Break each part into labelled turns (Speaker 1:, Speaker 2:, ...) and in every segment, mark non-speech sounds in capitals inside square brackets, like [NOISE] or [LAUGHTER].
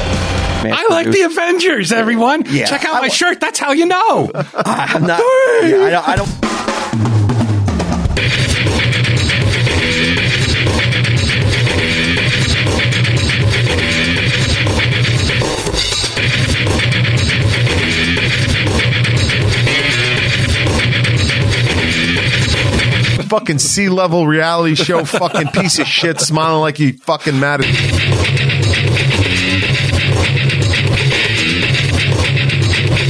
Speaker 1: mass.
Speaker 2: I like the
Speaker 1: produced.
Speaker 2: Avengers, everyone.
Speaker 1: Yeah.
Speaker 2: Check out
Speaker 1: I
Speaker 2: my
Speaker 1: wa-
Speaker 2: shirt. That's how you know.
Speaker 1: I'm not. Yeah, I don't. I don't
Speaker 3: fucking sea level reality show fucking piece of shit smiling like you fucking mad at
Speaker 2: [LAUGHS]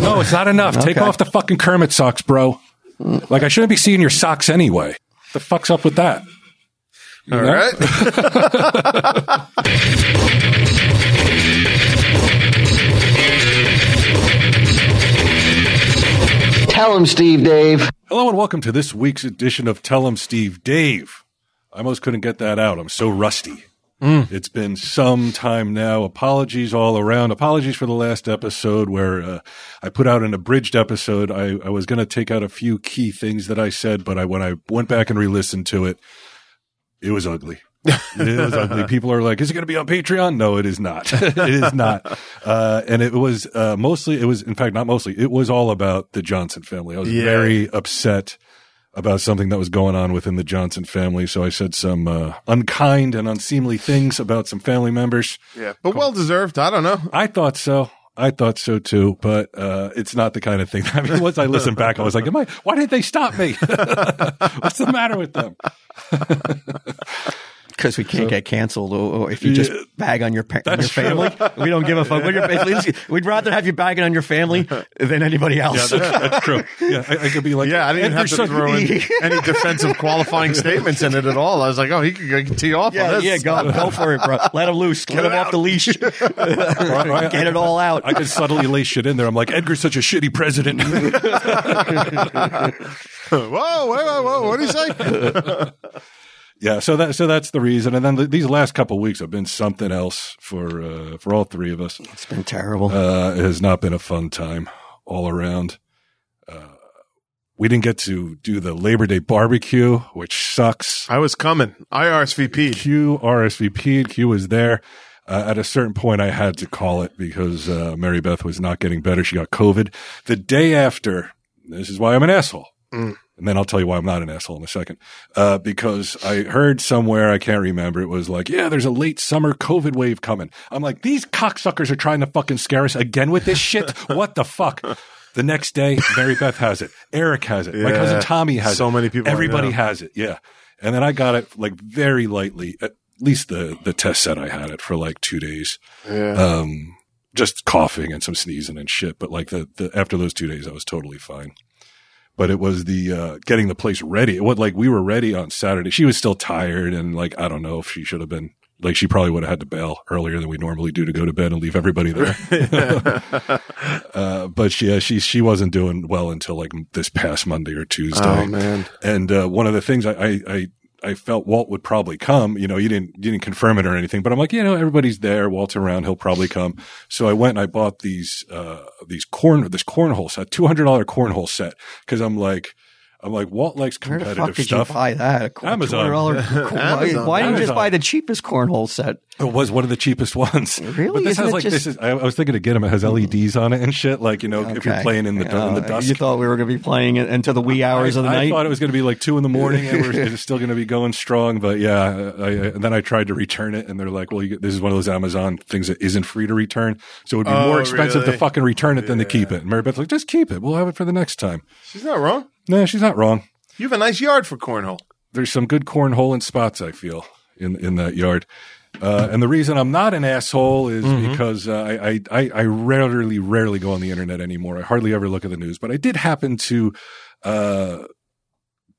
Speaker 2: no, it's not enough. Take
Speaker 1: Okay.
Speaker 2: off the fucking Kermit socks, bro. Like I shouldn't be seeing your socks anyway. The fuck's up with that?
Speaker 3: all right
Speaker 4: Tell him, Steve Dave.
Speaker 2: Hello and welcome to this week's edition of Tell 'em Steve Dave. I almost couldn't get that out. I'm so rusty. It's been some time now. Apologies all around. Apologies for the last episode where uh, I put out an abridged episode. I, I was going to take out a few key things that I said, but I when I went back and re-listened to it, it was ugly. it was ugly. People are like, "Is it going to be on Patreon?" No, it is not. [LAUGHS] it is not. Uh, and it was uh, mostly. It was, in fact, not mostly. It was all about the Johnson family. I was
Speaker 3: Yeah.
Speaker 2: very upset about something that was going on within the Johnson family. So I said some uh, unkind and unseemly things about some family members.
Speaker 3: yeah but well deserved i don't know
Speaker 2: I thought so. I thought so too, but uh, it's not the kind of thing. I mean, once I listened back, I was like, "Am I? Why did they stop me? [LAUGHS] What's the matter with them?"
Speaker 1: because we can't get canceled or, or if you just
Speaker 2: Yeah.
Speaker 1: bag on your, pa- your
Speaker 2: [LAUGHS]
Speaker 1: family. we don't give a fuck. We're your- basically, We'd rather have you bagging on your
Speaker 2: [LAUGHS]
Speaker 1: family than anybody else.
Speaker 2: That's true. Yeah, I, I could be like,
Speaker 3: yeah i didn't
Speaker 2: "Ed
Speaker 3: have to
Speaker 2: Versuch-
Speaker 3: throw
Speaker 2: [LAUGHS]
Speaker 3: in any defensive qualifying statements in it at all i was like oh he could, he could tee
Speaker 1: [LAUGHS]
Speaker 3: off
Speaker 1: yeah,
Speaker 3: on
Speaker 1: yeah,
Speaker 3: this
Speaker 1: go, go for it, bro. Let him loose. Let him off the
Speaker 2: [LAUGHS]
Speaker 1: leash. [LAUGHS]
Speaker 2: I-
Speaker 1: Get it all out.
Speaker 2: I could subtly lay shit in there. I'm like, Edgar's such a shitty
Speaker 3: [LAUGHS]
Speaker 2: president.
Speaker 3: whoa [LAUGHS] whoa whoa whoa what do you say
Speaker 2: yeah, so that so that's the reason. And then the, these last couple weeks have been something else for uh, for all three of us.
Speaker 1: It's been terrible.
Speaker 2: Uh, it has not been a fun time all around. Uh, we didn't get to do the Labor Day barbecue, which sucks.
Speaker 3: i was coming i rsvp
Speaker 2: Q RSVP'd. Q was there. Uh, at a certain point, I had to call it because uh, Mary Beth was not getting better. She got COVID. The day after, this is why I'm an asshole. And then I'll tell you why I'm not an asshole in a second. Uh, because I heard somewhere, I can't remember, it was like, yeah, there's a late summer COVID wave coming. I'm like, these cocksuckers are trying to fucking scare us again with this shit. what the fuck? The next day, Mary Beth has it. Eric has it. My
Speaker 3: Yeah.
Speaker 2: cousin Tommy has it.
Speaker 3: So many people I
Speaker 2: Everybody
Speaker 3: know.
Speaker 2: has it. Yeah. And then I got it like very lightly. At least the the test said I had it for like two days. Um, just coughing and some sneezing and shit. But like the, the after those two days, I was totally fine. But it was the uh, getting the place ready. It was like we were ready on Saturday. She was still tired and like I don't know if she should have been like she probably would have had to bail earlier than we normally do to go to bed and leave everybody
Speaker 3: [LAUGHS]
Speaker 2: there. [LAUGHS] uh, but she, uh, she she wasn't doing well until like this past Monday or Tuesday.
Speaker 3: oh man
Speaker 2: And uh, one of the things I, I, I, I felt Walt would probably come. You know, you didn't you didn't confirm it or anything, but I'm like, you know, everybody's there. Walt's around. He'll probably come. So I went and I bought these uh, these corn this cornhole set, two hundred dollar cornhole set, because I'm like, I'm like Walt likes
Speaker 1: Where the
Speaker 2: competitive
Speaker 1: fuck did
Speaker 2: stuff.
Speaker 1: you buy that? A cor-
Speaker 2: Amazon.
Speaker 1: $200
Speaker 2: [LAUGHS]
Speaker 1: cor-
Speaker 3: Amazon.
Speaker 1: Why didn't you just
Speaker 2: Amazon.
Speaker 1: buy the cheapest cornhole set?
Speaker 2: It was one of the cheapest [LAUGHS] ones.
Speaker 1: Really?
Speaker 2: But this
Speaker 1: Isn't
Speaker 2: has
Speaker 1: it
Speaker 2: like
Speaker 1: just-
Speaker 2: this is. I, I was thinking to get him. It has LEDs on it and shit. Like you know, if you're
Speaker 1: Okay.
Speaker 2: playing in the du- in the
Speaker 1: Uh,
Speaker 2: dusk.
Speaker 1: You thought we were going to be playing it until the wee hours
Speaker 2: I,
Speaker 1: of the
Speaker 2: I
Speaker 1: night.
Speaker 2: thought it was going to be like two in the morning,
Speaker 1: [LAUGHS]
Speaker 2: and we're it's still going to be going strong. But yeah, I, I, and then I tried to return it, and they're like, "Well, you, this is one of those Amazon things that isn't free to return, so it would be
Speaker 3: Oh,
Speaker 2: more expensive
Speaker 3: really?
Speaker 2: to fucking return it than to keep it." And Mary Beth's like, "Just keep it. We'll have it for the next time."
Speaker 3: she's not wrong
Speaker 2: Nah, she's not wrong.
Speaker 3: you have a nice yard for cornhole
Speaker 2: There's some good cornhole in spots. I feel in in that yard. Uh, and the reason I'm not an asshole is
Speaker 3: Mm-hmm.
Speaker 2: because uh, I, I- I I rarely rarely go on the internet anymore. I hardly ever look at the news, but I did happen to uh,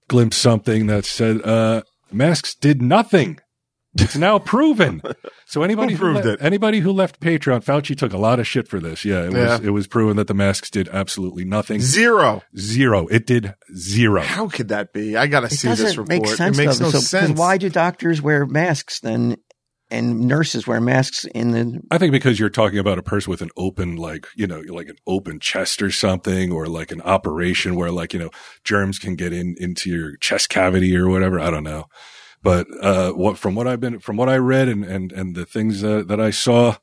Speaker 2: glimpse something that said uh, masks did nothing. It's now proven. So anybody
Speaker 3: [LAUGHS] Who proved
Speaker 2: who le-
Speaker 3: it?
Speaker 2: anybody who left Patreon, Fauci took a lot of shit for this. Yeah, it
Speaker 3: Yeah.
Speaker 2: was it was proven that the masks did absolutely nothing.
Speaker 3: zero
Speaker 2: Zero. It did zero.
Speaker 3: how could that be i gotta
Speaker 1: it
Speaker 3: see this
Speaker 1: doesn't
Speaker 3: report
Speaker 1: make sense.
Speaker 3: it makes
Speaker 1: though.
Speaker 3: no
Speaker 1: So- 'cause
Speaker 3: sense
Speaker 1: Why do doctors wear masks then, and nurses wear masks in the?
Speaker 2: I think because you're talking about a person with an open, like, you know, like an open chest or something, or like an operation where like, you know, germs can get in into your chest cavity or whatever. I don't know. But, uh, what, from what I've been, from what I read and, and, and the things uh, that, that I saw,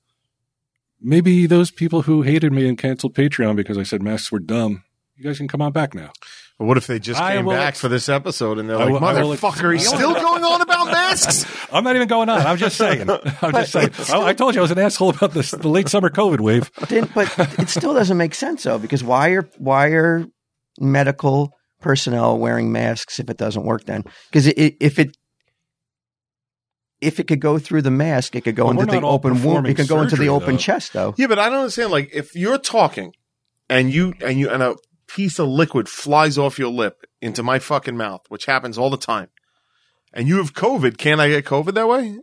Speaker 2: maybe those people who hated me and canceled Patreon because I said masks were dumb, you guys can come on back now.
Speaker 3: But what if they just
Speaker 2: I
Speaker 3: came
Speaker 2: will
Speaker 3: back
Speaker 2: ex-
Speaker 3: for this episode and they're
Speaker 2: I
Speaker 3: like,
Speaker 2: will- I will ex-
Speaker 3: motherfucker, he's still going on
Speaker 1: [LAUGHS]
Speaker 3: about masks?
Speaker 2: I'm not even going on. I'm just [LAUGHS] saying. I'm just saying. I, I told you I was an asshole about this the late summer COVID [LAUGHS] wave.
Speaker 1: Didn't, but it still doesn't make sense though, because why are why are medical personnel wearing masks if it doesn't work? Then because it, it, if it if it could go through the mask, it could go
Speaker 2: Well,
Speaker 1: into the
Speaker 2: we're not all
Speaker 1: open wound. It
Speaker 2: performing
Speaker 1: could go into the
Speaker 2: surgery,
Speaker 1: open
Speaker 2: though.
Speaker 1: chest though.
Speaker 3: Yeah, but I don't understand. Like, if you're talking and you and you and a piece of liquid flies off your lip into my fucking mouth, which happens all the time, and you have COVID, can I get COVID that way?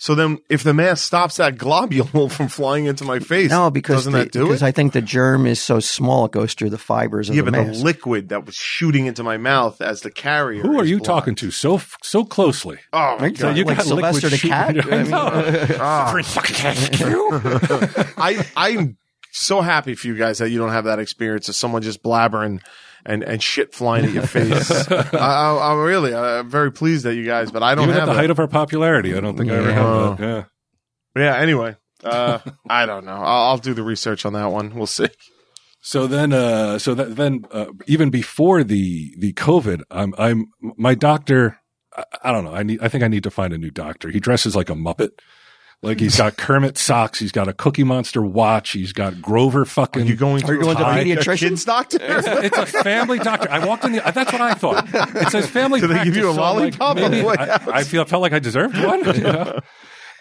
Speaker 3: So then, if the mask stops that globule [LAUGHS] from flying into my face,
Speaker 1: No, because
Speaker 3: doesn't
Speaker 1: the-
Speaker 3: that do
Speaker 1: because
Speaker 3: it?
Speaker 1: I think the germ is so small it goes through the fibers of
Speaker 3: yeah,
Speaker 1: the
Speaker 3: but
Speaker 1: mask.
Speaker 3: the liquid that was shooting into my mouth as the carrier.
Speaker 2: Who are
Speaker 3: is
Speaker 2: you
Speaker 3: blocked.
Speaker 2: talking to so so closely?
Speaker 3: Oh, my
Speaker 1: Right?
Speaker 3: God.
Speaker 2: you
Speaker 1: like
Speaker 2: got liquid
Speaker 1: Sylvester the
Speaker 2: shooting
Speaker 1: cat.
Speaker 2: your- Ah. I know. [LAUGHS]
Speaker 3: I I'm so happy for you guys that you don't have that experience of someone just blabbering and and shit flying at your face. I, I, I'm really I'm very pleased that you guys, but I don't
Speaker 2: Even at
Speaker 3: have
Speaker 2: the
Speaker 3: that.
Speaker 2: height of our popularity, I don't think I ever
Speaker 3: Yeah.
Speaker 2: had that. Yeah.
Speaker 3: yeah. Anyway, uh, I don't know. I'll, I'll do the research on that one. We'll see.
Speaker 2: So then, uh, so that, then, uh, even before the the COVID, I'm I'm my doctor. I, I don't know. I need. I think I need to find a new doctor. He dresses like a muppet. Like he's got Kermit socks. He's got a Cookie Monster watch. He's got Grover fucking.
Speaker 3: going?
Speaker 1: Are you going to
Speaker 2: Hi.
Speaker 1: the pediatrician?
Speaker 3: kids [LAUGHS] doctor?
Speaker 2: it's a family doctor. I walked in the. That's what I thought. It says family.
Speaker 3: Do they give
Speaker 2: practice,
Speaker 3: you a
Speaker 2: so I'm like,
Speaker 3: lollipop on the
Speaker 2: maybe-
Speaker 3: way
Speaker 2: I,
Speaker 3: out?
Speaker 2: I feel felt like I deserved one. you
Speaker 3: [LAUGHS]
Speaker 2: know?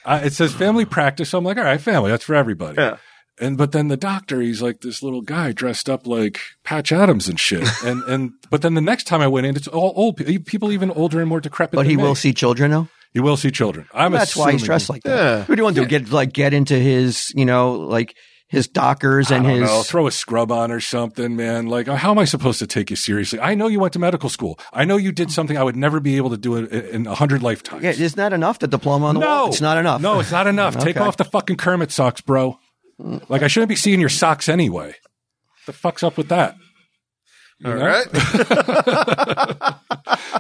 Speaker 2: Uh, it says family practice. So I'm like, all right, family. That's for everybody.
Speaker 3: Yeah.
Speaker 2: And but then the doctor, he's like this little guy dressed up like Patch Adams and shit. And and but then the next time I went in, it's all old pe- people, even older and more decrepit.
Speaker 1: But
Speaker 2: than
Speaker 1: he
Speaker 2: me.
Speaker 1: will see children though.
Speaker 2: He will see children. I'm
Speaker 1: That's why he's
Speaker 2: assuming-
Speaker 1: dressed like that.
Speaker 3: Yeah.
Speaker 1: Who do you want to do? get like get into his you know like his dockers
Speaker 2: I
Speaker 1: and
Speaker 2: don't
Speaker 1: his
Speaker 2: know, throw a scrub on or something, man. Like, how am I supposed to take you seriously? I know you went to medical school. I know you did something I would never be able to do in- in a hundred lifetimes.
Speaker 1: Yeah, it's not enough. The diploma on the
Speaker 2: no,
Speaker 1: wall. It's not enough.
Speaker 2: No, it's not enough. Take
Speaker 1: Okay.
Speaker 2: off the fucking Kermit socks, bro. Like, I shouldn't be seeing your socks anyway. The fuck's up with that?
Speaker 3: All right.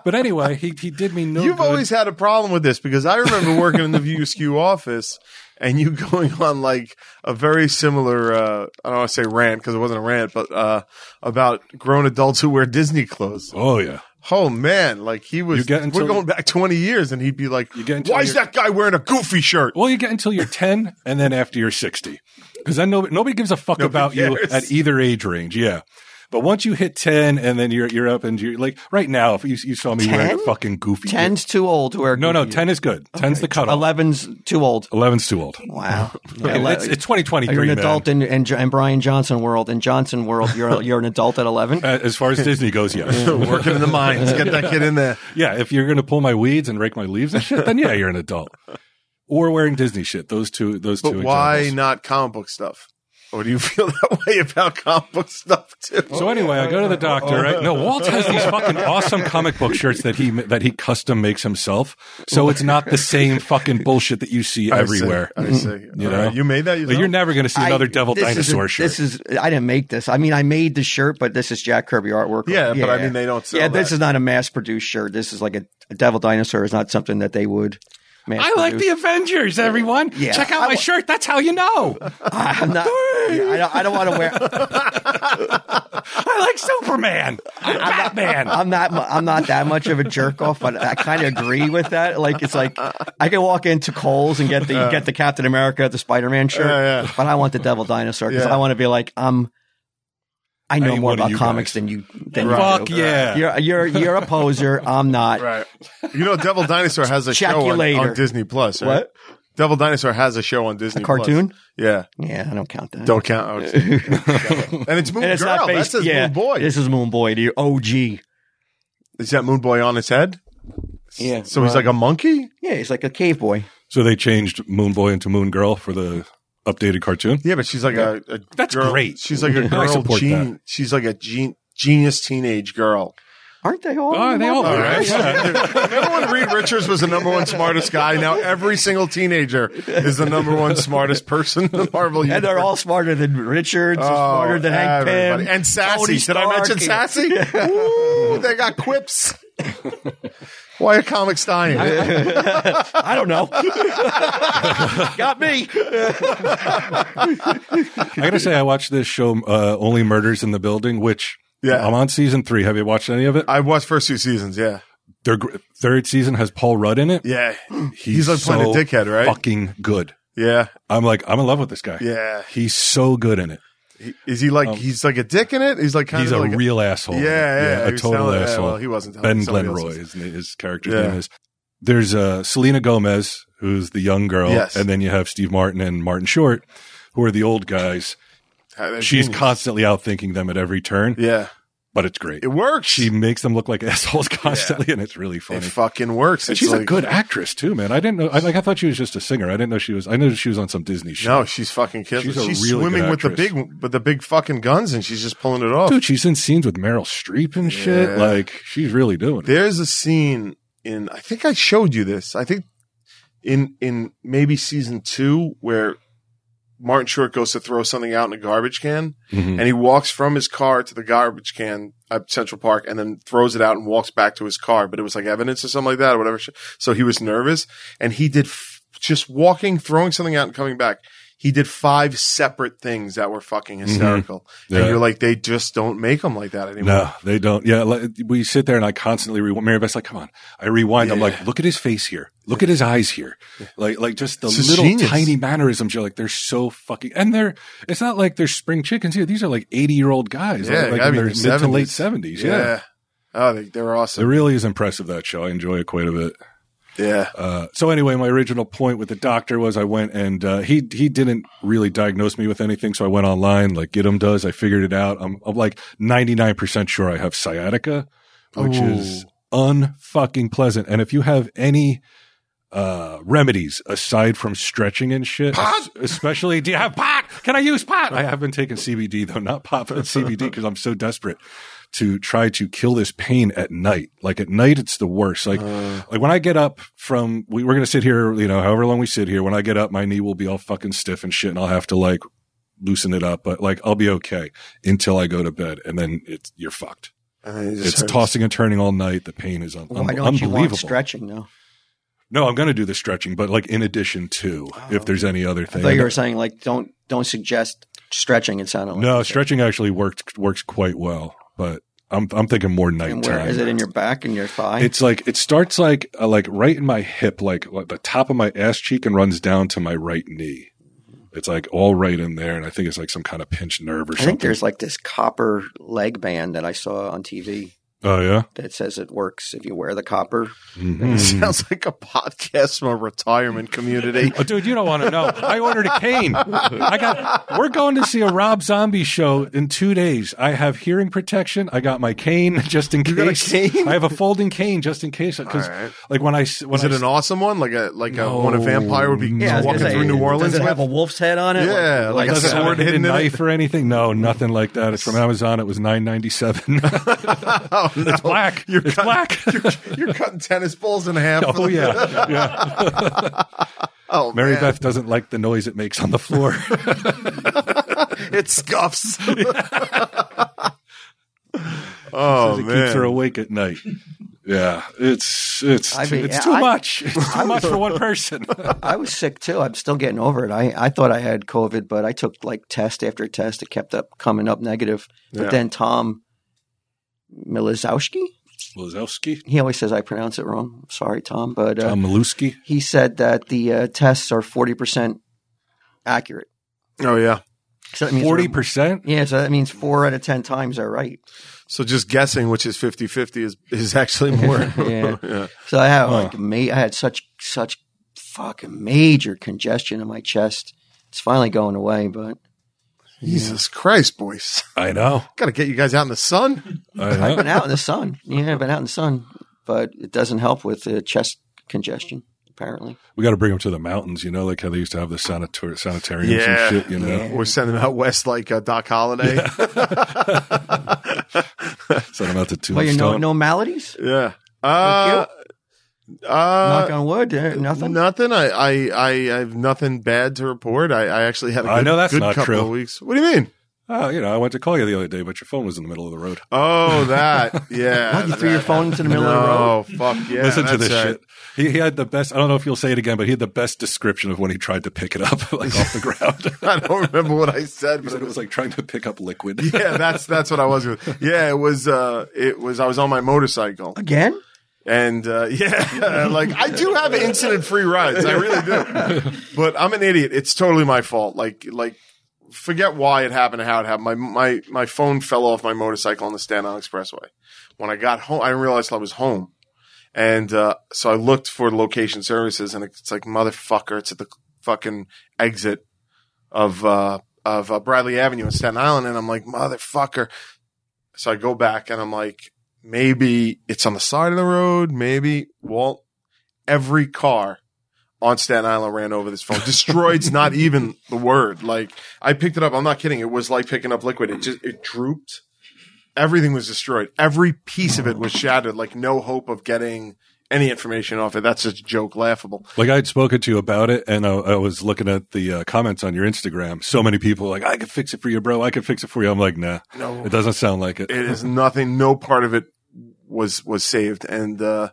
Speaker 2: But anyway, he, he did me no.
Speaker 3: You've
Speaker 2: good.
Speaker 3: always had a problem with this because I remember working in the VSQ office and you going on like a very similar, uh, I don't want to say rant because it wasn't a rant, but uh, about grown adults who wear Disney clothes.
Speaker 2: Oh yeah.
Speaker 3: Oh man, like he was,
Speaker 2: You get into-
Speaker 3: we're going back 20 years and he'd be like,
Speaker 2: You get into
Speaker 3: why is
Speaker 2: your-
Speaker 3: that guy wearing a goofy shirt?
Speaker 2: Well, you get until you're 10 and then after you're 60. Because then nobody, nobody gives a fuck about you
Speaker 3: cares.
Speaker 2: at either age range. Yeah. But once you hit 10 and then you're, you're up and you're like, right now, if you, you saw me wearing a
Speaker 1: 10?
Speaker 2: fucking goofy.
Speaker 1: Ten's too old to wear.
Speaker 2: No, no, 10 is good. 10's the cutoff.
Speaker 1: Eleven's too old.
Speaker 2: 11's too old. [LAUGHS]
Speaker 1: Wow.
Speaker 2: It's, it's 2023.
Speaker 1: you're an
Speaker 2: man.
Speaker 1: adult in, in, in Brian Johnson world. In Johnson world, you're [LAUGHS] you're an adult at eleven.
Speaker 2: Uh, As far as Disney goes,
Speaker 1: [LAUGHS]
Speaker 2: yes.
Speaker 3: working in the mines, get that kid in there.
Speaker 2: yeah. If you're going to pull my weeds and rake my leaves and shit, then yeah, you're an adult. Or wearing Disney shit. Those two, those
Speaker 3: But
Speaker 2: two.
Speaker 3: why
Speaker 2: examples.
Speaker 3: not comic book stuff? Or do you [LAUGHS] feel that way about comic book stuff too?
Speaker 2: So anyway, I go to the doctor. Right? No, Walt has these fucking awesome comic book shirts that he that he custom makes himself. So it's not the same fucking bullshit that you see
Speaker 3: I see,
Speaker 2: everywhere.
Speaker 3: I see.
Speaker 2: You
Speaker 3: You,
Speaker 2: know?
Speaker 3: you made that.
Speaker 2: But you're
Speaker 3: yourself?
Speaker 2: never going to see another
Speaker 1: I-
Speaker 2: devil
Speaker 1: this is a-
Speaker 2: dinosaur shirt.
Speaker 1: This is I didn't make this. I mean, I made the shirt, but this is Jack Kirby artwork.
Speaker 3: Yeah, but I mean, they don't sell
Speaker 1: Yeah, this
Speaker 3: that.
Speaker 1: is not a mass-produced shirt. This is like a, a devil dinosaur is not something that they would.
Speaker 2: I like
Speaker 1: mass-produce.
Speaker 2: the Avengers, everyone.
Speaker 1: Yeah.
Speaker 2: Check out my
Speaker 1: I-
Speaker 2: shirt. That's how you know.
Speaker 1: I'm not. yeah, I don't, I don't want
Speaker 3: [LAUGHS]
Speaker 1: to wear.
Speaker 2: I like Superman. I'm Batman.
Speaker 1: I'm not. I'm not that much of a jerk off, but I kind of agree with that. Like it's like I can walk into Coles and get the get the Captain America, the Spider Man shirt,
Speaker 3: Yeah, yeah.
Speaker 1: but I want the Devil Dinosaur because
Speaker 3: Yeah.
Speaker 1: I want to be like I'm. I know
Speaker 2: ain't
Speaker 1: more
Speaker 2: one of
Speaker 1: about
Speaker 2: you
Speaker 1: comics
Speaker 2: guys.
Speaker 1: than you than you
Speaker 2: Fuck
Speaker 1: do.
Speaker 2: yeah.
Speaker 1: You're you're you're a
Speaker 3: [LAUGHS]
Speaker 1: poser. I'm not.
Speaker 3: Right. [LAUGHS] You know, Devil Dinosaur has a
Speaker 1: Check
Speaker 3: show
Speaker 1: you
Speaker 3: on,
Speaker 1: later.
Speaker 3: on Disney Plus. Right?
Speaker 1: What?
Speaker 3: Devil Dinosaur has a show on Disney.
Speaker 1: A cartoon?
Speaker 3: Plus. Yeah.
Speaker 1: Yeah, I don't count that.
Speaker 3: Don't count. Oh, it's- and it's Moon
Speaker 1: And it's
Speaker 3: Girl.
Speaker 1: not
Speaker 3: That's
Speaker 1: based.
Speaker 3: his
Speaker 1: yeah,
Speaker 3: Moon Boy.
Speaker 1: This is Moon Boy. The OG.
Speaker 3: is that Moon Boy on his head?
Speaker 1: Yeah.
Speaker 3: So he's like a monkey.
Speaker 1: Yeah, he's like a cave boy.
Speaker 2: So they changed Moon Boy into Moon Girl for the updated cartoon.
Speaker 3: Yeah, but she's like a, a
Speaker 2: That's
Speaker 3: girl-
Speaker 2: great.
Speaker 3: She's like a
Speaker 2: I
Speaker 3: girl.
Speaker 2: support
Speaker 3: Gene, She's like a gen, genius teenage [LAUGHS] girl.
Speaker 1: Aren't they all?
Speaker 2: Oh, they all are. Right? Yeah.
Speaker 3: Remember when Reed Richards was the number one smartest guy? Now every single teenager is the number one smartest person in the Marvel universe.
Speaker 1: And they're all smarter than Richards, and
Speaker 3: Oh,
Speaker 1: smarter than Hank
Speaker 3: everybody.
Speaker 1: Pym,
Speaker 3: And Sassy.
Speaker 1: Tony
Speaker 3: Did I mention
Speaker 1: Stark.
Speaker 3: Sassy? Ooh, they got quips. [LAUGHS] Why are comics dying?
Speaker 1: I don't
Speaker 3: [LAUGHS]
Speaker 1: know. Got me.
Speaker 2: I gotta say, I watched this show, uh, Only Murders in the Building, which
Speaker 3: Yeah.
Speaker 2: I'm on season three. Have you watched any of it?
Speaker 3: I watched first two seasons. Yeah,
Speaker 2: Their gr- third season has Paul Rudd in it.
Speaker 3: yeah. He's like playing a dickhead, right?
Speaker 2: Fucking good.
Speaker 3: Yeah,
Speaker 2: I'm like, I'm in love with this guy.
Speaker 3: yeah.
Speaker 2: He's so good in it.
Speaker 3: He- Is he like he's like a dick in it? He's like kind
Speaker 2: He's
Speaker 3: of
Speaker 2: a
Speaker 3: like
Speaker 2: real asshole.
Speaker 3: Yeah, yeah.
Speaker 2: a
Speaker 3: He was
Speaker 2: total
Speaker 3: telling- yeah,
Speaker 2: asshole.
Speaker 3: well, he wasn't telling
Speaker 2: ben
Speaker 3: me, somebody
Speaker 2: Glenroy,
Speaker 3: else was.
Speaker 2: his, na- his character's
Speaker 3: Yeah.
Speaker 2: name is. There's uh, Selena Gomez, who's the young girl,
Speaker 3: Yes.
Speaker 2: and then you have Steve Martin and Martin Short, who are the old guys.
Speaker 3: a,
Speaker 2: She's constantly outthinking them at every turn,
Speaker 3: Yeah,
Speaker 2: but it's great.
Speaker 3: it works.
Speaker 2: she makes them look like [LAUGHS] assholes constantly, and it's really
Speaker 3: it
Speaker 2: funny.
Speaker 3: fucking works.
Speaker 2: And
Speaker 3: It's
Speaker 2: she's a
Speaker 3: like-
Speaker 2: good actress too, man. I didn't know. I, like I thought she was just a singer. I didn't know she was. I knew she was on some Disney show.
Speaker 3: No, she's fucking killing.
Speaker 2: She's
Speaker 3: She's,
Speaker 2: a really good
Speaker 3: swimming with the
Speaker 2: actress.
Speaker 3: big, with the big fucking guns, and she's just pulling it off.
Speaker 2: Oh, dude, she's in scenes with Meryl Streep and shit.
Speaker 3: Yeah.
Speaker 2: Like she's really doing it.
Speaker 3: There's a scene in I think I showed you this. I think in in maybe season two where Martin Short goes to throw something out in a garbage can
Speaker 2: Mhm.
Speaker 3: [LAUGHS] and he walks from his car to the garbage can at Central Park and then throws it out and walks back to his car. But it was like evidence or something like that or whatever. sh- So he was nervous and he did f- just walking, throwing something out and coming back. He did five separate things that were fucking hysterical.
Speaker 2: Mm-hmm. Yeah.
Speaker 3: And you're like, they just don't make them like that anymore.
Speaker 2: No, they don't. Yeah, like, we sit there and I constantly rewind. Mary Beth's like, "Come on," I rewind. I'm
Speaker 3: Yeah.
Speaker 2: like, "Look at his face here. Look at his eyes here. Like, like just the
Speaker 3: This is
Speaker 2: little
Speaker 3: genius.
Speaker 2: tiny mannerisms." You're like, "They're so fucking." And they're. It's not like they're spring chickens here. These are like 80 year old guys.
Speaker 3: Yeah,
Speaker 2: like, like
Speaker 3: gotta
Speaker 2: in
Speaker 3: be
Speaker 2: their
Speaker 3: in
Speaker 2: mid
Speaker 3: their
Speaker 2: to late
Speaker 3: 70s.
Speaker 2: 70s. Yeah.
Speaker 3: Oh, they, they were
Speaker 2: it
Speaker 3: awesome.
Speaker 2: really is impressive that show. I enjoy it quite a bit.
Speaker 3: Yeah.
Speaker 2: Uh, so anyway, my original point with the doctor was I went and uh, he he didn't really diagnose me with anything, so I went online like Gitum does. I figured it out. I'm, I'm like 99 percent sure I have sciatica, which is unfucking pleasant. And if you have any uh remedies aside from stretching and shit es- especially do you have pot can i use pot i have been taking cbd though not pot but cbd because i'm so desperate to try to kill this pain at night like at night it's the worst like like when i get up from we, we're gonna sit here you know however long we sit here when i get up my knee will be all fucking stiff and shit and i'll have to like loosen it up but like i'll be okay until i go to bed and then it's you're fucked
Speaker 3: And then it just
Speaker 2: it's
Speaker 3: hurts.
Speaker 2: tossing and turning all night the pain is un-
Speaker 1: Why
Speaker 2: un-
Speaker 1: don't you want
Speaker 2: unbelievable
Speaker 1: stretching though?
Speaker 2: no, I'm going to do the stretching, but like in addition to, if there's any other
Speaker 1: I
Speaker 2: thing.
Speaker 1: thought you were saying like don't don't suggest stretching. It sounded like
Speaker 2: no, stretching actually worked works quite well, but I'm I'm thinking more
Speaker 1: And where
Speaker 2: nighttime.
Speaker 1: is it in your back and your thigh?
Speaker 2: It's like it starts like uh, like right in my hip, like, like the top of my ass cheek, and runs down to my right knee. It's like all right in there, and I think it's like some kind of pinched nerve or
Speaker 1: I think
Speaker 2: something.
Speaker 1: there's like this copper leg band that I saw on TV
Speaker 2: Oh yeah,
Speaker 1: that says it works if you wear the copper.
Speaker 3: [LAUGHS] It
Speaker 2: Mm-hmm.
Speaker 3: sounds like a podcast from a retirement community.
Speaker 2: Oh, dude, you don't want to know. I ordered a cane. I got. We're going to see a Rob Zombie show in two days. I have hearing protection. I got my cane [LAUGHS] just in
Speaker 3: got a
Speaker 2: case.
Speaker 3: cane?
Speaker 2: I have a folding cane just in case. Because,
Speaker 3: All right.
Speaker 2: like when I s- when
Speaker 3: Is it
Speaker 2: I
Speaker 3: an awesome one? Like a like a one a
Speaker 2: No.
Speaker 3: vampire would be
Speaker 2: Yeah, I was
Speaker 3: walking
Speaker 2: gonna say,
Speaker 3: through New Orleans
Speaker 1: Does it
Speaker 3: with?
Speaker 1: have a wolf's head on it?
Speaker 3: Yeah,
Speaker 2: like
Speaker 3: like
Speaker 2: doesn't have a
Speaker 3: sword
Speaker 2: hidden
Speaker 3: hidden in it? Mm.
Speaker 2: knife or anything. No, nothing like that. It's from Amazon. It was nine ninety seven.
Speaker 3: [LAUGHS] Oh, no.
Speaker 2: [LAUGHS] It's black. it's
Speaker 3: cut-
Speaker 2: black.
Speaker 3: You're cutting tennis balls in half.
Speaker 2: [LAUGHS] oh yeah,
Speaker 3: [LAUGHS]
Speaker 2: yeah.
Speaker 3: Oh,
Speaker 2: Mary
Speaker 3: man.
Speaker 2: Beth doesn't like the noise it makes on the floor.
Speaker 3: [LAUGHS] Oh, It
Speaker 2: [LAUGHS]
Speaker 3: scuffs. [LAUGHS] oh
Speaker 2: it
Speaker 3: man.
Speaker 2: keeps her awake at night. Yeah, it's it's
Speaker 1: I mean,
Speaker 2: it's too
Speaker 1: I- [LAUGHS]
Speaker 2: much. It's too much for one
Speaker 3: [LAUGHS]
Speaker 2: person.
Speaker 1: I was sick too. I'm still getting over it. I, I thought I had COVID, but I took like test after test. It kept up coming up negative. But
Speaker 3: Yeah.
Speaker 1: then Tom Milizowski,
Speaker 2: Lazowski,
Speaker 1: he always says I pronounce it wrong. Sorry, Tom, but uh,
Speaker 2: Tom Maluski.
Speaker 1: he said that the uh, tests are 40% accurate.
Speaker 3: oh yeah.
Speaker 1: So that means
Speaker 2: Forty percent.
Speaker 1: Yeah, so that means four out of 10 times are right.
Speaker 3: So just guessing which is 50-50 is
Speaker 2: [LAUGHS]
Speaker 3: is actually more. [LAUGHS]
Speaker 1: Yeah. So I had like
Speaker 2: Huh.
Speaker 1: ma- I had such such fucking major congestion in my chest. It's finally going away, but
Speaker 3: Jesus Christ, boys. [LAUGHS]
Speaker 2: I know.
Speaker 3: Got to get you guys out in the sun.
Speaker 2: I
Speaker 1: I've
Speaker 2: know.
Speaker 1: been out in the sun. Yeah, I've been out in the sun, but it doesn't help with uh, chest congestion. Apparently,
Speaker 2: we got to bring him to the mountains. You know, like how they used to have the sanator- sanitariums
Speaker 3: Yeah.
Speaker 2: and shit. You know,
Speaker 3: Or send them out west like uh, Doc Holliday. Yeah.
Speaker 2: send him out to
Speaker 1: but you know,
Speaker 2: Tombstone.
Speaker 1: no maladies.
Speaker 3: Uh,
Speaker 1: Knock
Speaker 3: uh,
Speaker 1: on wood, uh, nothing.
Speaker 3: nothing. I, I, I, I have nothing bad to report. I, I actually had a good,
Speaker 2: I know that's
Speaker 3: good
Speaker 2: not
Speaker 3: couple
Speaker 2: true.
Speaker 3: of weeks. What do you mean?
Speaker 2: Oh, you know, I went to call you the other day, but your phone was in the middle of the road.
Speaker 3: Oh,
Speaker 2: [LAUGHS]
Speaker 3: that. Yeah.
Speaker 1: What, you threw your phone into the middle of the road?
Speaker 3: Oh, fuck yeah.
Speaker 2: Listen to
Speaker 3: that's
Speaker 2: this
Speaker 3: right.
Speaker 2: shit. He, he had the best. I don't know if you'll say it again, but he had the best description of when he tried to pick it up, [LAUGHS] like off the ground. [LAUGHS]
Speaker 3: [LAUGHS] I don't remember what I said,
Speaker 2: he
Speaker 3: but
Speaker 2: said it was like trying to pick up liquid.
Speaker 3: yeah, that's that's what I was. With. Yeah, it was. Uh, it was. I was on my motorcycle,
Speaker 1: Again?
Speaker 3: and uh, [LAUGHS] yeah, like I do have incident-free rides. I really do. But I'm an idiot. It's totally my fault. Like like forget why it happened and how it happened. My my my phone fell off my motorcycle on the Staten Island Expressway. When I got home, I didn't realize I was home, and uh, so I looked for location services, and it's like motherfucker, it's at the fucking exit of uh, of uh, Bradley Avenue in Staten Island, and I'm like motherfucker. So I go back and I'm like, maybe it's on the side of the road, maybe well, every car on Staten Island ran over this phone. Destroyed's not even the word. Like I picked it up. I'm not kidding. It was like picking up liquid. It just it drooped. Everything was destroyed. Every piece of it was shattered. Like no hope of getting any information off it. That's just a joke, laughable.
Speaker 2: [LAUGHS] Like I'd spoken to you about it, and I, I was looking at the uh, comments on your Instagram. So many people like, I can fix it for you, bro. I can fix it for you. I'm like, nah,
Speaker 3: No,
Speaker 2: it doesn't sound like it.
Speaker 3: it is nothing. No part of it was was saved, and uh,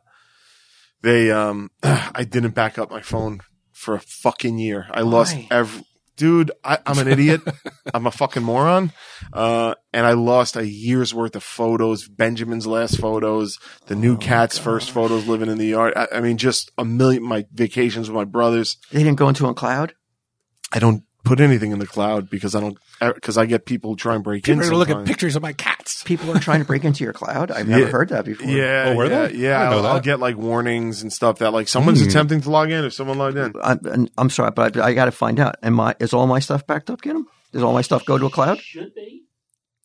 Speaker 3: they um, [CLEARS THROAT] I didn't back up my phone for a fucking year. I lost
Speaker 1: Why?
Speaker 3: every dude. I, I'm an idiot. [LAUGHS] I'm a fucking moron, uh, and I lost a year's worth of photos. Benjamin's last photos, the
Speaker 2: Oh
Speaker 3: new cat's first photos, living in the yard. I, I mean, just a million. My vacations with my brothers.
Speaker 1: They didn't go into a cloud?
Speaker 3: I don't put anything in the cloud because I don't because I get people who try and break in.
Speaker 2: People are looking at
Speaker 3: sometimes.
Speaker 2: pictures of my cats.
Speaker 1: People are trying to break into your cloud? I've never
Speaker 3: Yeah.
Speaker 1: heard that before.
Speaker 3: Yeah,
Speaker 2: Oh, were
Speaker 3: yeah,
Speaker 2: they? I
Speaker 3: yeah.
Speaker 2: didn't know
Speaker 3: I'll, I'll
Speaker 2: that.
Speaker 3: get like warnings and stuff that like someone's
Speaker 2: Hmm.
Speaker 3: attempting to log in or someone logged in.
Speaker 1: I'm, and I'm sorry, but I, I got to find out. Am I, is all my stuff backed up, Get 'em? Does all my stuff go to a cloud?
Speaker 5: Should be.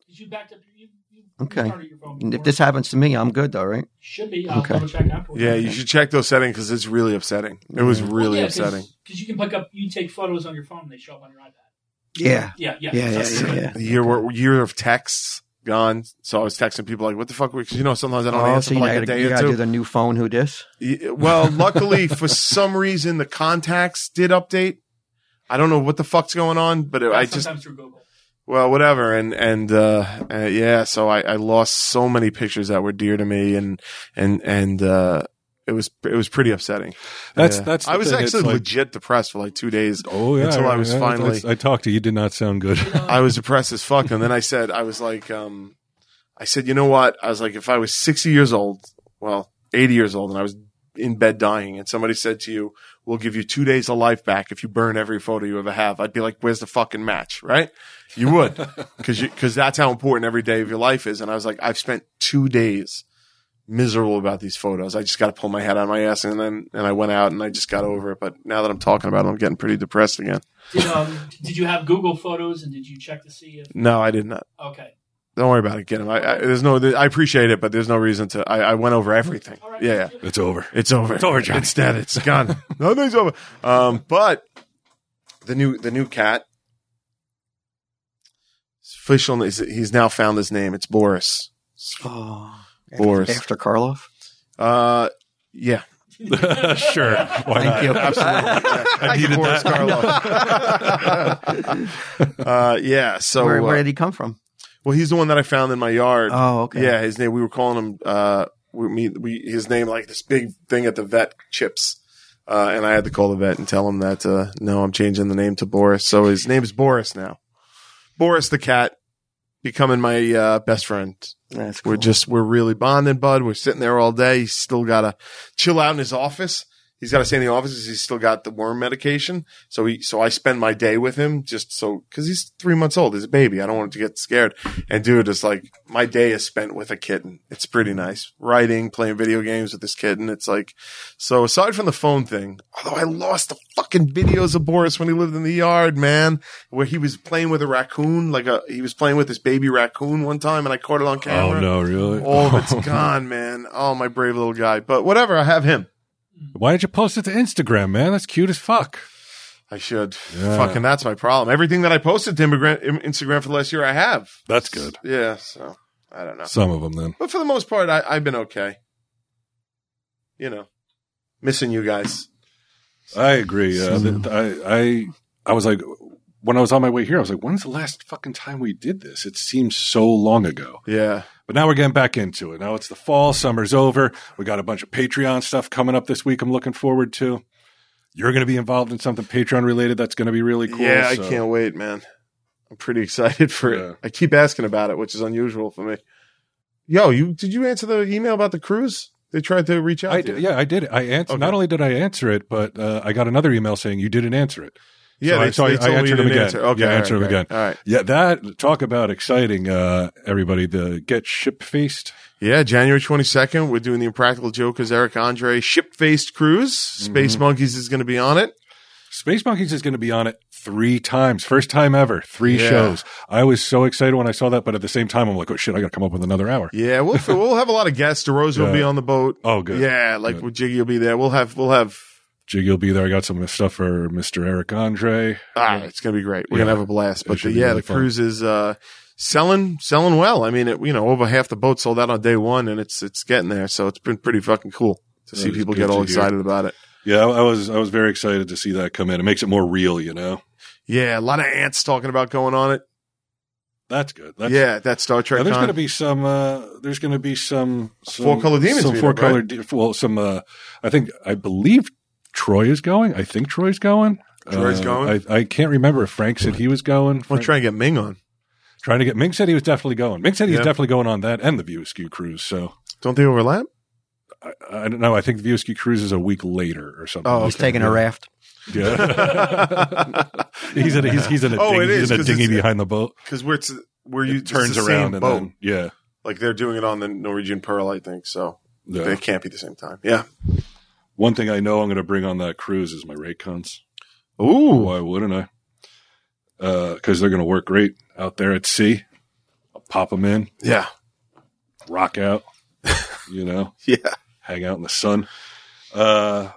Speaker 5: 'Cause you backed up. You, you
Speaker 1: Okay.
Speaker 5: started your phone
Speaker 1: And if
Speaker 5: before.
Speaker 1: this happens to me, I'm good though, right?
Speaker 5: should be, I'll
Speaker 1: Okay.
Speaker 5: double check afterwards.
Speaker 3: Yeah, you should check those settings because it's really upsetting. It was really
Speaker 5: Oh,
Speaker 3: upsetting.
Speaker 5: Because you can pick up, you take photos on your phone, and they show up on your iPad.
Speaker 1: Yeah.
Speaker 5: Yeah, yeah,
Speaker 1: Yeah, yeah, yeah. yeah.
Speaker 3: The year were- year of texts gone, so I was texting people like, "What the fuck?" Because you know sometimes I don't
Speaker 1: Oh,
Speaker 3: answer
Speaker 1: so you
Speaker 3: for like
Speaker 1: gotta,
Speaker 3: a day
Speaker 1: you
Speaker 3: or
Speaker 1: gotta do
Speaker 3: two.
Speaker 1: the new phone who dis?
Speaker 3: Y- Well, luckily for some reason the contacts did update. I don't know what the fuck's going on, but it, I just
Speaker 5: sometimes through Google.
Speaker 3: well whatever and and uh, uh yeah so I, I lost so many pictures that were dear to me and and and uh it was it was pretty upsetting
Speaker 2: That's-
Speaker 3: Yeah.
Speaker 2: that's the
Speaker 3: i was
Speaker 2: thing, it's
Speaker 3: actually
Speaker 2: like-
Speaker 3: legit depressed for like two days
Speaker 2: Oh yeah,
Speaker 3: Until I
Speaker 2: yeah,
Speaker 3: was
Speaker 2: yeah.
Speaker 3: finally-
Speaker 2: I talked to you. Did not sound good.
Speaker 3: i was depressed as fuck and then i said i was like um i said you know what i was like if i was 60 years old well 80 years old and i was in bed dying and somebody said to you we'll give you two days of life back if you burn every photo you ever have i'd be like where's the fucking match right you [LAUGHS] would because because that's how important every day of your life is. And I was like, I've spent two days miserable about these photos. I just got to pull my head out of my ass, and then and I went out and I just got over it. But now that I'm talking about it, I'm getting pretty depressed again.
Speaker 5: Did, um, did you have Google Photos, and did you check to see if?
Speaker 3: No, I did not.
Speaker 5: Okay,
Speaker 3: Don't worry about it, get him. I, I there's no. I appreciate it, but there's no reason to. I, I went over everything.
Speaker 5: all right.
Speaker 3: Yeah, yeah.
Speaker 2: [LAUGHS] It's over. [LAUGHS]
Speaker 3: It's over.
Speaker 2: It's over, Johnny.
Speaker 3: It's dead. It's gone. Nothing's over. Um, but the new the new cat. His official. name- He's now found his name. It's Boris.
Speaker 1: Oh,
Speaker 3: Boris.
Speaker 1: after Karloff.
Speaker 3: Uh, yeah.
Speaker 2: sure. Why
Speaker 3: uh,
Speaker 2: not?
Speaker 3: [LAUGHS]
Speaker 1: you.
Speaker 3: Absolutely. Yeah.
Speaker 2: [LAUGHS] I needed
Speaker 3: Boris
Speaker 2: that.
Speaker 3: Karloff. [LAUGHS] uh, yeah. So,
Speaker 1: where, where
Speaker 3: uh,
Speaker 1: did he come from?
Speaker 3: well, he's the one that I found in my yard.
Speaker 1: Oh, okay.
Speaker 3: Yeah, his name. We were calling him. Uh, we, me, we his name like this big thing at the vet chips. Uh, and I had to call the vet and tell him that uh, no, I'm changing the name to Boris. So his name is Boris now. Boris the cat becoming my uh, best friend.
Speaker 1: That's cool.
Speaker 3: We're just we're really bonding, bud. We're sitting there all day. He's still gotta chill out in his office. He's gotta stay in the office. 'cause He's still got the worm medication. So he so I spend my day with him just so because he's three months old. He's a baby. I don't want him to get scared. And dude, it's like my day is spent with a kitten. It's pretty nice. Writing, playing video games with this kitten. It's like so aside from the phone thing, although I lost the fucking videos of Boris when he lived in the yard, man, where he was playing with a raccoon, like a he was playing with this baby raccoon one time and I caught it on camera.
Speaker 2: [LAUGHS] Oh no, really?
Speaker 3: All of it's gone, man. Oh, my brave little guy. But whatever, I have him.
Speaker 2: Why did you post it to Instagram, man? That's cute as fuck.
Speaker 3: I should.
Speaker 2: Yeah.
Speaker 3: Fucking that's my problem. Everything that I posted to Immigrant, Im- Instagram for the last year, I have.
Speaker 2: That's good.
Speaker 3: Yeah, so I don't know.
Speaker 2: Some of them, then.
Speaker 3: But for the most part, I, I've been okay. You know, missing you guys.
Speaker 2: I agree. Uh, th- I I I was like, when I was on my way here, I was like, when's the last fucking time we did this? It seems so long ago.
Speaker 3: Yeah.
Speaker 2: But now we're getting back into it. Now it's the fall, summer's over. We got a bunch of Patreon stuff coming up this week I'm looking forward to. You're going to be involved in something Patreon related that's going to be really cool.
Speaker 3: yeah,
Speaker 2: so-
Speaker 3: I can't wait, man. I'm pretty excited for
Speaker 2: Yeah.
Speaker 3: it. I keep asking about it, which is unusual for me. Yo, you did you answer the email about the cruise? They tried to reach out
Speaker 2: I
Speaker 3: to
Speaker 2: did,
Speaker 3: you.
Speaker 2: yeah, I did. it. I answered.
Speaker 3: Okay.
Speaker 2: Not only did I answer it, but uh, I got another email saying you didn't answer it.
Speaker 3: yeah.
Speaker 2: so I-
Speaker 3: they,
Speaker 2: so I-
Speaker 3: they
Speaker 2: I
Speaker 3: told me you
Speaker 2: answered him
Speaker 3: didn't
Speaker 2: again.
Speaker 3: Answer. Okay,
Speaker 2: Yeah, I
Speaker 3: all
Speaker 2: answered him
Speaker 3: right,
Speaker 2: again.
Speaker 3: All right.
Speaker 2: Yeah, that talk about exciting, uh, everybody. The get ship faced.
Speaker 3: Yeah, January 22nd, we're doing the Impractical Jokers, Eric Andre ship faced cruise. Space Monkeys is going to be on it.
Speaker 2: Space Monkeys is going to be on it three times. First time ever, three
Speaker 3: Yeah.
Speaker 2: shows. I was so excited when I saw that, but at the same time, I'm like, oh shit, I got to come up with another hour. [LAUGHS]
Speaker 3: Yeah, we'll we'll have a lot of guests. DeRosa will
Speaker 2: Yeah.
Speaker 3: be on the boat.
Speaker 2: Oh, good.
Speaker 3: Yeah, like
Speaker 2: Good.
Speaker 3: with Jiggy will be there. We'll have we'll have.
Speaker 2: Jiggy will be there. I got some stuff for Mr. Eric Andre.
Speaker 3: Ah, it's gonna be great. We're gonna
Speaker 2: Yeah.
Speaker 3: have a blast. But
Speaker 2: should
Speaker 3: the,
Speaker 2: be
Speaker 3: yeah,
Speaker 2: really
Speaker 3: the
Speaker 2: fun.
Speaker 3: cruise is uh, selling selling well. I mean, it, you know, over half the boat sold out on day one, and it's it's getting there. So it's been pretty fucking cool to
Speaker 2: That
Speaker 3: see
Speaker 2: is
Speaker 3: people
Speaker 2: good
Speaker 3: get all
Speaker 2: to hear.
Speaker 3: excited about it.
Speaker 2: Yeah, I I was I was very excited to see that come in. It makes it more real, you know.
Speaker 3: Yeah, a lot of ants talking about going on it.
Speaker 2: That's good. That's,
Speaker 3: yeah, that Star Trek.
Speaker 2: Now, there's
Speaker 3: con.
Speaker 2: going to be some. Uh, there's going to be some, some
Speaker 3: Four-Color Demons
Speaker 2: Some
Speaker 3: meetup,
Speaker 2: four color. De- well, some. Uh, I think I believe Troy is going. I think Troy's going.
Speaker 3: Troy's
Speaker 2: Uh,
Speaker 3: going?
Speaker 2: I, I can't remember if Frank said he was going.
Speaker 3: We'll
Speaker 2: Frank,
Speaker 3: try and get Ming on.
Speaker 2: trying to get Mink said he was definitely going. Mink said he's
Speaker 3: Yeah.
Speaker 2: definitely going on that and the View Askew cruise. So
Speaker 3: Don't they overlap?
Speaker 2: I, I don't know. I think the View Askew cruise is a week later or something.
Speaker 3: Oh,
Speaker 1: He's taking a raft.
Speaker 2: Yeah. [LAUGHS] he's in a, he's, he's in a
Speaker 3: Oh,
Speaker 2: dinghy,
Speaker 3: it
Speaker 2: he's
Speaker 3: is,
Speaker 2: in a
Speaker 3: 'cause
Speaker 2: dinghy
Speaker 3: it's-
Speaker 2: behind the boat.
Speaker 3: Because we're to, where
Speaker 2: He
Speaker 3: you
Speaker 2: turns around and
Speaker 3: boat.
Speaker 2: then yeah.
Speaker 3: like they're doing it on the Norwegian Pearl, I think. So
Speaker 2: Yeah.
Speaker 3: they can't be the same time. Yeah.
Speaker 2: One thing I know I'm going to bring on that cruise is my Raycons.
Speaker 3: Ooh.
Speaker 2: Why wouldn't I? Because they're going to work great out there at sea. I'll pop them in,
Speaker 3: Yeah.
Speaker 2: rock
Speaker 3: [LAUGHS]
Speaker 2: out, you know,
Speaker 3: Yeah.
Speaker 2: hang out in the sun. Uh,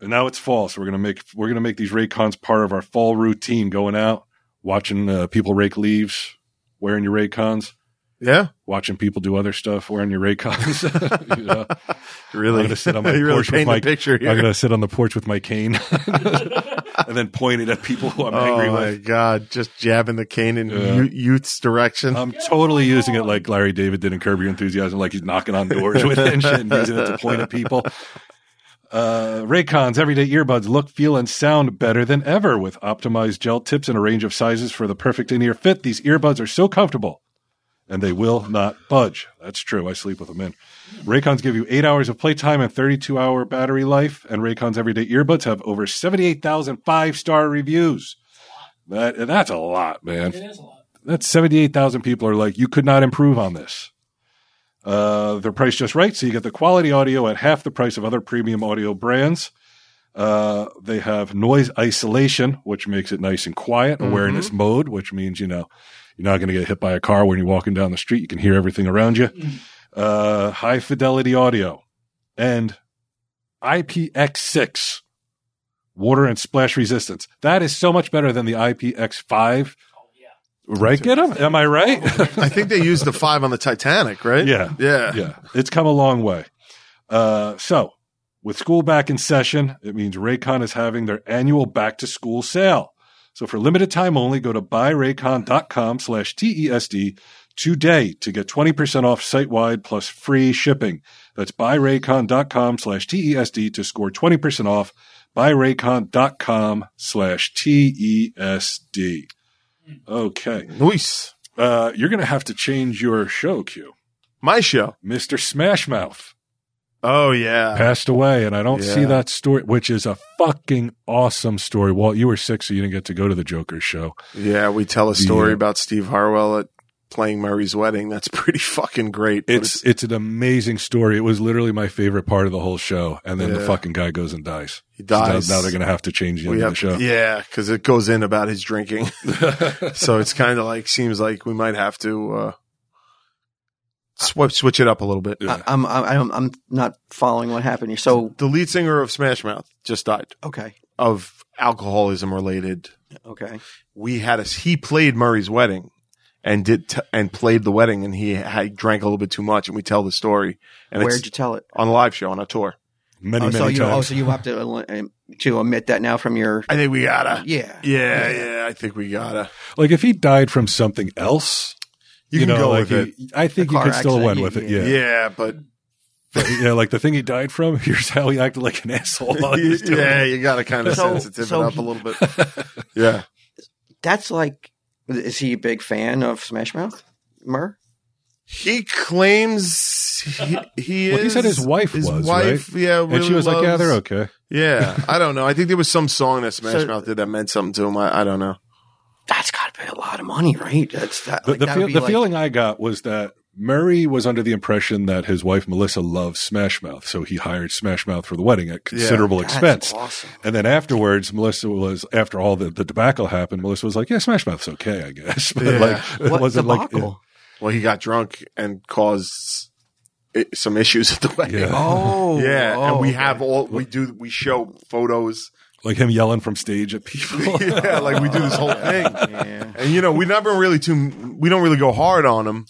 Speaker 2: and now it's fall, so we're gonna make we're gonna make these Raycons part of our fall routine. Going out, watching uh, people rake leaves, wearing your Raycons,
Speaker 3: Yeah.
Speaker 2: watching people do other stuff, wearing your Raycons. [LAUGHS] you know?
Speaker 3: Really.
Speaker 2: I'm gonna sit on my
Speaker 3: [LAUGHS] You're really
Speaker 2: porch with
Speaker 3: painting
Speaker 2: my-
Speaker 3: a picture here.
Speaker 2: I'm gonna sit on the porch with my cane [LAUGHS] and then point it at people who I'm angry
Speaker 3: [LAUGHS] oh
Speaker 2: with.
Speaker 3: my god! Just jabbing the cane in
Speaker 2: Yeah. Um,
Speaker 3: you- youth's direction.
Speaker 2: I'm totally using it like Larry David did in Curb Your Enthusiasm, like he's knocking on doors with it and shit and using it to point at people. Uh, Raycons everyday earbuds look, feel, and sound better than ever with optimized gel tips and a range of sizes for the perfect in ear fit. These earbuds are so comfortable and they will not budge. That's true. I sleep with them in. Raycons give you eight hours of playtime and 32 hour battery life, and Raycons everyday earbuds have over 78,000 five star reviews. That, that's a lot, man
Speaker 5: It is a lot.
Speaker 2: that's 78,000 people are like, you could not improve on this. Uh, they're priced just right. So you get the quality audio at half the price of other premium audio brands. Uh, they have noise isolation, which makes it nice and quiet, awareness mode, which means, you know, you're not going to get hit by a car when you're walking down the street. You can hear everything around you.
Speaker 5: Mhm.
Speaker 2: Uh, high fidelity audio and IPX6 water and splash resistance. That is so much better than the IPX5.
Speaker 5: Oh yeah. [LAUGHS]
Speaker 2: Right, get him. Am I right?
Speaker 3: I think they used the five on the Titanic, right?
Speaker 2: Yeah. [LAUGHS]
Speaker 3: Yeah.
Speaker 2: yeah, it's come a long way. Uh, so, with school back in session, it means Raycon is having their annual back to school sale. So, for limited time only, go to buyraycon.com slash TESD today to get 20% off site wide plus free shipping. That's buyraycon.com slash TESD to score 20% off. Buyraycon.com slash TESD. Okay.
Speaker 3: Nice.
Speaker 2: Uh, you're going to have to change your show, Q.
Speaker 3: My show.
Speaker 2: Mr. Smashmouth
Speaker 3: Oh yeah.
Speaker 2: passed away, and I don't see
Speaker 3: Yeah.
Speaker 2: that story, which is a fucking awesome story. Walt, you were sick, so you didn't get to go to the Joker show.
Speaker 3: Yeah. We tell a story
Speaker 2: Yeah.
Speaker 3: about Steve Harwell at playing Murray's wedding. That's pretty fucking great. but
Speaker 2: It's it's an amazing story. It was literally my favorite part of the whole show, and then the
Speaker 3: Yeah.
Speaker 2: fucking guy goes and dies.
Speaker 3: he
Speaker 2: So now-
Speaker 3: dies.
Speaker 2: now, they're gonna have to change the
Speaker 3: we
Speaker 2: end of
Speaker 3: have
Speaker 2: the show.
Speaker 3: yeah, because it goes in about
Speaker 2: [LAUGHS]
Speaker 3: his drinking. so it's kind of like seems like we might have to uh, swip, switch it up a little bit.
Speaker 2: Yeah.
Speaker 1: I, I'm, I'm I'm I'm not following what happened here. So
Speaker 3: The lead singer of Smash Mouth just died
Speaker 1: okay,
Speaker 3: of alcoholism related.
Speaker 1: okay,
Speaker 3: We had a he played Murray's wedding and did t- and played the wedding and he had, drank a little bit too much and we tell the story and
Speaker 1: where'd
Speaker 3: it's
Speaker 1: you tell it?
Speaker 3: on a live show on a tour.
Speaker 2: many,
Speaker 1: oh,
Speaker 2: many
Speaker 1: so you, oh,
Speaker 2: times.
Speaker 1: so you have to el- um, to omit that now from your.
Speaker 3: I think we gotta.
Speaker 1: Yeah.
Speaker 3: Yeah, yeah, I think we gotta.
Speaker 2: like if he died from something else,
Speaker 3: You, can
Speaker 2: know,
Speaker 3: go
Speaker 2: like
Speaker 3: with it.
Speaker 2: he- I think
Speaker 1: A
Speaker 2: you
Speaker 1: car
Speaker 2: could still
Speaker 1: accident,
Speaker 2: win
Speaker 1: you-
Speaker 2: with it.
Speaker 1: yeah.
Speaker 2: Yeah.
Speaker 3: Yeah. but
Speaker 2: But, yeah, like the thing he died from. [LAUGHS] Here's how he acted like an asshole. On [LAUGHS] his tour.
Speaker 3: [LAUGHS] yeah, you gotta kind of
Speaker 1: So-
Speaker 3: sensitive
Speaker 1: so
Speaker 3: it up
Speaker 1: he-
Speaker 3: a little
Speaker 1: [LAUGHS]
Speaker 3: bit. yeah.
Speaker 1: That's like, is he a big fan of Smash Mouth? Mur?
Speaker 3: He claims he, he is.
Speaker 2: Well, he said his wife was,
Speaker 3: Yeah, really
Speaker 2: and she was like, "Yeah,
Speaker 3: loves-
Speaker 2: they're okay."
Speaker 3: Yeah,
Speaker 2: [LAUGHS]
Speaker 3: I don't know. I think there was some song that Smash
Speaker 1: So-
Speaker 3: Mouth did that meant something to him. I, I don't know.
Speaker 1: That's got to be a lot of money, right? That's that.
Speaker 2: The,
Speaker 1: like,
Speaker 2: the,
Speaker 1: that
Speaker 2: feel,
Speaker 1: would be
Speaker 2: the
Speaker 1: like-
Speaker 2: feeling I got was that Murray was under the impression that his wife Melissa loves Smash Mouth, so he hired Smash Mouth for the wedding at considerable
Speaker 1: That's
Speaker 2: expense.
Speaker 1: awesome.
Speaker 2: And then afterwards, Melissa was after all the, the debacle happened. Melissa was like, "Yeah, Smash Mouth's okay, I guess." [LAUGHS] But
Speaker 3: Yeah.
Speaker 2: like, it
Speaker 1: What
Speaker 2: wasn't
Speaker 1: debacle?
Speaker 3: Well, he got drunk and caused i some issues at the wedding.
Speaker 2: Yeah.
Speaker 3: Yeah, [LAUGHS]
Speaker 1: Oh,
Speaker 3: and
Speaker 1: oh,
Speaker 3: we
Speaker 1: okay.
Speaker 3: have all we do. We show photos. [LAUGHS]
Speaker 2: like like him yelling from stage at people.
Speaker 3: yeah, like we do this whole thing.
Speaker 1: [LAUGHS] Yeah.
Speaker 3: And you know, we never really too. We don't really go hard on him.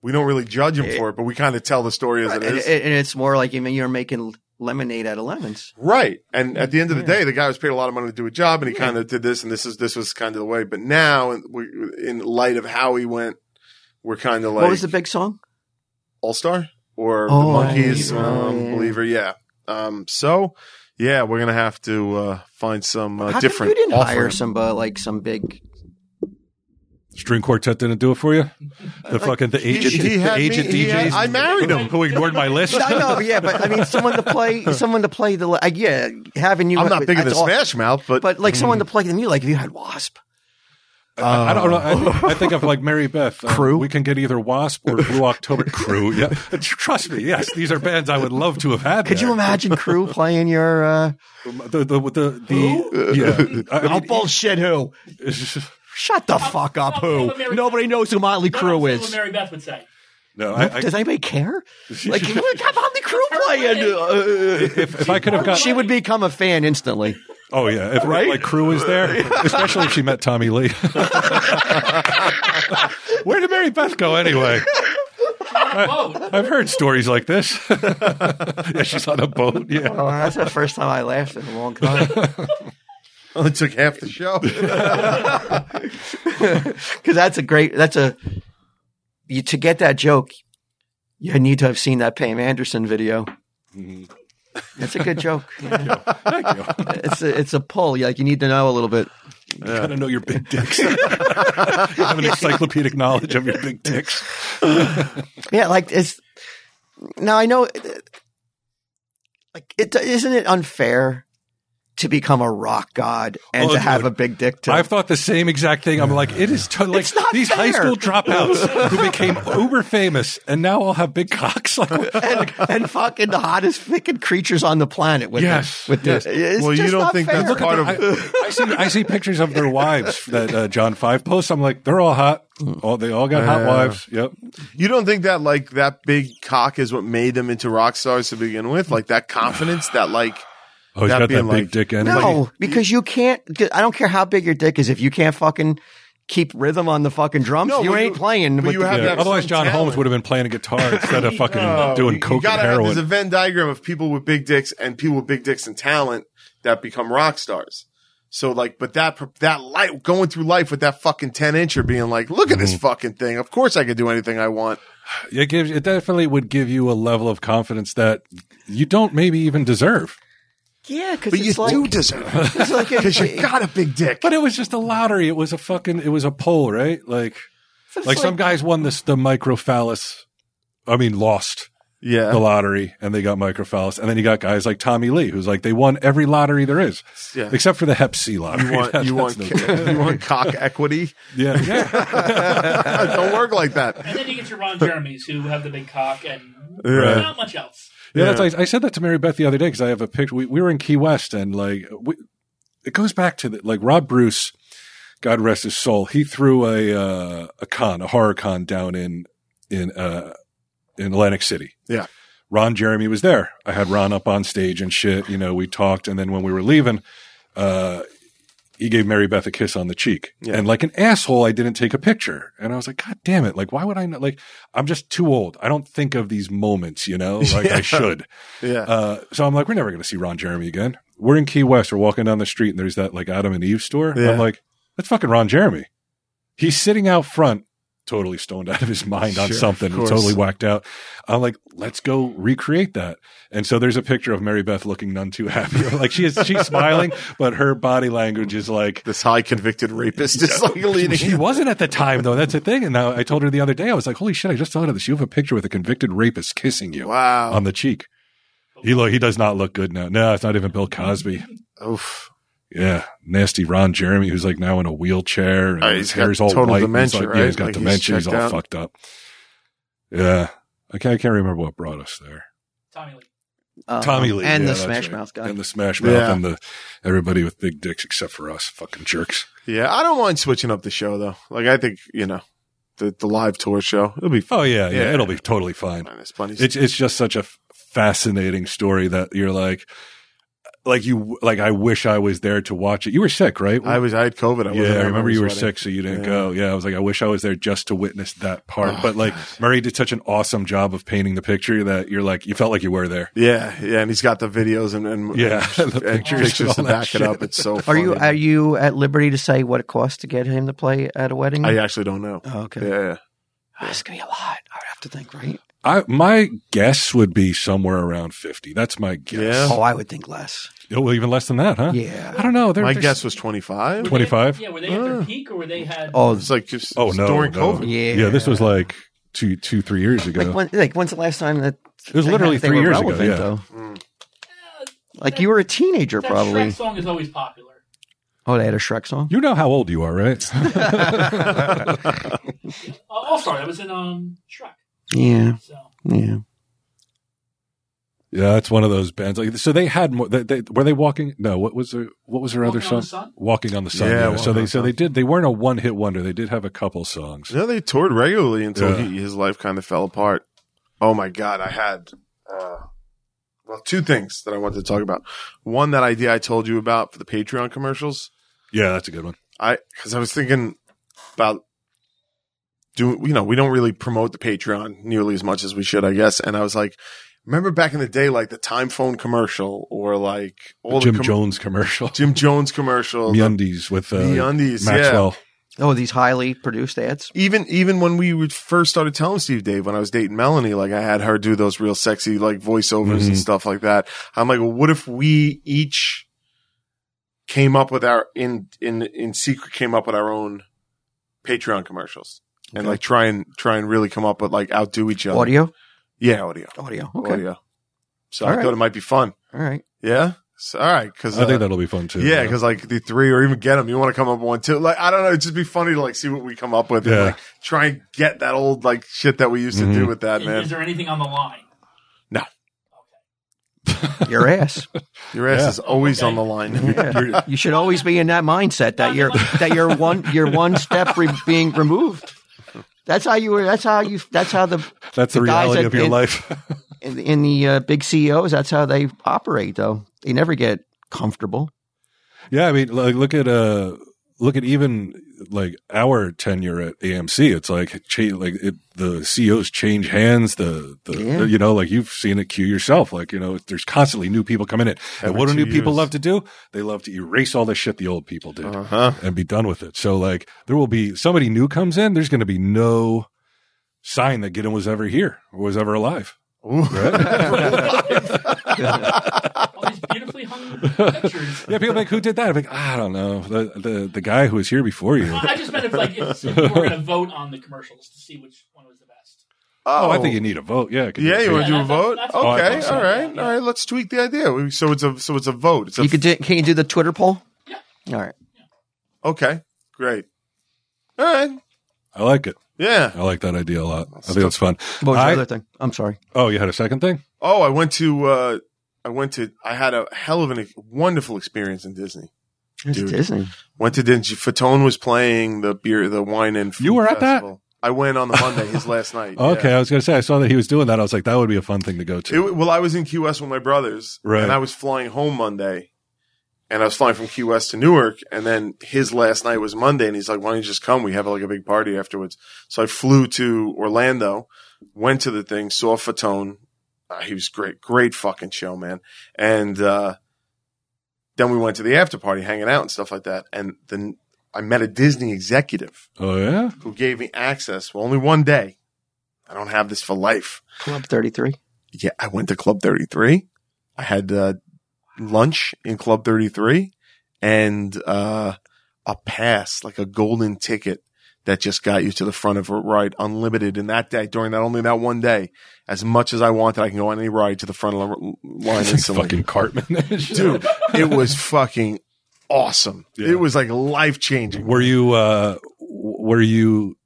Speaker 3: We don't really judge him for it, but we kind of tell the story as
Speaker 1: And,
Speaker 3: it is.
Speaker 1: and- and it's more like you mean, you're making lemonade out of lemons.
Speaker 3: Right. And at the end of the
Speaker 1: Yeah.
Speaker 3: day, the guy was paid a lot of money to do a job and he kind of did this and this is, this was kind of the way. But now in- we- in light of how he went, we're kind of like
Speaker 1: what was the big song?
Speaker 3: all star or the
Speaker 1: Oh,
Speaker 3: monkeys,
Speaker 1: Believer.
Speaker 3: um,
Speaker 1: Yeah.
Speaker 3: believer. Yeah. Um, so yeah, we're going to have to, uh, find some uh,
Speaker 1: How come
Speaker 3: different.
Speaker 1: you didn't hire
Speaker 3: offering.
Speaker 1: some uh, like some big?
Speaker 2: [LAUGHS] String quartet didn't do it for you. The fucking the
Speaker 3: he-
Speaker 2: agent,
Speaker 3: he
Speaker 2: the
Speaker 3: had me-
Speaker 2: agent
Speaker 3: he
Speaker 2: DJs.
Speaker 3: had- I married him.
Speaker 2: who ignored my
Speaker 3: [LAUGHS]
Speaker 2: list.
Speaker 1: I know, yeah, but I mean, someone to [LAUGHS] play, someone to play the. Like, yeah, having you.
Speaker 3: I'm not big of
Speaker 1: that's
Speaker 3: the
Speaker 1: all-
Speaker 3: smash mouth, but, [LAUGHS]
Speaker 1: but like [LAUGHS] someone to play the music. Like if you had Wasp,
Speaker 2: I, I don't know. I, think- I think of like Mary Beth. uh,
Speaker 1: Crew?
Speaker 2: we can get either Wasp or Blue October [LAUGHS] Crew. Yeah, trust me. Yes, these are bands I would love to have had.
Speaker 1: could you
Speaker 2: there.
Speaker 1: imagine [LAUGHS] Crew playing your? uh
Speaker 2: the the the,
Speaker 1: [LAUGHS]
Speaker 2: the yeah? I- I mean,
Speaker 6: bullshit who?
Speaker 1: Shut the fuck up!
Speaker 5: Stop
Speaker 6: Who?
Speaker 5: telling Mary-
Speaker 6: Nobody knows who Motley
Speaker 5: No,
Speaker 6: Crue
Speaker 5: that's what
Speaker 6: is.
Speaker 5: Mary Beth would say.
Speaker 2: [LAUGHS] no, I, I,
Speaker 1: Does anybody care? Like,
Speaker 6: [LAUGHS]
Speaker 1: look, how about the Crew playing? Uh,
Speaker 2: if, if I could have got,
Speaker 1: she would become a fan instantly.
Speaker 2: oh yeah, if like Crew was
Speaker 1: [LAUGHS]
Speaker 2: there, especially if she met Tommy Lee. [LAUGHS] Where did Mary Beth go anyway?
Speaker 5: Oh,
Speaker 2: I've heard stories like this. [LAUGHS] yeah, she's on a boat. Yeah.
Speaker 1: Oh, that's the first time I laughed in a [LAUGHS] long time.
Speaker 3: only took half the show.
Speaker 1: Because that's a great. That's a you to get that joke. You need to have seen that Pam Anderson video.
Speaker 3: Mm-hmm.
Speaker 1: That's a good
Speaker 3: [LAUGHS]
Speaker 1: joke. It's a, it's a pull. You, like you need to know a little bit.
Speaker 2: You gotta know your big dicks. [LAUGHS] you
Speaker 1: [LAUGHS]
Speaker 2: have an encyclopedic knowledge of your big dicks.
Speaker 1: Yeah, like it's. Now I know. uh, Like it isn't it unfair to become a rock god and
Speaker 2: Oh,
Speaker 1: to have a
Speaker 2: dude.
Speaker 1: big dick to
Speaker 2: I've thought the same exact thing. I'm like, it is to- like
Speaker 1: It's not
Speaker 2: these
Speaker 1: fair.
Speaker 2: high school dropouts who became uber famous and now all have big cocks. [LAUGHS]
Speaker 3: [LAUGHS]
Speaker 2: Like,
Speaker 1: [LAUGHS] and, and fucking the hottest fucking creatures on the planet with
Speaker 2: Yes,
Speaker 1: this, with this. It's
Speaker 3: Well, you
Speaker 1: just
Speaker 3: don't
Speaker 1: not
Speaker 3: think
Speaker 1: fair.
Speaker 3: that's part of-
Speaker 2: I, I see I see pictures of their wives that uh, John Five posts. I'm like, they're all hot. All they all got hot
Speaker 3: Yeah.
Speaker 2: wives. Yep.
Speaker 3: You don't think that like that big cock is what made them into rock stars to begin with? Like that confidence that like,
Speaker 2: Oh, he's got
Speaker 3: That
Speaker 2: that
Speaker 3: being
Speaker 2: big
Speaker 3: like-
Speaker 2: dick energy.
Speaker 1: No, because you can't. I don't care how big your dick is. If you can't fucking keep rhythm on the fucking drums,
Speaker 3: No,
Speaker 1: you
Speaker 3: but
Speaker 1: ain't
Speaker 3: you-
Speaker 1: playing.
Speaker 3: but
Speaker 1: With
Speaker 3: you
Speaker 1: the-
Speaker 3: have
Speaker 2: Yeah.
Speaker 3: that
Speaker 2: Otherwise,
Speaker 3: some
Speaker 2: John Holmes
Speaker 3: talent.
Speaker 2: would have been playing a
Speaker 3: [LAUGHS]
Speaker 2: guitar instead of fucking doing
Speaker 3: Oh, you
Speaker 2: coke and
Speaker 3: gotta have-
Speaker 2: heroin.
Speaker 3: There's a Venn diagram of people with big dicks and people with big dicks and talent that become rock stars. So like, but that that light going through life with that fucking ten incher being like, look at
Speaker 2: Mm-hmm.
Speaker 3: this fucking thing. Of course, I can do anything I want.
Speaker 2: It gives it definitely would give you a level of confidence that you don't maybe even deserve.
Speaker 1: yeah, because
Speaker 3: But you
Speaker 1: it's, like,
Speaker 3: do deserve it
Speaker 1: [LAUGHS] it's like a-
Speaker 3: because you got a big dick.
Speaker 2: But it was just a lottery. It was a fucking it was a poll, right? Like
Speaker 1: it's
Speaker 2: like some guys won this the microphallus I mean lost the
Speaker 3: yeah,
Speaker 2: lottery and they got microphallus. And then you got guys like Tommy Lee who's like they won every lottery there is.
Speaker 3: Yeah.
Speaker 2: Except for the Hep C lottery.
Speaker 3: you
Speaker 2: [LAUGHS]
Speaker 3: want
Speaker 2: That's
Speaker 3: you want
Speaker 2: no
Speaker 3: ca- [LAUGHS] you want cock equity. [LAUGHS]
Speaker 2: yeah, yeah.
Speaker 3: Don't work like that.
Speaker 5: and then you get your Ron Jeremy's who have the big cock and
Speaker 3: Uh,
Speaker 2: Right.
Speaker 5: not much else.
Speaker 2: Yeah, That's, I, I said that to Mary Beth the other day because I have a picture. We, we were in Key West, and like we, it goes back to the, like Rob Bruce, God rest his soul. He threw a uh, a con, a horror con down in in uh, in Atlantic City.
Speaker 3: Yeah.
Speaker 2: Ron Jeremy was there. I had Ron up on stage and shit. You know, we talked, and then when we were leaving, uh, he gave Mary Beth a kiss on the cheek.
Speaker 3: Yeah.
Speaker 2: And like an asshole, I didn't take a picture. And I was like, God damn it. Like, why would I not? Like, I'm just too old. I don't think of these moments, you know, like I
Speaker 3: Yeah.
Speaker 2: should.
Speaker 3: Yeah.
Speaker 2: Uh, so I'm like, we're never going to see Ron Jeremy again. We're in Key West. We're walking down the street and there's that like Adam and Eve store.
Speaker 3: Yeah.
Speaker 2: I'm like, that's fucking Ron Jeremy. He's sitting out front, totally stoned out of his mind on
Speaker 3: Sure,
Speaker 2: something,
Speaker 3: of course.
Speaker 2: totally whacked out. I'm like, let's go recreate that. And so there's a picture of Mary Beth looking none too happy. [LAUGHS] like she is, she's smiling, but her body language is like,
Speaker 3: this high convicted
Speaker 2: [LAUGHS]
Speaker 3: rapist is like leading.
Speaker 2: she wasn't at the time though. That's the thing. And now I told her the other day, I was like, holy shit, I just thought of this. You have a picture with a convicted rapist kissing you
Speaker 3: Wow.
Speaker 2: on the cheek. He look, he does not look good now. No, it's not even Bill Cosby.
Speaker 3: Oof.
Speaker 2: Yeah, nasty Ron Jeremy, who's like now in a wheelchair and
Speaker 3: Uh,
Speaker 2: his
Speaker 3: he's got
Speaker 2: hair's all
Speaker 3: total
Speaker 2: white.
Speaker 3: dementia,
Speaker 2: he's like, Yeah, he's
Speaker 3: right?
Speaker 2: got
Speaker 3: Like, he's
Speaker 2: dementia. He's,
Speaker 3: checked
Speaker 2: all
Speaker 3: out.
Speaker 2: fucked up. Yeah, I can't, I can't remember what brought us there.
Speaker 5: Tommy Lee.
Speaker 1: Uh,
Speaker 2: Tommy Lee
Speaker 1: and
Speaker 2: yeah,
Speaker 1: the
Speaker 2: that's
Speaker 1: Smash
Speaker 2: right.
Speaker 1: Mouth guy.
Speaker 2: and the Smash Mouth
Speaker 3: Yeah.
Speaker 2: and the everybody with big dicks except for us, fucking jerks.
Speaker 3: Yeah, I don't mind switching up the show though. Like I think you know, the the live tour show it'll be fun.
Speaker 2: Oh yeah, yeah,
Speaker 3: Yeah.
Speaker 2: it'll be totally fine.
Speaker 3: It's funny.
Speaker 2: It's it's just such a f- fascinating story that you're like, like you like I wish I was there to watch it. You were sick, right?
Speaker 3: I was I had COVID. I wasn't
Speaker 2: yeah,
Speaker 3: at
Speaker 2: I remember you were
Speaker 3: everybody's wedding.
Speaker 2: sick, so you didn't
Speaker 3: Yeah.
Speaker 2: go. Yeah, I was like, I wish I was there just to witness that part.
Speaker 3: Oh,
Speaker 2: but like,
Speaker 3: God.
Speaker 2: Murray did such an awesome job of painting the picture that you're like, you felt like you were there.
Speaker 3: Yeah, yeah, and he's got the videos and and,
Speaker 2: Yeah,
Speaker 3: and
Speaker 2: [LAUGHS] the
Speaker 3: pictures,
Speaker 2: pictures and all
Speaker 3: to
Speaker 2: that
Speaker 3: back
Speaker 2: shit.
Speaker 3: it up. It's so.
Speaker 1: Are
Speaker 3: Funny.
Speaker 1: you are you at liberty to say what it costs to get him to play at a wedding?
Speaker 2: uh,
Speaker 3: I actually don't know.
Speaker 1: oh, okay.
Speaker 3: Yeah, yeah.
Speaker 1: Oh, it's gonna be a lot. I would have to think, right?
Speaker 2: I my guess would be somewhere around fifty. That's my guess.
Speaker 3: Yeah.
Speaker 1: Oh, I would think less.
Speaker 2: Oh, well, even less than that, huh? I
Speaker 1: Yeah.
Speaker 2: don't know. They're,
Speaker 3: my
Speaker 2: they're-
Speaker 3: guess was twenty five.
Speaker 5: Were they at-
Speaker 2: 25?
Speaker 5: Yeah, were they at their
Speaker 3: Ah.
Speaker 5: peak or were they had?
Speaker 1: Oh,
Speaker 3: It's like just
Speaker 2: Oh no,
Speaker 3: during
Speaker 2: no.
Speaker 3: COVID.
Speaker 1: Yeah.
Speaker 2: yeah. This was like two, two, three years ago.
Speaker 1: like when, like when's the last time that
Speaker 2: it was
Speaker 1: they
Speaker 2: literally
Speaker 1: had- they
Speaker 2: three
Speaker 1: were
Speaker 2: years
Speaker 1: relevant,
Speaker 2: ago.
Speaker 1: Though.
Speaker 3: Mm.
Speaker 5: Eh,
Speaker 1: Like you were a teenager,
Speaker 5: that
Speaker 1: probably.
Speaker 5: Shrek song is always popular.
Speaker 1: Oh, they had a Shrek
Speaker 2: Yeah.
Speaker 1: song.
Speaker 2: You know how old you are, right? [LAUGHS]
Speaker 5: Oh, oh, sorry, that was in um Shrek.
Speaker 1: Yeah,
Speaker 5: So
Speaker 1: yeah.
Speaker 2: Yeah, it's one of those bands. Like, so they had more. They, they, were they walking? No, what was their what was their other
Speaker 5: Walking on
Speaker 2: song?
Speaker 5: the Sun?
Speaker 2: Walking on the Sun.
Speaker 3: Yeah,
Speaker 2: Yeah.
Speaker 3: Walking
Speaker 2: So
Speaker 3: on
Speaker 2: they
Speaker 3: the
Speaker 2: so
Speaker 3: Sun.
Speaker 2: they did. They weren't a one hit wonder. They did have a couple songs.
Speaker 3: No, they toured regularly until
Speaker 2: Yeah.
Speaker 3: he, his life kind of fell apart. Oh my God, I had uh, well two things that I wanted to talk about. One, that idea I told you about for the Patreon commercials.
Speaker 2: Yeah, that's a good one.
Speaker 3: I because I was thinking about do you know we don't really promote the Patreon nearly as much as we should, I guess. And I was like, remember back in the day, like the Time Phone commercial or like all
Speaker 2: Jim
Speaker 3: the com-
Speaker 2: Jones
Speaker 3: [LAUGHS]
Speaker 2: commercial.
Speaker 3: Jim Jones commercial, the-
Speaker 2: Meundies with uh,
Speaker 3: the undies, yeah.
Speaker 2: Maxwell.
Speaker 1: Oh, these highly produced ads.
Speaker 3: even even when we would first started telling Steve Dave when I was dating Melanie, like I had her do those real sexy like voiceovers
Speaker 2: Mhm.
Speaker 1: Mm-hmm.
Speaker 3: and stuff like that. I'm like, well, what if we each came up with our in in in secret came up with our own Patreon commercials and
Speaker 1: Okay.
Speaker 3: like try and try and really come up with like outdo each other.
Speaker 1: Audio,
Speaker 3: yeah, audio,
Speaker 1: audio. Okay,
Speaker 3: audio. So
Speaker 1: All
Speaker 3: I
Speaker 1: right.
Speaker 3: thought it might be fun.
Speaker 1: all right.
Speaker 3: Yeah, so, all right, because
Speaker 2: I think that'll be fun too.
Speaker 3: Uh, yeah, because like the three or even get them, you want to come up with one too. Like I don't know, it'd just be funny to like see what we come up with
Speaker 2: Yeah.
Speaker 3: and like try and get that old like shit that we used to do
Speaker 2: Mhm.
Speaker 3: with that
Speaker 5: is, is
Speaker 3: man.
Speaker 5: there anything on the line?
Speaker 1: Your ass.
Speaker 3: Your ass
Speaker 2: Yeah.
Speaker 3: is always
Speaker 5: Okay.
Speaker 3: on the
Speaker 2: [LAUGHS]
Speaker 3: line.
Speaker 1: Yeah. you should always be in that mindset that you're that you're one you're one step re- being removed. That's how you were. That's how you. That's how the
Speaker 2: that's the,
Speaker 1: the guys
Speaker 2: reality
Speaker 1: that
Speaker 2: of your
Speaker 1: in-
Speaker 2: life.
Speaker 1: in, in the uh, big CEOs. That's how they operate. Though they never get comfortable.
Speaker 2: yeah, I mean, like, look at uh, look at even like our tenure at AMC. It's like change, like it, the CEOs change hands. The, the
Speaker 1: Yeah.
Speaker 2: you know, like you've seen it, Q yourself. Like you know, there's constantly new people coming in, and
Speaker 3: Every
Speaker 2: what do new
Speaker 3: two
Speaker 2: people
Speaker 3: years.
Speaker 2: love to do? They love to erase all the shit the old people did.
Speaker 3: Uh huh.
Speaker 2: and be done with it. So like there will be somebody new comes in, there's going to be no sign that Gideon was ever here or was ever alive.
Speaker 5: All these beautifully hung pictures.
Speaker 2: Yeah, people are like who did that? I'm like I don't know the the, the guy who was here before
Speaker 3: [LAUGHS]
Speaker 2: you.
Speaker 5: I I just meant if like if, if we were going to vote on the commercials to see which one was the best.
Speaker 2: Oh, I think you need a vote. Yeah, it could be a
Speaker 3: Yeah, you
Speaker 2: big-
Speaker 3: want to do a
Speaker 5: Yeah, that's-
Speaker 3: vote?
Speaker 5: that's
Speaker 3: Okay, all
Speaker 2: what I
Speaker 3: right,
Speaker 2: thought.
Speaker 3: all right.
Speaker 5: Yeah.
Speaker 3: Let's tweak the idea. We- So it's a so it's a vote. It's a
Speaker 1: You could do, can you do the Twitter poll?
Speaker 5: Yeah.
Speaker 1: All right.
Speaker 3: okay, great. All right,
Speaker 2: I like it.
Speaker 3: yeah.
Speaker 2: I like that idea a lot. I think that's fun.
Speaker 1: What was the
Speaker 2: I-
Speaker 1: other thing? I'm sorry.
Speaker 2: Oh, you had a second thing?
Speaker 3: Oh, I went to uh I went to I had a hell of an e, wonderful experience in Disney.
Speaker 1: It's
Speaker 3: Dude.
Speaker 1: Disney.
Speaker 3: Went to Dingy. Fatone was playing the beer, the wine and food
Speaker 2: You were at that?
Speaker 3: festival. I went on the Monday, his last night. yeah.
Speaker 2: [LAUGHS] Okay, I was going to say I saw that he was doing that. I was like that would be a fun thing to go
Speaker 3: It,
Speaker 2: to.
Speaker 3: well, I was in Key West with my brothers,
Speaker 2: Right.
Speaker 3: and I was flying home Monday, and I was flying from Key West to Newark, and then his last night was Monday, and he's like, "Why don't you just come? We have like a big party afterwards." So I flew to Orlando, went to the thing, saw Fatone. Uh, he was great, great fucking show, man. And uh, then we went to the after party, hanging out and stuff like that. And then I met a Disney executive
Speaker 2: Oh yeah.
Speaker 3: who gave me access. Well, only one day. I don't have this for life.
Speaker 1: Club 33.
Speaker 3: Yeah, I went to Club 33. I had uh, lunch in Club 33 and uh, a pass, like a golden ticket that just got you to the front of a ride unlimited. And that day, during that only that one day, as much as I wanted, I can go on any ride to the front of the line
Speaker 2: It's
Speaker 3: [LAUGHS] instantly.
Speaker 2: like fucking Cartman. [LAUGHS]
Speaker 3: Dude, it was fucking awesome.
Speaker 2: Yeah.
Speaker 3: It was like life changing.
Speaker 2: Were you uh w- were you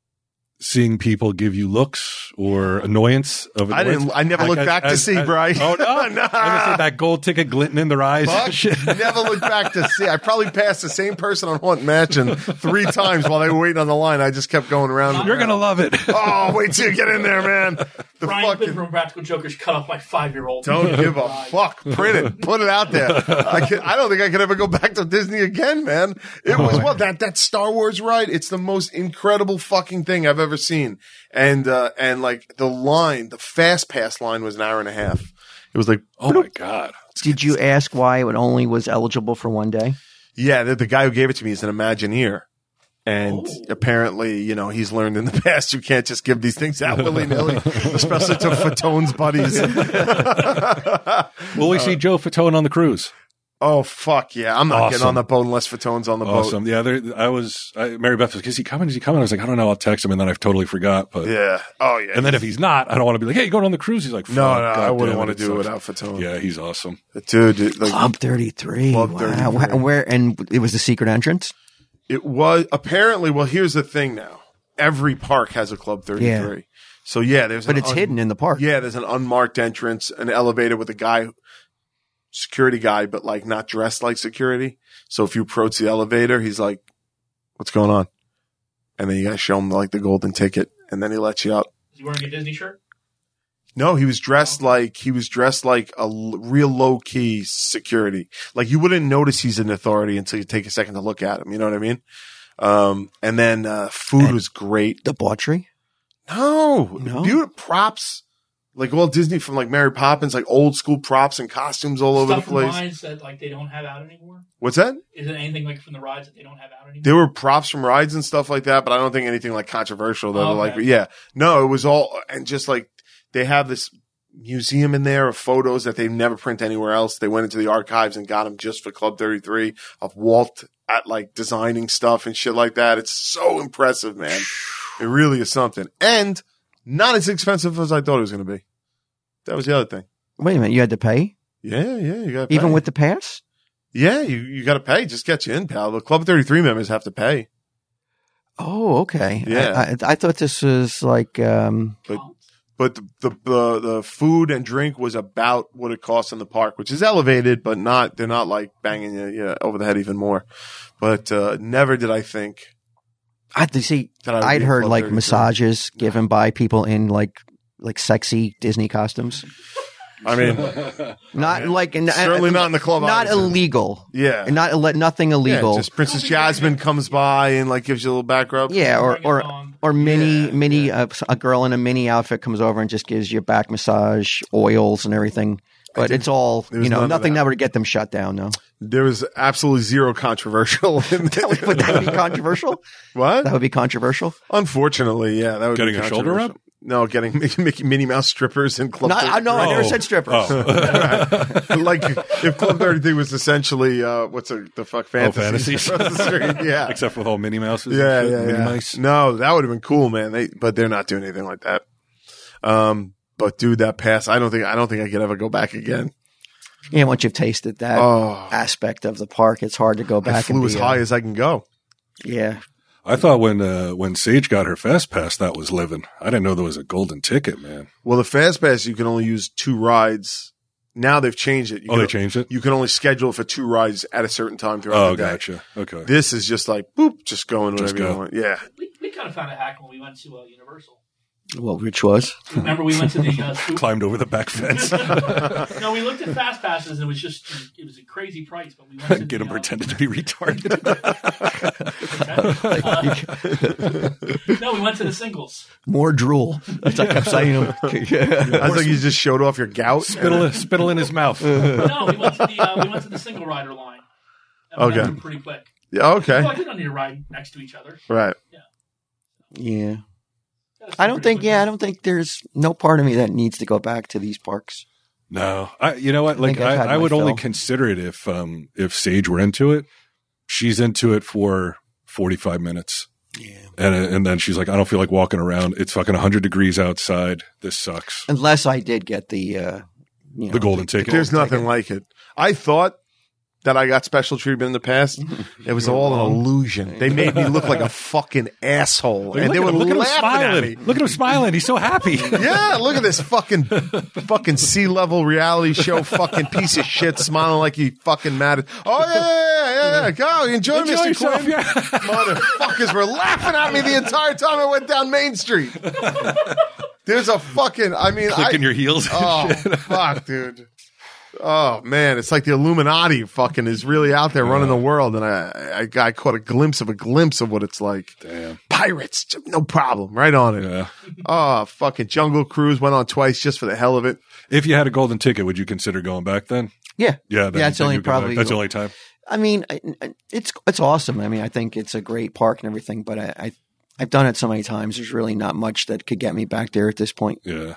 Speaker 2: seeing people give you looks or annoyance of
Speaker 3: I didn't.
Speaker 2: annoyance?
Speaker 3: I never
Speaker 2: Like,
Speaker 3: looked
Speaker 2: as-
Speaker 3: back to
Speaker 2: as-
Speaker 3: see,
Speaker 2: as-
Speaker 3: [LAUGHS] Bry.
Speaker 2: Oh no. I'm
Speaker 3: Nah.
Speaker 2: gonna say that gold ticket glinting in their eyes. and [LAUGHS]
Speaker 3: Fuck,
Speaker 2: shit.
Speaker 3: never look back to see. I probably passed the same person on Hunt Mansion three times while they were waiting on the line. I just kept going around.
Speaker 2: You're gonna love it.
Speaker 3: Oh, wait till you get in there, man. The
Speaker 5: Brian
Speaker 3: fucking
Speaker 5: Quinn from Practical Jokers cut off my five year old.
Speaker 3: don't give a fuck. Print it, put it out there. I can, I don't think I could ever go back to Disney again, man. It was what that that Star Wars ride. It's the most incredible fucking thing I've ever seen. And uh and like the line, the fast pass line was an hour and a half. It was like
Speaker 2: Oh my god.
Speaker 1: Did you ask why it only was eligible for one day?
Speaker 3: Yeah, the, the guy who gave it to me is an Imagineer. And
Speaker 5: Oh.
Speaker 3: apparently, you know, he's learned in the [LAUGHS] past you can't just give these things out willy nilly, especially to Fatone's buddies. Uh,
Speaker 2: Will we see Joe Fatone on the cruise?
Speaker 3: oh, fuck yeah. I'm not getting
Speaker 2: Awesome.
Speaker 3: on the boat unless Fatone's on the
Speaker 2: Awesome. Yeah, there, I was. I, Mary Beth was, like, is he coming? Is he coming? I was like, I don't know. I'll text him, and then I've totally forgot. But
Speaker 3: boat. Yeah. Oh, yeah.
Speaker 2: and then if he's not, I don't want to be like, hey, you going on the cruise? He's like,
Speaker 3: no,
Speaker 2: Fuck,
Speaker 3: no,
Speaker 2: God
Speaker 3: I
Speaker 2: damn
Speaker 3: wouldn't want to
Speaker 2: it,
Speaker 3: do it
Speaker 2: it
Speaker 3: without
Speaker 2: sucks.
Speaker 3: Fatone.
Speaker 2: Yeah, he's [LAUGHS] awesome.
Speaker 3: Dude, dude, like,
Speaker 1: Club 33.
Speaker 3: Club
Speaker 1: wow.
Speaker 3: 33.
Speaker 1: Wh- Where, and it was the secret entrance?
Speaker 3: It was apparently. Well, here's the thing. Now, every park has a Club 33.
Speaker 1: Yeah.
Speaker 3: So yeah, there's.
Speaker 1: But
Speaker 3: an
Speaker 1: it's
Speaker 3: un-
Speaker 1: hidden in the park.
Speaker 3: Yeah, there's an unmarked entrance, an elevator with a guy, security guy, but like not dressed like security. So if you approach the elevator, he's like, "What's going on?" And then you gotta show him like the golden ticket, and then he lets you out.
Speaker 5: Is he wearing a Disney shirt?
Speaker 3: No, he was
Speaker 1: Oh.
Speaker 3: dressed like he was dressed like a l- real low key security. Like you wouldn't notice he's an authority until you take a second to look at him. You know what I mean? Um, and then uh, food
Speaker 1: And-
Speaker 3: was great.
Speaker 1: Debauchery?
Speaker 3: No,
Speaker 1: No?
Speaker 3: beautiful props. Like Walt Disney from like Mary Poppins, like old school props and costumes all over
Speaker 5: Stuff
Speaker 3: the
Speaker 5: from
Speaker 3: place.
Speaker 5: rides that like they don't have out anymore.
Speaker 3: What's that?
Speaker 5: Is it anything like from the rides that they don't have out anymore?
Speaker 3: There were props from rides and stuff like that, but I don't think anything like controversial that
Speaker 5: Okay.
Speaker 3: like yeah. No, it was all and just like they have this museum in there of photos that they never print anywhere else. They went into the archives and got them just for Club 33 of Walt at like designing stuff and shit like that. It's so impressive, man. It really is something. And not as expensive as I thought it was going to be. That was the other thing.
Speaker 1: Wait a minute. You had to pay?
Speaker 3: Yeah, yeah, you got
Speaker 1: Even with the pass?
Speaker 3: yeah, you, you got to pay. Just get you in, pal. The Club Thirty Three members have to pay.
Speaker 1: Oh, okay.
Speaker 3: Yeah.
Speaker 1: I, I, I thought this was like, um,
Speaker 3: But but the, the the the food and drink was about what it costs in the park, which is elevated, but not they're not like banging you, you over the head even more. But uh, never did I think
Speaker 1: I had to see.
Speaker 3: that I would
Speaker 1: I'd
Speaker 3: be at
Speaker 1: heard
Speaker 3: Club
Speaker 1: like
Speaker 3: 33.
Speaker 1: massages given by people in like like sexy Disney costumes.
Speaker 3: I mean,
Speaker 1: Not like and,
Speaker 3: certainly not in the club.
Speaker 1: not
Speaker 3: I was in.
Speaker 1: illegal.
Speaker 3: Yeah,
Speaker 1: And not ille- nothing illegal.
Speaker 3: Yeah, just Princess Jasmine comes by and like gives you a little back rub.
Speaker 1: Yeah, or
Speaker 5: Bring it
Speaker 1: or
Speaker 5: along.
Speaker 1: or mini
Speaker 3: Yeah,
Speaker 1: mini uh, a girl in a mini outfit comes over and just gives you a back massage, oils, and everything. But it's all
Speaker 3: There was
Speaker 1: you know,
Speaker 3: none of
Speaker 1: nothing
Speaker 3: that.
Speaker 1: that. would get them shut down. No,
Speaker 3: There was absolutely zero controversial. In
Speaker 1: would [LAUGHS] that be controversial?
Speaker 3: [LAUGHS] what?
Speaker 1: That would be controversial.
Speaker 3: Unfortunately, yeah, that would
Speaker 2: Getting
Speaker 3: be
Speaker 2: a shoulder
Speaker 3: controversial.
Speaker 2: rub?
Speaker 3: No, getting [LAUGHS] Mickey, Mickey Minnie Mouse strippers and Club.
Speaker 1: Not, I,
Speaker 3: 33.
Speaker 1: no, I never
Speaker 2: Oh.
Speaker 1: said strippers.
Speaker 3: [LAUGHS] like if Club Thirty Three was essentially uh, what's a, the fuck
Speaker 2: Oh,
Speaker 3: fantasy?
Speaker 2: fantasies.
Speaker 3: [LAUGHS] across the
Speaker 2: [LAUGHS]
Speaker 3: street.
Speaker 2: [LAUGHS]
Speaker 3: Yeah,
Speaker 2: Except with all Minnie Mouses. and
Speaker 3: yeah,
Speaker 2: shit,
Speaker 3: yeah,
Speaker 2: Minnie
Speaker 3: yeah.
Speaker 2: Mice.
Speaker 3: No, that would have been cool, man. They but they're not doing anything like that. Um, but dude, that pass, I don't think I don't think I could ever go back again.
Speaker 1: Yeah, once you've tasted that
Speaker 3: Oh,
Speaker 1: aspect of the park, it's hard to go back. uh,
Speaker 3: I
Speaker 1: and
Speaker 3: flew
Speaker 1: be
Speaker 3: as
Speaker 1: a-
Speaker 3: high as I can go.
Speaker 1: yeah,
Speaker 2: I thought when uh, when Sage got her fast pass, that was living. I didn't know there was a golden ticket, man.
Speaker 3: Well, the fast pass you can only use two rides. Now they've changed it. You
Speaker 2: Oh,
Speaker 3: can,
Speaker 2: they changed [LAUGHS] it.
Speaker 3: You can only schedule for two rides at a certain time throughout
Speaker 2: Oh,
Speaker 3: the day.
Speaker 2: gotcha. Okay.
Speaker 3: This is just like boop, just going whenever
Speaker 2: Just
Speaker 3: you
Speaker 2: go.
Speaker 3: want. Yeah,
Speaker 5: we, we kind of found a hack when we went to uh, Universal.
Speaker 1: Well, which was
Speaker 5: Remember, we went to the
Speaker 3: [LAUGHS]
Speaker 5: uh,
Speaker 2: [LAUGHS]
Speaker 5: Scoop-
Speaker 2: Climbed over the back [LAUGHS] fence.
Speaker 5: [LAUGHS] No, we looked at fast passes and it was just it was a crazy price,
Speaker 3: [LAUGHS]
Speaker 5: but we went to
Speaker 2: Get
Speaker 5: the,
Speaker 2: him
Speaker 5: uh,
Speaker 2: pretended to be retarded.
Speaker 5: No, we went to the singles.
Speaker 1: more drool. That's like I'm saying.
Speaker 3: I think you just showed off your gout.
Speaker 2: [LAUGHS] spittle, spittle in his mouth.
Speaker 5: No, we went to the uh, we went to the single rider line. And we got
Speaker 3: Okay.
Speaker 5: them pretty quick.
Speaker 3: Yeah, okay.
Speaker 5: Well, I did not need to ride next to each other.
Speaker 3: Right.
Speaker 1: [LAUGHS] yeah,
Speaker 5: Got us
Speaker 1: I
Speaker 5: there
Speaker 1: don't
Speaker 5: pretty
Speaker 1: think. Yeah, I
Speaker 5: quickly.
Speaker 1: don't think there's no part of me that needs to go back to these parks.
Speaker 2: [LAUGHS] No, I. You know what? Like
Speaker 1: think I've
Speaker 2: I,
Speaker 1: had
Speaker 2: I, would
Speaker 1: my
Speaker 2: only
Speaker 1: fill.
Speaker 2: consider it if um if Sage were into it. She's into it for forty five minutes,
Speaker 1: Yeah,
Speaker 2: and and then she's like, I don't feel like walking around. It's fucking hundred degrees outside. This sucks.
Speaker 1: unless I did get the uh, you know,
Speaker 2: The golden ticket.
Speaker 3: There's nothing like it. I thought that I got special treatment in
Speaker 2: [LAUGHS]
Speaker 3: the past. It was all an illusion. They made me look like a fucking asshole,
Speaker 2: Like,
Speaker 3: and they
Speaker 2: look at
Speaker 3: were
Speaker 2: him, look at him
Speaker 3: laughing at
Speaker 2: smiling.
Speaker 3: me.
Speaker 2: Look at him smiling. He's so
Speaker 3: [LAUGHS]
Speaker 2: happy.
Speaker 3: Yeah, look at this fucking fucking sea level reality show fucking piece of shit smiling like he fucking mad. at- Oh yeah, yeah, yeah, yeah. Go enjoy,
Speaker 2: Enjoy
Speaker 3: Mr.
Speaker 2: yourself,
Speaker 3: Quinn.
Speaker 2: yeah.
Speaker 3: Motherfuckers were laughing at me the entire time I went down Main Street. There's a fucking. I mean, I,
Speaker 2: Clicking your heels. [LAUGHS]
Speaker 1: [LAUGHS]
Speaker 3: oh fuck, dude. Oh man, it's like the Illuminati fucking is really out there running the world, and I, I I caught a glimpse of a glimpse of what it's like.
Speaker 2: Damn.
Speaker 3: Pirates, no problem, right on it.
Speaker 2: Yeah.
Speaker 3: Oh, fucking Jungle Cruise went on twice just for the hell of it.
Speaker 2: If you had a golden ticket, would you consider going back then?
Speaker 1: Yeah,
Speaker 2: Yeah. then-
Speaker 1: that's
Speaker 2: then
Speaker 1: only
Speaker 2: you go back.
Speaker 1: probably-
Speaker 2: That's the only time.
Speaker 1: I mean, I- I- it's it's awesome. I mean, I think it's a great park and everything, but I, I I've done it so many times. There's really not much that could get me back there at this point.
Speaker 2: Yeah.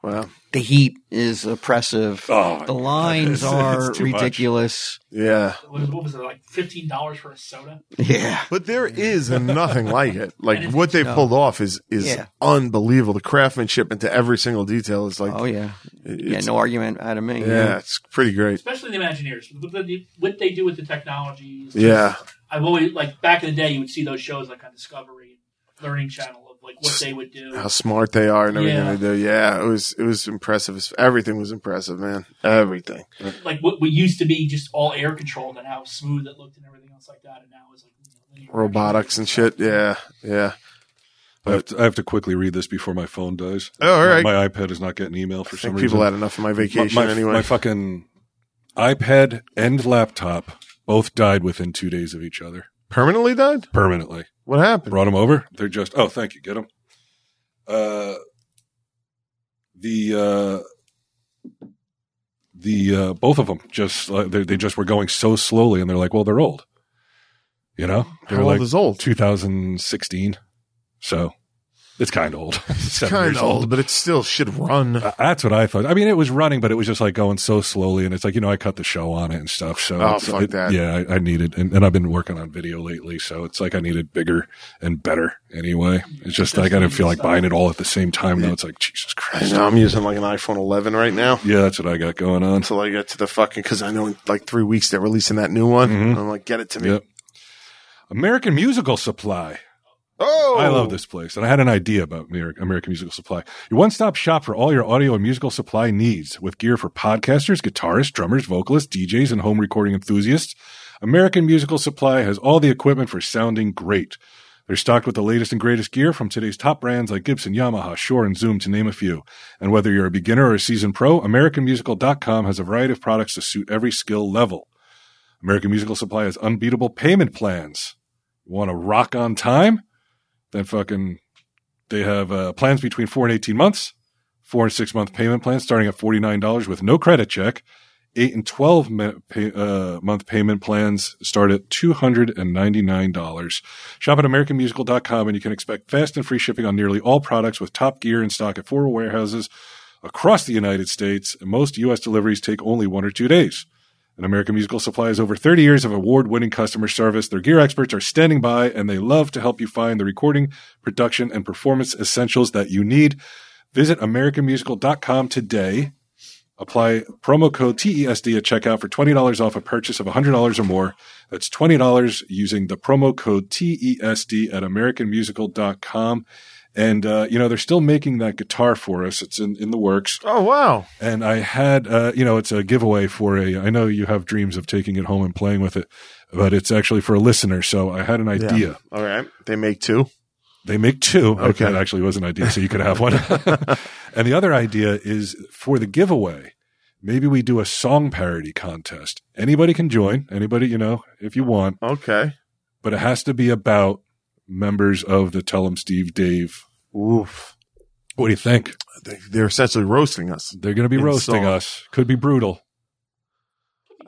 Speaker 3: Well,
Speaker 1: The heat is oppressive.
Speaker 2: Oh,
Speaker 1: the
Speaker 2: [LAUGHS] God,
Speaker 1: lines
Speaker 2: it's-
Speaker 1: are
Speaker 2: it's too much.
Speaker 1: ridiculous.
Speaker 3: yeah,
Speaker 5: What, what was it like? Fifteen dollars for a soda?
Speaker 1: Yeah.
Speaker 3: but there is nothing
Speaker 1: [LAUGHS]
Speaker 3: like it. Like what they pulled off is is
Speaker 1: Yeah.
Speaker 3: unbelievable. The craftsmanship into every single detail is like,
Speaker 1: Oh yeah. Yeah.
Speaker 3: it's-
Speaker 1: No argument out of me.
Speaker 3: yeah, it's pretty great.
Speaker 5: Especially the Imagineers. What they, what they do with the technologies.
Speaker 3: Yeah,
Speaker 5: I've always like back in the day, you would see those shows like on Discovery, Learning Channel of like what they would do.
Speaker 3: how smart they are and everything
Speaker 5: Yeah.
Speaker 3: they do. Yeah, it was it was impressive. Everything was impressive, man. Everything.
Speaker 5: Like what, what used to be just all air controlled and how smooth it looked and everything else like that. And now it's like you know,
Speaker 3: Robotics and shit. Yeah, yeah.
Speaker 2: I have, to, I have to quickly read this before my phone dies.
Speaker 3: Oh, all right.
Speaker 2: My, my iPad is not getting email for
Speaker 3: I
Speaker 2: some
Speaker 3: think
Speaker 2: reason.
Speaker 3: people had enough of my vacation
Speaker 2: my, my,
Speaker 3: anyway.
Speaker 2: my fucking iPad and laptop both died within two days of each other
Speaker 3: Permanently died.
Speaker 2: permanently.
Speaker 3: What happened?
Speaker 2: Brought them over. They're just oh, thank you. Get them. Uh, the uh, the uh, both of them just like they they just were going so slowly, and they're like, well, they're old. You know,
Speaker 3: How
Speaker 2: they're
Speaker 3: old
Speaker 2: like
Speaker 3: is old?
Speaker 2: 2016, so it's kind of old. [LAUGHS] It's
Speaker 3: Kind of old, but it still should run.
Speaker 2: Uh, That's what I thought. I mean, it was running, but it was just like going so slowly, and it's like you know I cut the show on it and stuff. So
Speaker 3: Oh,
Speaker 2: it's-
Speaker 3: fuck
Speaker 2: it-
Speaker 3: that.
Speaker 2: Yeah, I, I needed, and, and I've been working on video lately, so it's like I needed bigger and better. Anyway, it's just like I didn't feel like buying it all at the same time. Though it's like Jesus
Speaker 3: I
Speaker 2: Christ.
Speaker 3: know I'm using like an iPhone 11 right now
Speaker 2: Yeah, that's what I got going on.
Speaker 3: until I get to the fucking because I know in like three weeks they're releasing that new one. And I'm like, get it to me.
Speaker 2: Yep. American Musical Supply.
Speaker 3: Oh,
Speaker 2: I love this place, and I had an idea about Amer- American Musical Supply. Your one-stop shop for all your audio and musical supply needs, with gear for podcasters, guitarists, drummers, vocalists, DJs, and home recording enthusiasts. American Musical Supply has all the equipment for sounding great. They're stocked with the latest and greatest gear from today's top brands like Gibson, Yamaha, Shure, and Zoom, to name a few. And whether you're a beginner or a seasoned pro, AmericanMusical.com has a variety of products to suit every skill level. American Musical Supply has unbeatable payment plans. You want to rock on time? Then fucking, they have uh, plans between four and 18 months, four and six month payment plans starting at $49 with no credit check. Eight and 12 me- pay, uh, month payment plans start at $299. Shop at AmericanMusical.com and you can expect fast and free shipping on nearly all products with top gear in stock at four warehouses across the United States. And most U.S. deliveries take only one or two days. And American Musical Supply has over 30 years of award winning customer service. Their gear experts are standing by and they love to help you find the recording, production, and performance essentials that you need. Visit AmericanMusical.com today. Apply promo code TESD at checkout for $20 off a purchase of $100 or more. That's $20 using the promo code TESD at AmericanMusical.com. And, uh, you know, they're still making that guitar for us. It's in, in the works
Speaker 3: Oh wow,
Speaker 2: and I had, uh, you know, it's a giveaway for a. I know you have dreams of taking it home and playing with it, but it's actually for a listener. So I had an idea.
Speaker 3: All right, they make two.
Speaker 2: They make two. [LAUGHS]
Speaker 3: Okay.
Speaker 2: That actually was an idea, so you could have one. [LAUGHS] and the other idea is for the giveaway, maybe we do a song parody contest. Anybody can join, anybody, you know, if you want,
Speaker 3: Okay.
Speaker 2: but it has to be about members of the Tell 'em Steve Dave.
Speaker 3: Oof.
Speaker 2: What do you think?
Speaker 3: They, they're essentially roasting us.
Speaker 2: They're going to be
Speaker 3: In
Speaker 2: roasting
Speaker 3: song.
Speaker 2: us. Could be brutal.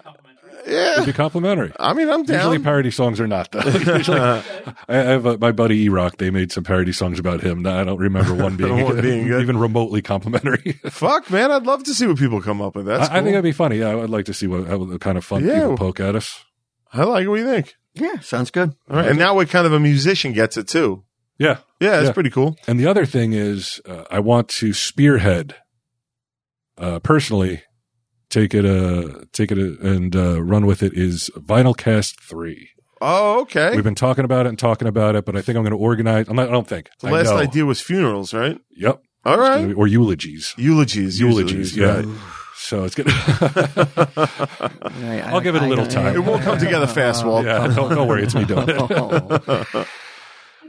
Speaker 5: Complimentary.
Speaker 2: Could
Speaker 3: Yeah.
Speaker 2: be
Speaker 3: [LAUGHS]
Speaker 2: complimentary.
Speaker 3: I mean, I'm
Speaker 2: Usually
Speaker 3: down.
Speaker 2: parody songs are not though. [LAUGHS] Usually, I, I have a, my buddy E Rock. They made some parody songs about him. I don't remember
Speaker 3: [LAUGHS]
Speaker 2: one being,
Speaker 3: One being good.
Speaker 2: even remotely complimentary.
Speaker 3: [LAUGHS] Fuck, man. I'd love to see what people come up with.
Speaker 2: I,
Speaker 3: [LAUGHS] That's
Speaker 2: I think
Speaker 3: cool.
Speaker 2: that'd be funny. Yeah, I would like to see what, how, what kind of fun
Speaker 3: Yeah.
Speaker 2: people poke at us.
Speaker 3: I like it. What you think?
Speaker 1: Yeah, sounds good.
Speaker 3: All right. And now we're kind of a musician gets it too.
Speaker 2: Yeah.
Speaker 3: Yeah, that's
Speaker 2: Yeah.
Speaker 3: pretty cool.
Speaker 2: And the other thing is, uh, I want to spearhead uh, personally. Take it, uh, take it, uh, and uh, run with it. Is Vinyl Cast three?
Speaker 3: Oh, okay.
Speaker 2: We've been talking about it and talking about it, but I think I'm going to organize. I'm not, I don't think.
Speaker 3: the
Speaker 2: I
Speaker 3: last
Speaker 2: know.
Speaker 3: idea was funerals, right?
Speaker 2: Yep.
Speaker 3: All
Speaker 2: It's gonna
Speaker 3: right.
Speaker 2: be- Or eulogies.
Speaker 3: Eulogies.
Speaker 2: eulogies.
Speaker 3: usually,
Speaker 2: Yeah. So it's gonna.
Speaker 1: All right, I
Speaker 2: I'll give it a
Speaker 1: I
Speaker 2: little
Speaker 1: don't-
Speaker 2: [LAUGHS] time.
Speaker 3: It won't come
Speaker 2: [LAUGHS]
Speaker 3: together fast, Walt.
Speaker 2: yeah, don't, don't worry, it's me doing
Speaker 3: [LAUGHS]
Speaker 2: it.
Speaker 1: Oh,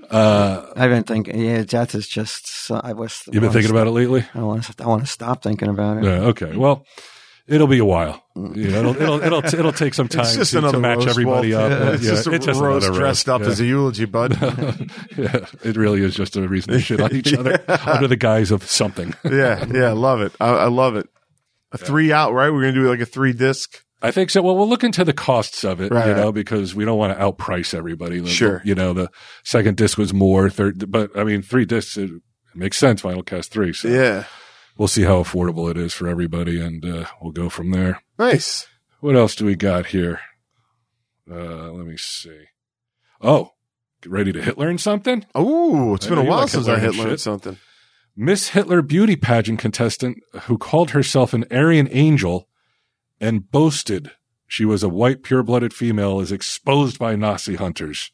Speaker 2: Uh,
Speaker 1: I've been thinking. Yeah, death is just. So, I was.
Speaker 2: you've been thinking about it lately.
Speaker 1: I want to. I want to stop thinking about it.
Speaker 2: Yeah. Okay. Well, it'll be a while. You know, it'll, it'll it'll it'll take some time
Speaker 3: Mm. It's just
Speaker 2: to, to
Speaker 3: another
Speaker 2: match
Speaker 3: roast,
Speaker 2: everybody up.
Speaker 3: Walt. Yeah,
Speaker 2: Yeah,
Speaker 3: It's just a roast
Speaker 2: another
Speaker 3: dressed up
Speaker 2: yeah.
Speaker 3: as a eulogy, bud.
Speaker 2: [LAUGHS] yeah, it really is just a
Speaker 3: [LAUGHS]
Speaker 2: reason to shit on each other under the guise of something.
Speaker 3: yeah, yeah, love it. I, I love it. A three out, right? We're gonna do like a three disc.
Speaker 2: I think so. Well, we'll look into the costs of it,
Speaker 3: Right,
Speaker 2: you know,
Speaker 3: right.
Speaker 2: because we don't want to outprice everybody. The-
Speaker 3: Sure.
Speaker 2: You know, the second disc was more, third, but I mean, three discs, it, makes sense, Final Cast 3. So
Speaker 3: Yeah,
Speaker 2: we'll see how affordable it is for everybody and uh, we'll go from there.
Speaker 3: nice.
Speaker 2: What else do we got here? Uh, let me see. Oh, get ready to hit learn something?
Speaker 3: Ooh, it's
Speaker 2: I
Speaker 3: been
Speaker 2: know
Speaker 3: a
Speaker 2: you
Speaker 3: while
Speaker 2: like
Speaker 3: since I
Speaker 2: Hitler
Speaker 3: hit
Speaker 2: and
Speaker 3: learned
Speaker 2: shit.
Speaker 3: something.
Speaker 2: Miss Hitler beauty pageant contestant who called herself an Aryan angel and boasted she was a white pure blooded female is exposed by Nazi hunters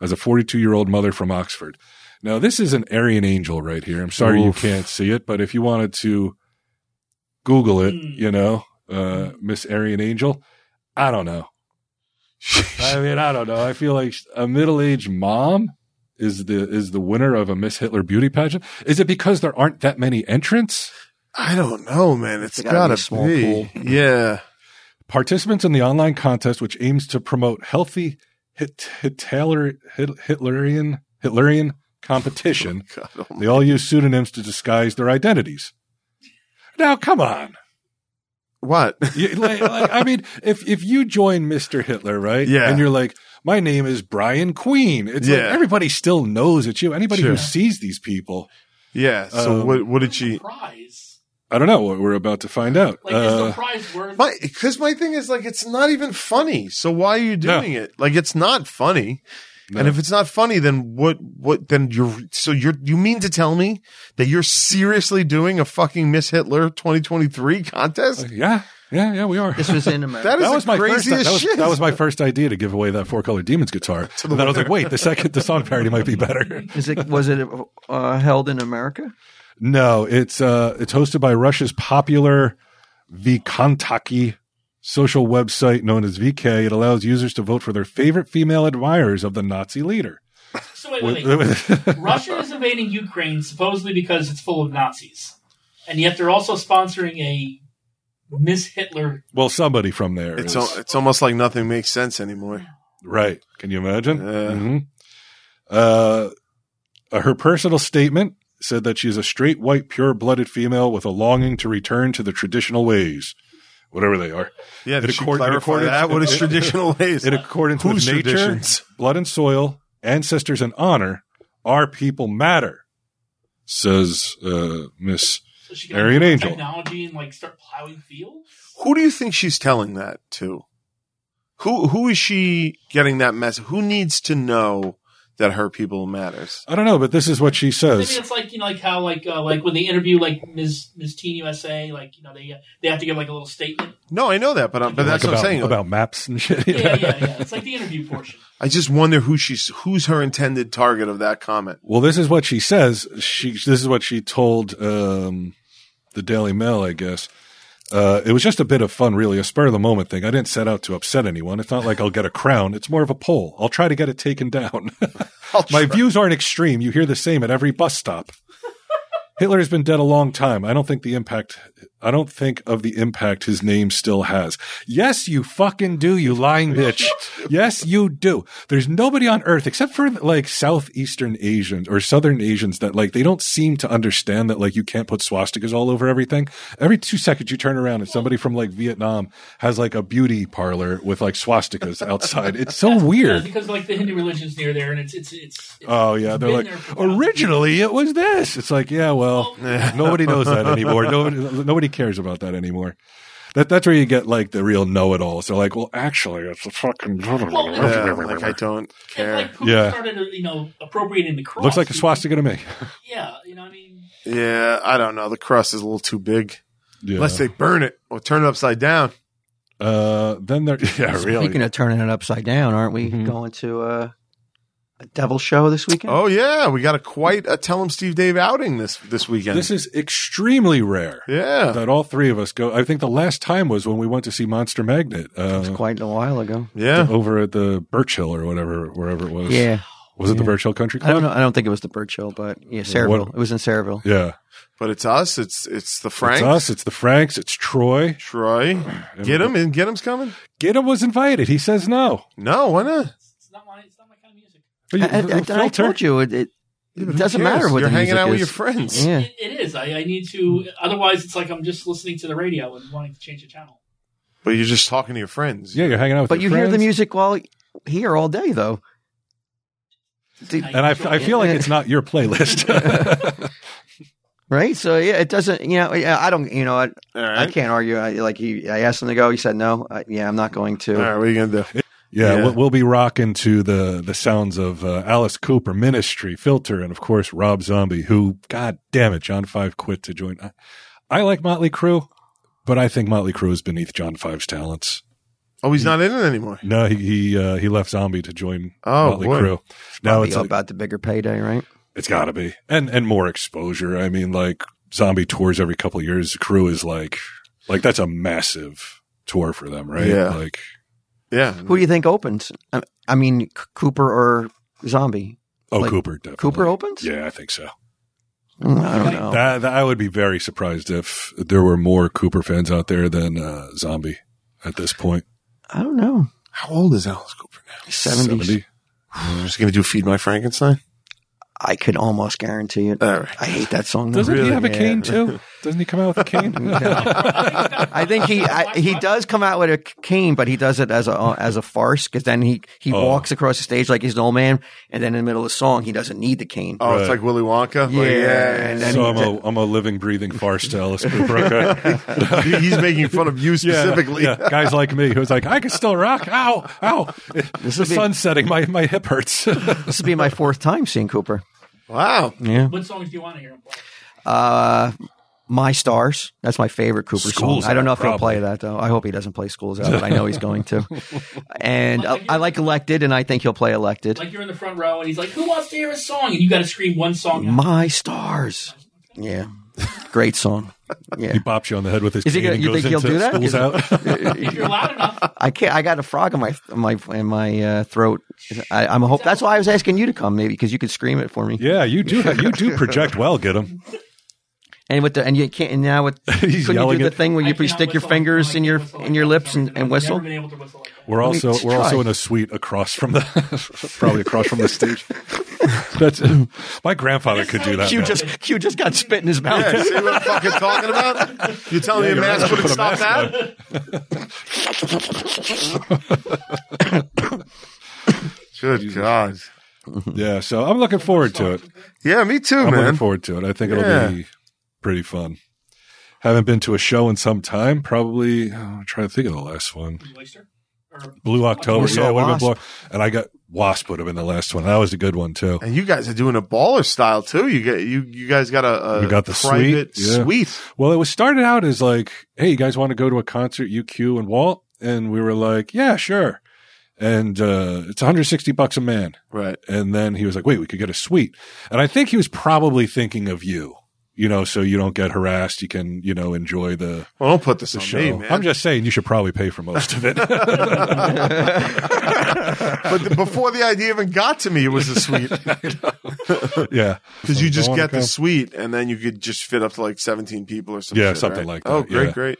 Speaker 2: as a 42 year old mother from Oxford. Now, this is an Aryan angel right here. I'm sorry you
Speaker 3: Oof.
Speaker 2: can't see it, but if you wanted to Google it,
Speaker 5: Mm.
Speaker 2: you know, uh, Miss Aryan Angel, I don't know. I mean, I don't know. I feel like a middle-aged mom is the is the winner of a Miss Hitler beauty pageant. Is it because there aren't that many entrants?
Speaker 3: I don't know, man. It's
Speaker 1: It's gotta be
Speaker 3: gotta,
Speaker 1: a small
Speaker 3: be. Yeah.
Speaker 2: Participants in the online contest, which aims to promote healthy Hit- Hitler, Hit, Hitlerian Hitlerian competition,
Speaker 3: God, oh my-
Speaker 2: they all use pseudonyms to disguise their identities. Now, come on.
Speaker 3: What? [LAUGHS]
Speaker 2: You- like, like, I mean, if if you join Mr. Hitler, right?
Speaker 3: Yeah.
Speaker 2: And you're like, my name is Brian Queen. It's like
Speaker 3: Yeah.
Speaker 2: everybody still knows it's you. Anybody
Speaker 3: Sure.
Speaker 2: who sees these people,
Speaker 3: Yeah. So
Speaker 2: Um,
Speaker 3: what? What did
Speaker 5: What's
Speaker 3: she?
Speaker 5: The prize.
Speaker 2: I don't know what we're about to find out.
Speaker 5: Like, is the
Speaker 2: Uh,
Speaker 5: prize worth?
Speaker 3: My, because my thing is like it's not even funny. So why are you
Speaker 2: No.
Speaker 3: doing it? Like it's not funny.
Speaker 2: no.
Speaker 3: And if it's not funny, then what? What? Then you're so you're you mean to tell me that you're seriously doing a fucking Miss Hitler 2023 contest?
Speaker 2: Uh, yeah, yeah, yeah, we are.
Speaker 1: This was in America.
Speaker 3: That is
Speaker 2: [LAUGHS] that was
Speaker 3: the
Speaker 2: my first.
Speaker 3: craziest
Speaker 2: That was,
Speaker 3: shit.
Speaker 2: that was my first idea to give away that four color demons guitar.
Speaker 3: [LAUGHS] To
Speaker 2: and
Speaker 3: the
Speaker 2: then I was
Speaker 3: winner.
Speaker 2: like, wait, the second the song parody might be
Speaker 3: [LAUGHS]
Speaker 2: better.
Speaker 1: [LAUGHS] Is it was it uh, held in America?
Speaker 2: No, it's uh it's hosted by Russia's popular Vkontaki social website known as VK. It allows users to vote for their favorite female admirers of the Nazi leader. [LAUGHS]
Speaker 5: so wait, wait, wait. Russia is invading Ukraine supposedly because it's full of Nazis, and yet they're also sponsoring a Miss Hitler.
Speaker 2: well, somebody from there
Speaker 3: It's
Speaker 2: is
Speaker 3: al- it's almost like nothing makes sense anymore.
Speaker 2: right. Can you imagine?
Speaker 3: Yeah.
Speaker 2: Mhm. Uh, uh, her personal statement said that she's a straight white pure-blooded female with a longing to return to the traditional ways, whatever they are.
Speaker 3: Yeah,
Speaker 2: In
Speaker 3: did she
Speaker 2: accord- in
Speaker 3: clarify
Speaker 2: accordance-
Speaker 3: that?
Speaker 2: [LAUGHS]
Speaker 3: What is
Speaker 2: in-
Speaker 3: traditional ways?
Speaker 2: in accordance with
Speaker 3: Whose
Speaker 2: nature,
Speaker 3: traditions?
Speaker 2: blood and soil, ancestors and honor, our people matter, says uh, Miss.
Speaker 5: So she can
Speaker 2: Aryan
Speaker 5: have
Speaker 2: Angel.
Speaker 5: technology and like start plowing fields.
Speaker 3: Who do you think she's telling that to? Who who is she getting that message? Who needs to know that her people matters?
Speaker 2: I don't know, but this is what she
Speaker 5: Maybe
Speaker 2: says.
Speaker 5: it's like you know, like how like uh, like when they interview like Ms. Ms. Teen USA, like you know they they have to give like a little statement.
Speaker 3: No, I know that, but I'm, but that's
Speaker 2: Like
Speaker 3: what I'm
Speaker 2: about,
Speaker 3: saying.
Speaker 2: about maps and shit.
Speaker 5: Yeah, yeah, yeah. It's like the interview portion.
Speaker 3: I just wonder who she's who's her intended target of that comment.
Speaker 2: [LAUGHS]
Speaker 3: [LAUGHS]
Speaker 2: Well, this is what she says. She this is what she told um, the Daily Mail, I guess. Uh, it was just a bit of fun, really, a spur of the moment thing. I didn't set out to upset anyone. It's not like I'll get a crown. It's more of a poll. I'll try to get it taken down. [LAUGHS] My views aren't extreme. You hear the same at every bus stop. Hitler has been dead a long time. I don't think the impact, I don't think of the impact his name still has. Yes, you fucking do, you lying bitch. yes, you do. There's nobody on earth except for like Southeastern Asians or Southern Asians that like, they don't seem to understand that like you can't put swastikas all over everything. Every two seconds you turn around and somebody from like Vietnam has like a beauty parlor with like swastikas outside. It's so
Speaker 5: Yeah,
Speaker 2: weird.
Speaker 5: because like the Hindu religion's near there, and it's it's it's. it's
Speaker 2: Oh yeah,
Speaker 5: it's
Speaker 2: they're
Speaker 5: been
Speaker 2: like
Speaker 5: there for a while.
Speaker 2: originally it was this. It's like yeah, well, [LAUGHS] nobody knows that anymore. Nobody, nobody cares about that anymore. That that's where you get like the real know-it-alls. They're like, well, actually, it's a fucking.
Speaker 3: Yeah, like I don't
Speaker 5: If,
Speaker 3: care.
Speaker 5: like Putin
Speaker 2: Yeah.
Speaker 5: started, you know, appropriating the cross.
Speaker 2: Looks like a
Speaker 5: you-
Speaker 2: swastika to me.
Speaker 5: Yeah, you know, what I mean,
Speaker 3: Yeah, I don't know. The crust is a little too big.
Speaker 2: Yeah.
Speaker 3: Unless they burn it or turn it upside down.
Speaker 2: uh, then there, [LAUGHS] yeah,
Speaker 1: Speaking
Speaker 2: really.
Speaker 1: of turning it upside down, aren't we
Speaker 2: Mhm.
Speaker 1: going to uh, a devil show this weekend?
Speaker 3: Oh yeah, we got a quite a tell him Steve Dave outing this this weekend.
Speaker 2: This is extremely rare
Speaker 3: yeah,
Speaker 2: that all three of us go. I think the last time was when we went to see Monster Magnet
Speaker 1: It's
Speaker 2: uh,
Speaker 1: quite a while ago.
Speaker 3: yeah.
Speaker 2: over at the Birch Hill or whatever, wherever it was.
Speaker 1: Yeah,
Speaker 2: was it the
Speaker 1: Yeah.
Speaker 2: Birch Hill Country
Speaker 1: I
Speaker 2: Club?
Speaker 1: don't know. I don't think it was the Bird Show, but yeah, Saraville.
Speaker 2: What-
Speaker 1: It was in Saraville.
Speaker 2: Yeah,
Speaker 3: But it's us. It's it's the Franks.
Speaker 2: it's us. It's the Franks. It's Troy.
Speaker 3: Troy, get him and get him's coming.
Speaker 2: Gidim was invited. He says no.
Speaker 3: No, why not?
Speaker 5: it's not my it's not my kind of music.
Speaker 2: But you-
Speaker 1: I, I- I- I
Speaker 2: filter.
Speaker 1: told you it, it,
Speaker 3: Yeah,
Speaker 1: it
Speaker 3: but who
Speaker 1: doesn't
Speaker 3: cares?
Speaker 1: matter what
Speaker 3: you're
Speaker 1: the
Speaker 3: hanging
Speaker 1: music
Speaker 3: out
Speaker 1: is.
Speaker 3: with your friends.
Speaker 1: Yeah,
Speaker 5: It, it is. I, I need to. Otherwise, it's like I'm just listening to the radio and wanting to change the channel.
Speaker 3: But you're just talking to your friends.
Speaker 2: Yeah, you're hanging out with
Speaker 1: but you
Speaker 2: your
Speaker 1: hear the
Speaker 2: friends.
Speaker 1: music while here all day, though. Do-
Speaker 5: I-
Speaker 2: And I, I feel like it's not
Speaker 1: [LAUGHS]
Speaker 2: your playlist. [LAUGHS]
Speaker 1: Right, so yeah, it doesn't. You know, yeah, I don't. You know, I,
Speaker 3: All right.
Speaker 1: I can't argue. I, like he, I asked him to go. He said no. I, yeah, I'm not going to.
Speaker 3: All right, what are you gonna do?
Speaker 2: yeah,
Speaker 3: Yeah.
Speaker 2: We'll, we'll be rocking to the, the sounds of uh, Alice Cooper, Ministry, Filter, and of course, Rob Zombie, who, god damn it, John Five quit to join. I, I like Motley Crue, but I think Motley Crue is beneath John Five's talents.
Speaker 3: Oh, he's not in it anymore.
Speaker 2: No, he he, uh, he left Zombie to join
Speaker 3: Oh,
Speaker 2: Motley
Speaker 3: boy.
Speaker 2: Crue. Now
Speaker 1: Probably
Speaker 2: it's
Speaker 1: all
Speaker 2: a-
Speaker 1: about the bigger payday, right?
Speaker 3: Hmm.
Speaker 2: It's got to be, and and more exposure. I mean, like zombie tours every couple of years. The crew is like, like that's a massive tour for them, right?
Speaker 3: Yeah.
Speaker 2: Like,
Speaker 3: Yeah.
Speaker 1: Who do you think opens? I, I mean, C- Cooper or Zombie?
Speaker 2: oh,
Speaker 1: Like,
Speaker 2: Cooper, definitely.
Speaker 1: Cooper opens?
Speaker 2: Yeah, I think so.
Speaker 1: Mm, I don't know.
Speaker 2: That, that I would be very surprised if there were more Cooper fans out there than uh, Zombie at this point.
Speaker 1: I don't know.
Speaker 3: How old is Alice Cooper now?
Speaker 1: 70s.
Speaker 3: [SIGHS] I'm just gonna do "Feed My Frankenstein."
Speaker 1: I could almost guarantee it.
Speaker 3: All right.
Speaker 1: I hate that song. though.
Speaker 2: Doesn't he have a
Speaker 1: Yeah.
Speaker 2: cane
Speaker 1: [LAUGHS]
Speaker 2: too? Doesn't he come out with a cane? [LAUGHS]
Speaker 1: I think he I, he does come out with a cane, but he does it as a as a farce because then he he
Speaker 2: Oh.
Speaker 1: walks across the stage like he's an old man, and then in the middle of the song he doesn't need the cane.
Speaker 3: Oh, it's
Speaker 2: Right.
Speaker 3: like Willy Wonka. Like,
Speaker 1: Yeah,
Speaker 3: yeah,
Speaker 1: and
Speaker 3: yeah.
Speaker 1: then-
Speaker 2: so I'm a, I'm a living, breathing farce to Alice
Speaker 1: [LAUGHS]
Speaker 2: Cooper. Okay.
Speaker 3: He- he's making fun of you specifically.
Speaker 2: [LAUGHS] Yeah, yeah. Guys like me who's like, I can still rock. Ow, ow.
Speaker 1: This
Speaker 2: the
Speaker 1: would be-
Speaker 2: sun's setting. My, my hip hurts. [LAUGHS]
Speaker 1: This will be my fourth time seeing Cooper.
Speaker 3: [LAUGHS] Wow.
Speaker 1: Yeah,
Speaker 5: What songs do you want to hear? him play?
Speaker 1: uh, my stars. That's my favorite Cooper
Speaker 2: School's
Speaker 1: song. I don't know
Speaker 2: Out,
Speaker 1: if he'll play
Speaker 2: probably.
Speaker 1: that though. I hope he doesn't play Schools Out, but I know he's going
Speaker 2: [LAUGHS]
Speaker 1: to. And I, I like Elected, and I think he'll play Elected.
Speaker 5: Like you're in the front row, and he's like, "Who wants to hear a song?" And you got to scream one song. out.
Speaker 1: My stars. Yeah, great song. Yeah.
Speaker 2: he bops you on the head with his
Speaker 1: Is he
Speaker 2: cane
Speaker 1: gonna-
Speaker 2: and
Speaker 1: you think
Speaker 2: goes
Speaker 1: he'll
Speaker 2: into
Speaker 1: do that?
Speaker 2: schools out. [LAUGHS]
Speaker 5: If you're loud
Speaker 1: [LAUGHS]
Speaker 5: enough,
Speaker 1: I can't. I got a frog in my my in my uh, throat. I, I'm a hope. That's why I was asking you to come, maybe because you could scream it for me.
Speaker 2: yeah, you do. Have, you do project well. Get him.
Speaker 1: And with the and you can't. And now with
Speaker 2: [LAUGHS]
Speaker 1: couldn't
Speaker 2: He's
Speaker 1: you
Speaker 2: yelling
Speaker 1: do the
Speaker 2: it.
Speaker 1: thing where
Speaker 5: I
Speaker 1: you
Speaker 5: cannot
Speaker 1: stick your
Speaker 5: whistle. I
Speaker 1: fingers
Speaker 5: can't
Speaker 1: in your
Speaker 5: whistle like
Speaker 1: in your
Speaker 5: that.
Speaker 1: lips and,
Speaker 5: I've
Speaker 1: and whistle?
Speaker 5: Never been able to whistle like that.
Speaker 2: We're
Speaker 1: me
Speaker 2: also
Speaker 1: t-
Speaker 2: we're also
Speaker 1: try.
Speaker 2: in a suite across from the [LAUGHS] probably across from
Speaker 1: [LAUGHS]
Speaker 2: the stage. That's my grandfather could do that.
Speaker 1: Q
Speaker 2: now.
Speaker 1: just Q just got spit in his mouth.
Speaker 3: Yeah, see what I'm fucking talking about? You're telling
Speaker 2: Yeah,
Speaker 3: me a
Speaker 2: you're
Speaker 3: mask
Speaker 2: right.
Speaker 3: wouldn't
Speaker 2: Put a
Speaker 3: stop
Speaker 2: mask
Speaker 3: that? [COUGHS] Good God.
Speaker 2: yeah. So I'm looking forward to it.
Speaker 3: Yeah, me too,
Speaker 2: I'm
Speaker 3: man.
Speaker 2: looking forward to it. I think
Speaker 3: Yeah.
Speaker 2: it'll be pretty fun. Haven't been to a show in some time. Probably oh, I'm trying to think of the last one.
Speaker 5: Blue Oyster? Or-
Speaker 2: Blue October.
Speaker 1: We saw
Speaker 2: Yeah, it would've been
Speaker 1: Wasp.
Speaker 2: Blue- and I got Wasp would have been the last one. That was a good one too.
Speaker 3: and you guys are doing a baller style too. You get you you guys got a, a
Speaker 2: We got the
Speaker 3: private
Speaker 2: suite, yeah.
Speaker 3: suite.
Speaker 2: Well, it was started out as like, hey, you guys want to go to a concert, UQ and Walt? And we were like, yeah, sure. And uh, it's 160 bucks a man.
Speaker 3: Right.
Speaker 2: And then he was like, wait, we could get a suite. And I think he was probably thinking of you. you know, so you don't get harassed. You can, you know, enjoy the,
Speaker 3: Well, don't put this
Speaker 2: the
Speaker 3: on
Speaker 2: show.
Speaker 3: Oh, me, man.
Speaker 2: I'm just saying you should probably pay for most of [LAUGHS] it.
Speaker 3: but the, before the idea even got to me, it was a
Speaker 2: [LAUGHS]
Speaker 3: suite
Speaker 2: yeah.
Speaker 3: because you just
Speaker 2: Don't
Speaker 3: get the
Speaker 2: wanna go.
Speaker 3: suite and then you could just fit up to like 17 people or something.
Speaker 2: Yeah, something like that,
Speaker 3: Oh, great,
Speaker 2: yeah.
Speaker 3: great.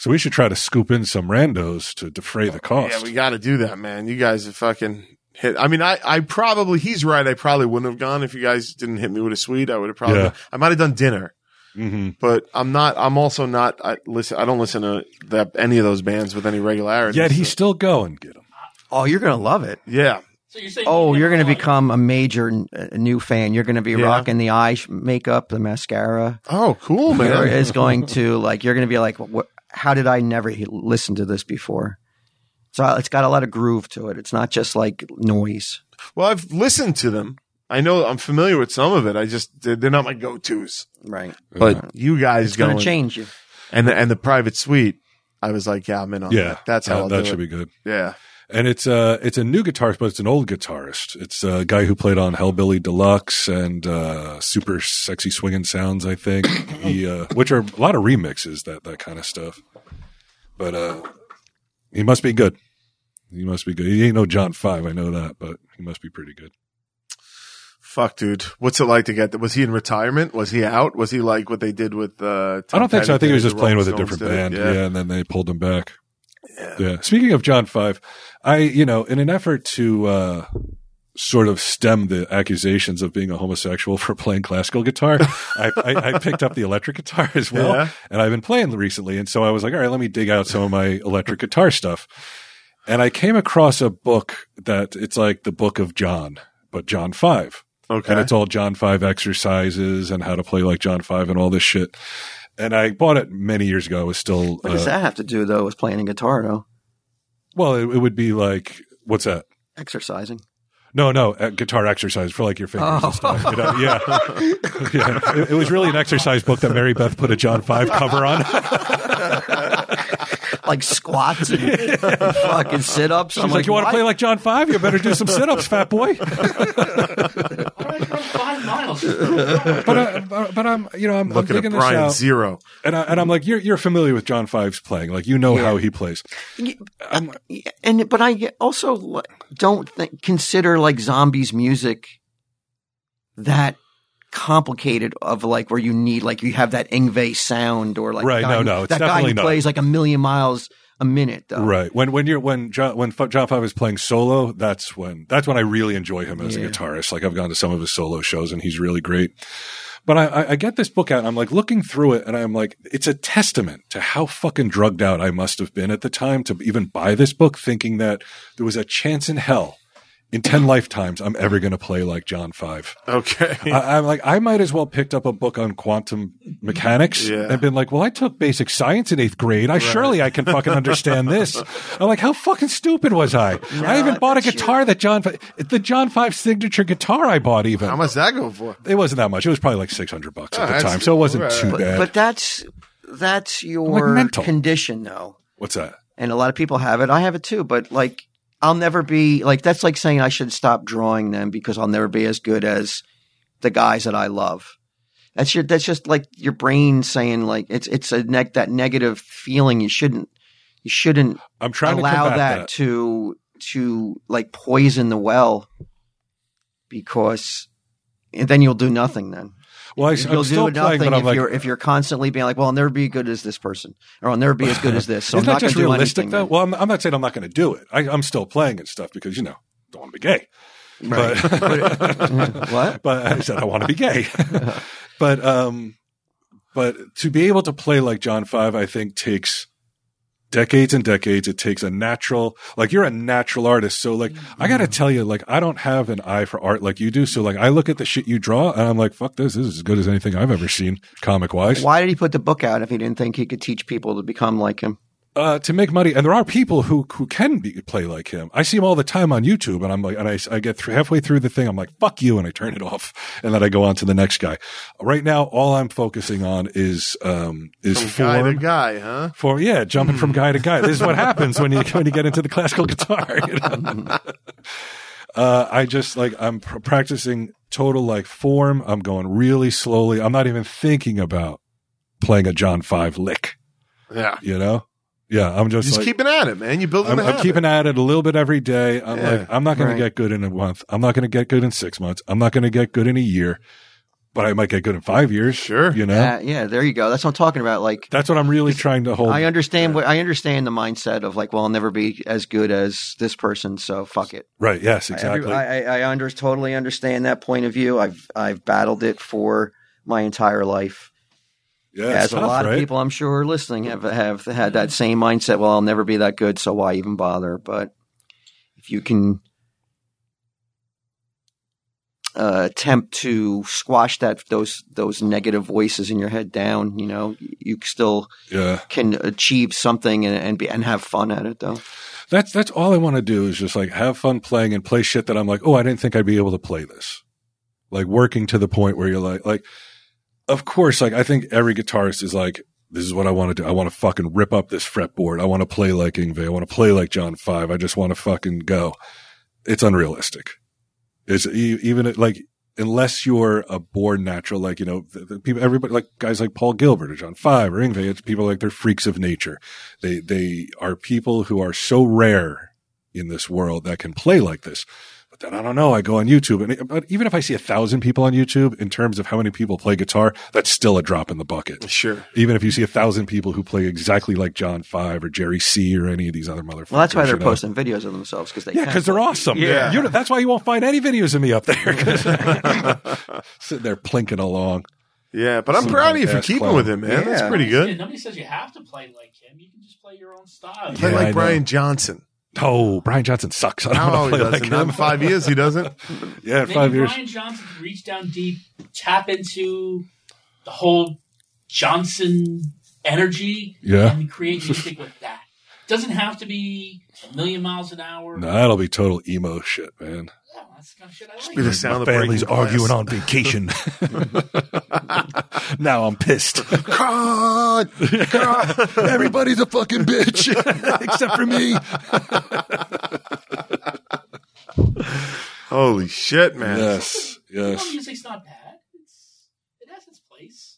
Speaker 2: So we should try to scoop in some randos to defray the cost.
Speaker 3: Oh, Yeah, we got to do that, man. You guys are fucking hit. I mean, I, I probably, he's right. I probably wouldn't have gone if you guys didn't hit me with a suite. I would have probably,
Speaker 2: Yeah.
Speaker 3: I might have done dinner,
Speaker 2: Mhm.
Speaker 3: but I'm not, I'm also not, I listen, I don't listen to that, any of those bands with any regularity.
Speaker 2: Yet he's
Speaker 3: so-
Speaker 2: still going. Get him.
Speaker 1: Oh, you're gonna love it.
Speaker 3: yeah.
Speaker 5: So you're saying?
Speaker 1: Oh,
Speaker 5: you
Speaker 1: you're going to
Speaker 5: never liked-
Speaker 1: become a major n- a new fan. You're going to be
Speaker 3: Yeah.
Speaker 1: rocking the eye sh- makeup, the mascara.
Speaker 3: Oh,
Speaker 2: [LAUGHS]
Speaker 3: cool,
Speaker 1: There
Speaker 3: man.
Speaker 1: is going to like you're going to be like, what, how did I never he- listen to this before? So it's got a lot of groove to it. It's not just like noise.
Speaker 3: Well, I've listened to them. I know I'm familiar with some of it. I just, they're they're not my go-tos,
Speaker 1: Right.
Speaker 3: but you guys
Speaker 1: It's going
Speaker 3: going-
Speaker 1: to change you.
Speaker 3: and the, and the private suite. I was like, yeah, I'm in on
Speaker 2: Yeah.
Speaker 3: that. That's how
Speaker 2: that,
Speaker 3: I'll
Speaker 2: that
Speaker 3: do
Speaker 2: should be
Speaker 3: it.
Speaker 2: good.
Speaker 3: Yeah.
Speaker 2: And it's a it's a new guitarist, but it's an old guitarist. It's a guy who played on Hellbilly Deluxe and uh, Super Sexy Swingin' Sounds, I think. he, uh, which are a lot of remixes, that that kind of stuff. But uh, he must be good. He must be good. He ain't no John Five, I know that, but he must be pretty good.
Speaker 3: Fuck, dude. What's it like to get? Was he in retirement? Was he out? Was he like what they did with? Uh,
Speaker 2: I don't think so. I think he was
Speaker 3: the
Speaker 2: just playing with a
Speaker 3: Rolling
Speaker 2: different
Speaker 3: Stones
Speaker 2: band,
Speaker 3: did?
Speaker 2: yeah.
Speaker 3: Yeah.
Speaker 2: and then they pulled him back. Yeah. Speaking of John Five, I you know, in an effort to uh, sort of stem the accusations of being a homosexual for playing classical
Speaker 3: [LAUGHS]
Speaker 2: guitar, I, I, I picked up the electric guitar as well,
Speaker 3: Yeah.
Speaker 2: and I've been playing recently, and so I was like, all right, let me dig out some of my electric guitar stuff, and I came across a book that it's like the Book of John, but John Five.
Speaker 3: Okay.
Speaker 2: And it's all John 5 exercises and how to play like John 5 and all this shit. And I bought it many years ago. It was still,
Speaker 1: What does
Speaker 2: uh,
Speaker 1: that have to do though with playing a guitar though?
Speaker 2: well, it, it would be like, what's that?
Speaker 1: Exercising.
Speaker 2: No, no, uh, guitar exercise for like your fingers
Speaker 1: Oh.
Speaker 2: and stuff. you know? Yeah. yeah. It, it was really an exercise book that Mary Beth put a John 5 cover on.
Speaker 1: Like squats and [LAUGHS] fucking sit ups.
Speaker 2: She's like, you want to play like John 5? You better do some sit ups, fat boy.
Speaker 5: [LAUGHS]
Speaker 2: [LAUGHS]
Speaker 5: All right, from five miles. Well,
Speaker 2: But, I, but, but I'm, you know, I'm, I'm
Speaker 3: Looking at
Speaker 2: digging this
Speaker 3: Brian
Speaker 2: out.
Speaker 3: Zero.
Speaker 2: and, I, and I'm like, you're, you're familiar with John 5's playing. Like, you know how he plays.
Speaker 1: and but I also li- don't think, consider like zombies music that complicated of like where you need like you have that Ingve sound or like
Speaker 2: Right,
Speaker 1: guy
Speaker 2: no,
Speaker 1: who-
Speaker 2: no, it's
Speaker 1: that guy
Speaker 2: definitely
Speaker 1: who
Speaker 2: not.
Speaker 1: plays like a million miles a minute though.
Speaker 2: Right. When when you're when John when F- John Five is playing solo, that's when that's when I really enjoy him as a guitarist. Like I've gone to some of his solo shows and he's really great. But I, I, I get this book out and I'm like looking through it and I'm like, it's a testament to how fucking drugged out I must have been at the time to even buy this book, thinking that there was a chance in hell in ten lifetimes I'm ever gonna play like John Five. [LAUGHS]
Speaker 3: Okay.
Speaker 2: I, I'm like, I might as well picked up a book on quantum mechanics
Speaker 3: Yeah.
Speaker 2: and been like, well, I took basic science in eighth grade. I surely I can fucking understand this. I'm like, how fucking stupid was I? I even bought a guitar that John, Fi- the John Five signature guitar I bought even.
Speaker 3: How much that go for?
Speaker 2: it wasn't that much. It was probably like 600 bucks
Speaker 3: Oh,
Speaker 2: at the
Speaker 3: that's-
Speaker 2: time. So it wasn't
Speaker 3: all right.
Speaker 2: too
Speaker 1: But,
Speaker 2: bad.
Speaker 1: but that's that's your
Speaker 2: mental.
Speaker 1: condition though.
Speaker 2: What's that?
Speaker 1: and a lot of people have it. I have it too, but like I'll never be like that's like saying I should stop drawing them because I'll never be as good as the guys that I love. That's your that's just like your brain saying like it's it's a neg that negative feeling you shouldn't you shouldn't
Speaker 2: I'm trying to
Speaker 1: allow
Speaker 2: combat
Speaker 1: that, to to like poison the well because and then you'll do nothing then.
Speaker 2: Well, I,
Speaker 1: You'll
Speaker 2: am
Speaker 1: do
Speaker 2: still playing,
Speaker 1: nothing
Speaker 2: but
Speaker 1: if
Speaker 2: I'm like,
Speaker 1: you're if you're constantly being like, "Well, I'll never be good as this person," or "I'll never be as good as this." So
Speaker 2: Isn't
Speaker 1: I'm
Speaker 2: that
Speaker 1: not going
Speaker 2: just
Speaker 1: to do
Speaker 2: realistic
Speaker 1: anything.
Speaker 2: though?
Speaker 1: then.
Speaker 2: Well, I'm, I'm not saying I'm not going to do it. I, I'm still playing and stuff because, you know, don't want to be gay. But,
Speaker 1: [LAUGHS] what?
Speaker 2: but [LAUGHS] I said I want to be gay. but um, but to be able to play like John Five, I think takes decades and decades. It takes a natural, like you're a natural artist. So like I gotta tell you, like I don't have an eye for art like you do. So like I look at the shit you draw and I'm like, fuck this. This is as good as anything I've ever seen, comic wise.
Speaker 1: Why did he put the book out if he didn't think he could teach people to become like him?
Speaker 2: uh, to make money. And there are people who who can be, play like him. I see him all the time on YouTube, and I'm like, and I, I get through, halfway through the thing, I'm like, fuck you, and I turn it off, and then I go on to the next guy. Right now, all I'm focusing on is um is
Speaker 3: From guy to
Speaker 2: form.
Speaker 3: guy, huh?
Speaker 2: For yeah, jumping [LAUGHS]
Speaker 3: [LAUGHS]
Speaker 2: from guy to guy. This is what happens when you when you get into the classical guitar. you know? Uh, I just like I'm pr- practicing total like form. I'm going really slowly. I'm not even thinking about playing a John Five lick.
Speaker 3: Yeah.
Speaker 2: You know? Yeah. I'm just,
Speaker 3: Just
Speaker 2: like
Speaker 3: keeping at it, man. You build
Speaker 2: I'm,
Speaker 3: an
Speaker 2: I'm
Speaker 3: habit.
Speaker 2: keeping at it a little bit every day. I'm
Speaker 3: Yeah.
Speaker 2: like I'm not going
Speaker 1: Right.
Speaker 2: to get good in a month. I'm not going to get good in six months. I'm not going to get good in a year, but I might get good in five years.
Speaker 3: Sure.
Speaker 2: You know?
Speaker 1: Yeah, yeah, there you go. That's what I'm talking about. Like,
Speaker 2: That's what I'm really trying to hold.
Speaker 1: I understand what I understand the mindset of like, well, I'll never be as good as this person, so fuck it.
Speaker 2: right. Yes.
Speaker 1: I-
Speaker 2: Exactly.
Speaker 1: I, I, I under, totally understand that point of view. I've I've battled it for my entire life.
Speaker 2: yeah.
Speaker 1: As
Speaker 2: it's tough,
Speaker 1: a lot
Speaker 2: right?
Speaker 1: of people I'm sure are listening have have had that same mindset. Well, I'll never be that good, so why even bother? But if you can uh, attempt to squash that those those negative voices in your head down, you know, you still
Speaker 2: Yeah.
Speaker 1: can achieve something and, and be and have fun at it though.
Speaker 2: That's that's all I want to do is just like have fun playing and play shit that I'm like, oh, I didn't think I'd be able to play this. Like working to the point where you're like, like, of course, like I think every guitarist is like, this is what I want to do. I want to fucking rip up this fretboard. I want to play like Ingve. I want to play like John Five. I just want to fucking go. It's unrealistic. It's e- even at, like unless you're a born natural, like you know, the, the people, everybody, like guys like Paul Gilbert or John Five or Ingve, it's people like they're freaks of nature they they are people who are so rare in this world that can play like this. But then I don't know. I go on YouTube, and but even if I see a thousand people on YouTube in terms of how many people play guitar, that's still a drop in the bucket.
Speaker 3: Sure.
Speaker 2: Even if you see a thousand people who play exactly like John Five or Jerry C or any of these other motherfuckers,
Speaker 1: Well, that's why they're
Speaker 2: you know?
Speaker 1: posting videos of themselves because they
Speaker 2: Yeah,
Speaker 1: can.
Speaker 2: because they're awesome.
Speaker 3: Yeah.
Speaker 2: You know, that's why you won't find any videos of me up there. 'cause- [LAUGHS] Sitting there plinking along.
Speaker 3: Yeah, but I'm
Speaker 2: Some
Speaker 3: proud of you for
Speaker 2: punk-ass
Speaker 3: keeping
Speaker 2: clown.
Speaker 3: with it, man. That's
Speaker 1: Yeah.
Speaker 3: pretty
Speaker 5: Yeah,
Speaker 3: good.
Speaker 5: nobody says you have to play like him. You can just play your own style.
Speaker 3: Play
Speaker 2: Yeah, I
Speaker 3: like
Speaker 2: know.
Speaker 3: Brian Johnson.
Speaker 2: Oh, Brian Johnson sucks. [LAUGHS] I don't
Speaker 3: No,
Speaker 2: want
Speaker 3: Oh, he
Speaker 2: to play
Speaker 3: doesn't.
Speaker 2: like
Speaker 3: Not in
Speaker 2: him.
Speaker 3: five years, he doesn't.
Speaker 2: [LAUGHS] Yeah,
Speaker 5: Maybe
Speaker 2: five years.
Speaker 5: Brian Johnson can reach down deep, tap into the whole Johnson energy,
Speaker 2: Yeah.
Speaker 5: and create music with that. Doesn't have to be a million miles an hour.
Speaker 2: No, that'll be total emo shit, man.
Speaker 5: Yeah, that's the kind of shit I like.
Speaker 3: be the sound
Speaker 2: My
Speaker 3: of
Speaker 2: family's
Speaker 3: breaking
Speaker 2: arguing
Speaker 3: glass.
Speaker 2: on
Speaker 3: [LAUGHS]
Speaker 2: vacation. now I'm pissed.
Speaker 3: God,
Speaker 2: [LAUGHS] Everybody's a fucking bitch [LAUGHS] except for me.
Speaker 3: holy shit,
Speaker 1: [LAUGHS]
Speaker 3: man!
Speaker 2: Yes,
Speaker 5: Well,
Speaker 2: yes,
Speaker 5: music's not bad. It's, it has its place.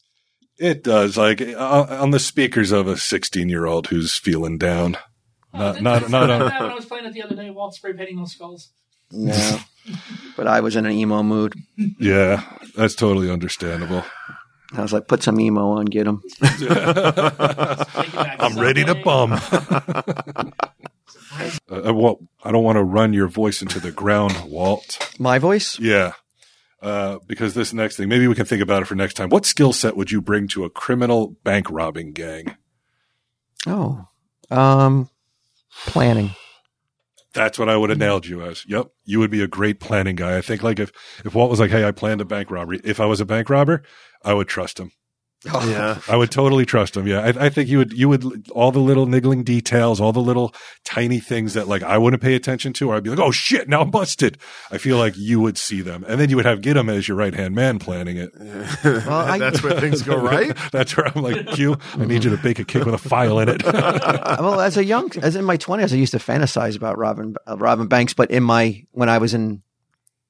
Speaker 2: it does. Like uh, on the speakers of a 16 year old who's feeling down. Not-
Speaker 5: that-
Speaker 2: not-
Speaker 5: Uh, that's
Speaker 2: not on-
Speaker 5: that when I was playing it the other day, while spray painting those skulls.
Speaker 1: No. but I was in an emo mood.
Speaker 2: Yeah, that's totally understandable.
Speaker 1: I was like, put some emo on, get them.
Speaker 5: I'm
Speaker 2: I'm ready to bum. Uh, I, won't- I don't want to run your voice into the ground, Walt.
Speaker 1: My voice?
Speaker 2: Yeah. Uh, because this next thing, maybe we can think about it for next time. What skill set would you bring to a criminal bank robbing gang?
Speaker 1: Oh, um, planning.
Speaker 2: That's what I would have nailed you as. Yep. You would be a great planning guy. I think like if, if Walt was like, Hey, I planned a bank robbery. If I was a bank robber, I would trust him.
Speaker 3: [LAUGHS] Yeah,
Speaker 2: I would totally trust him. Yeah. I, I think you would, you would all the little niggling details, all the little tiny things that like I wouldn't pay attention to, or I'd be like, Oh shit, now I'm busted. I feel like you would see them. And then you would have get him as your right hand man planning it.
Speaker 3: [LAUGHS]
Speaker 1: I-
Speaker 3: that's where
Speaker 2: [LAUGHS]
Speaker 3: things go right.
Speaker 2: That's where I'm like, Q, I need you to bake a cake with a file in it. [LAUGHS]
Speaker 1: well, as a young, as in my twenties, I used to fantasize about Robin uh, Robin Banks, but in my when I was in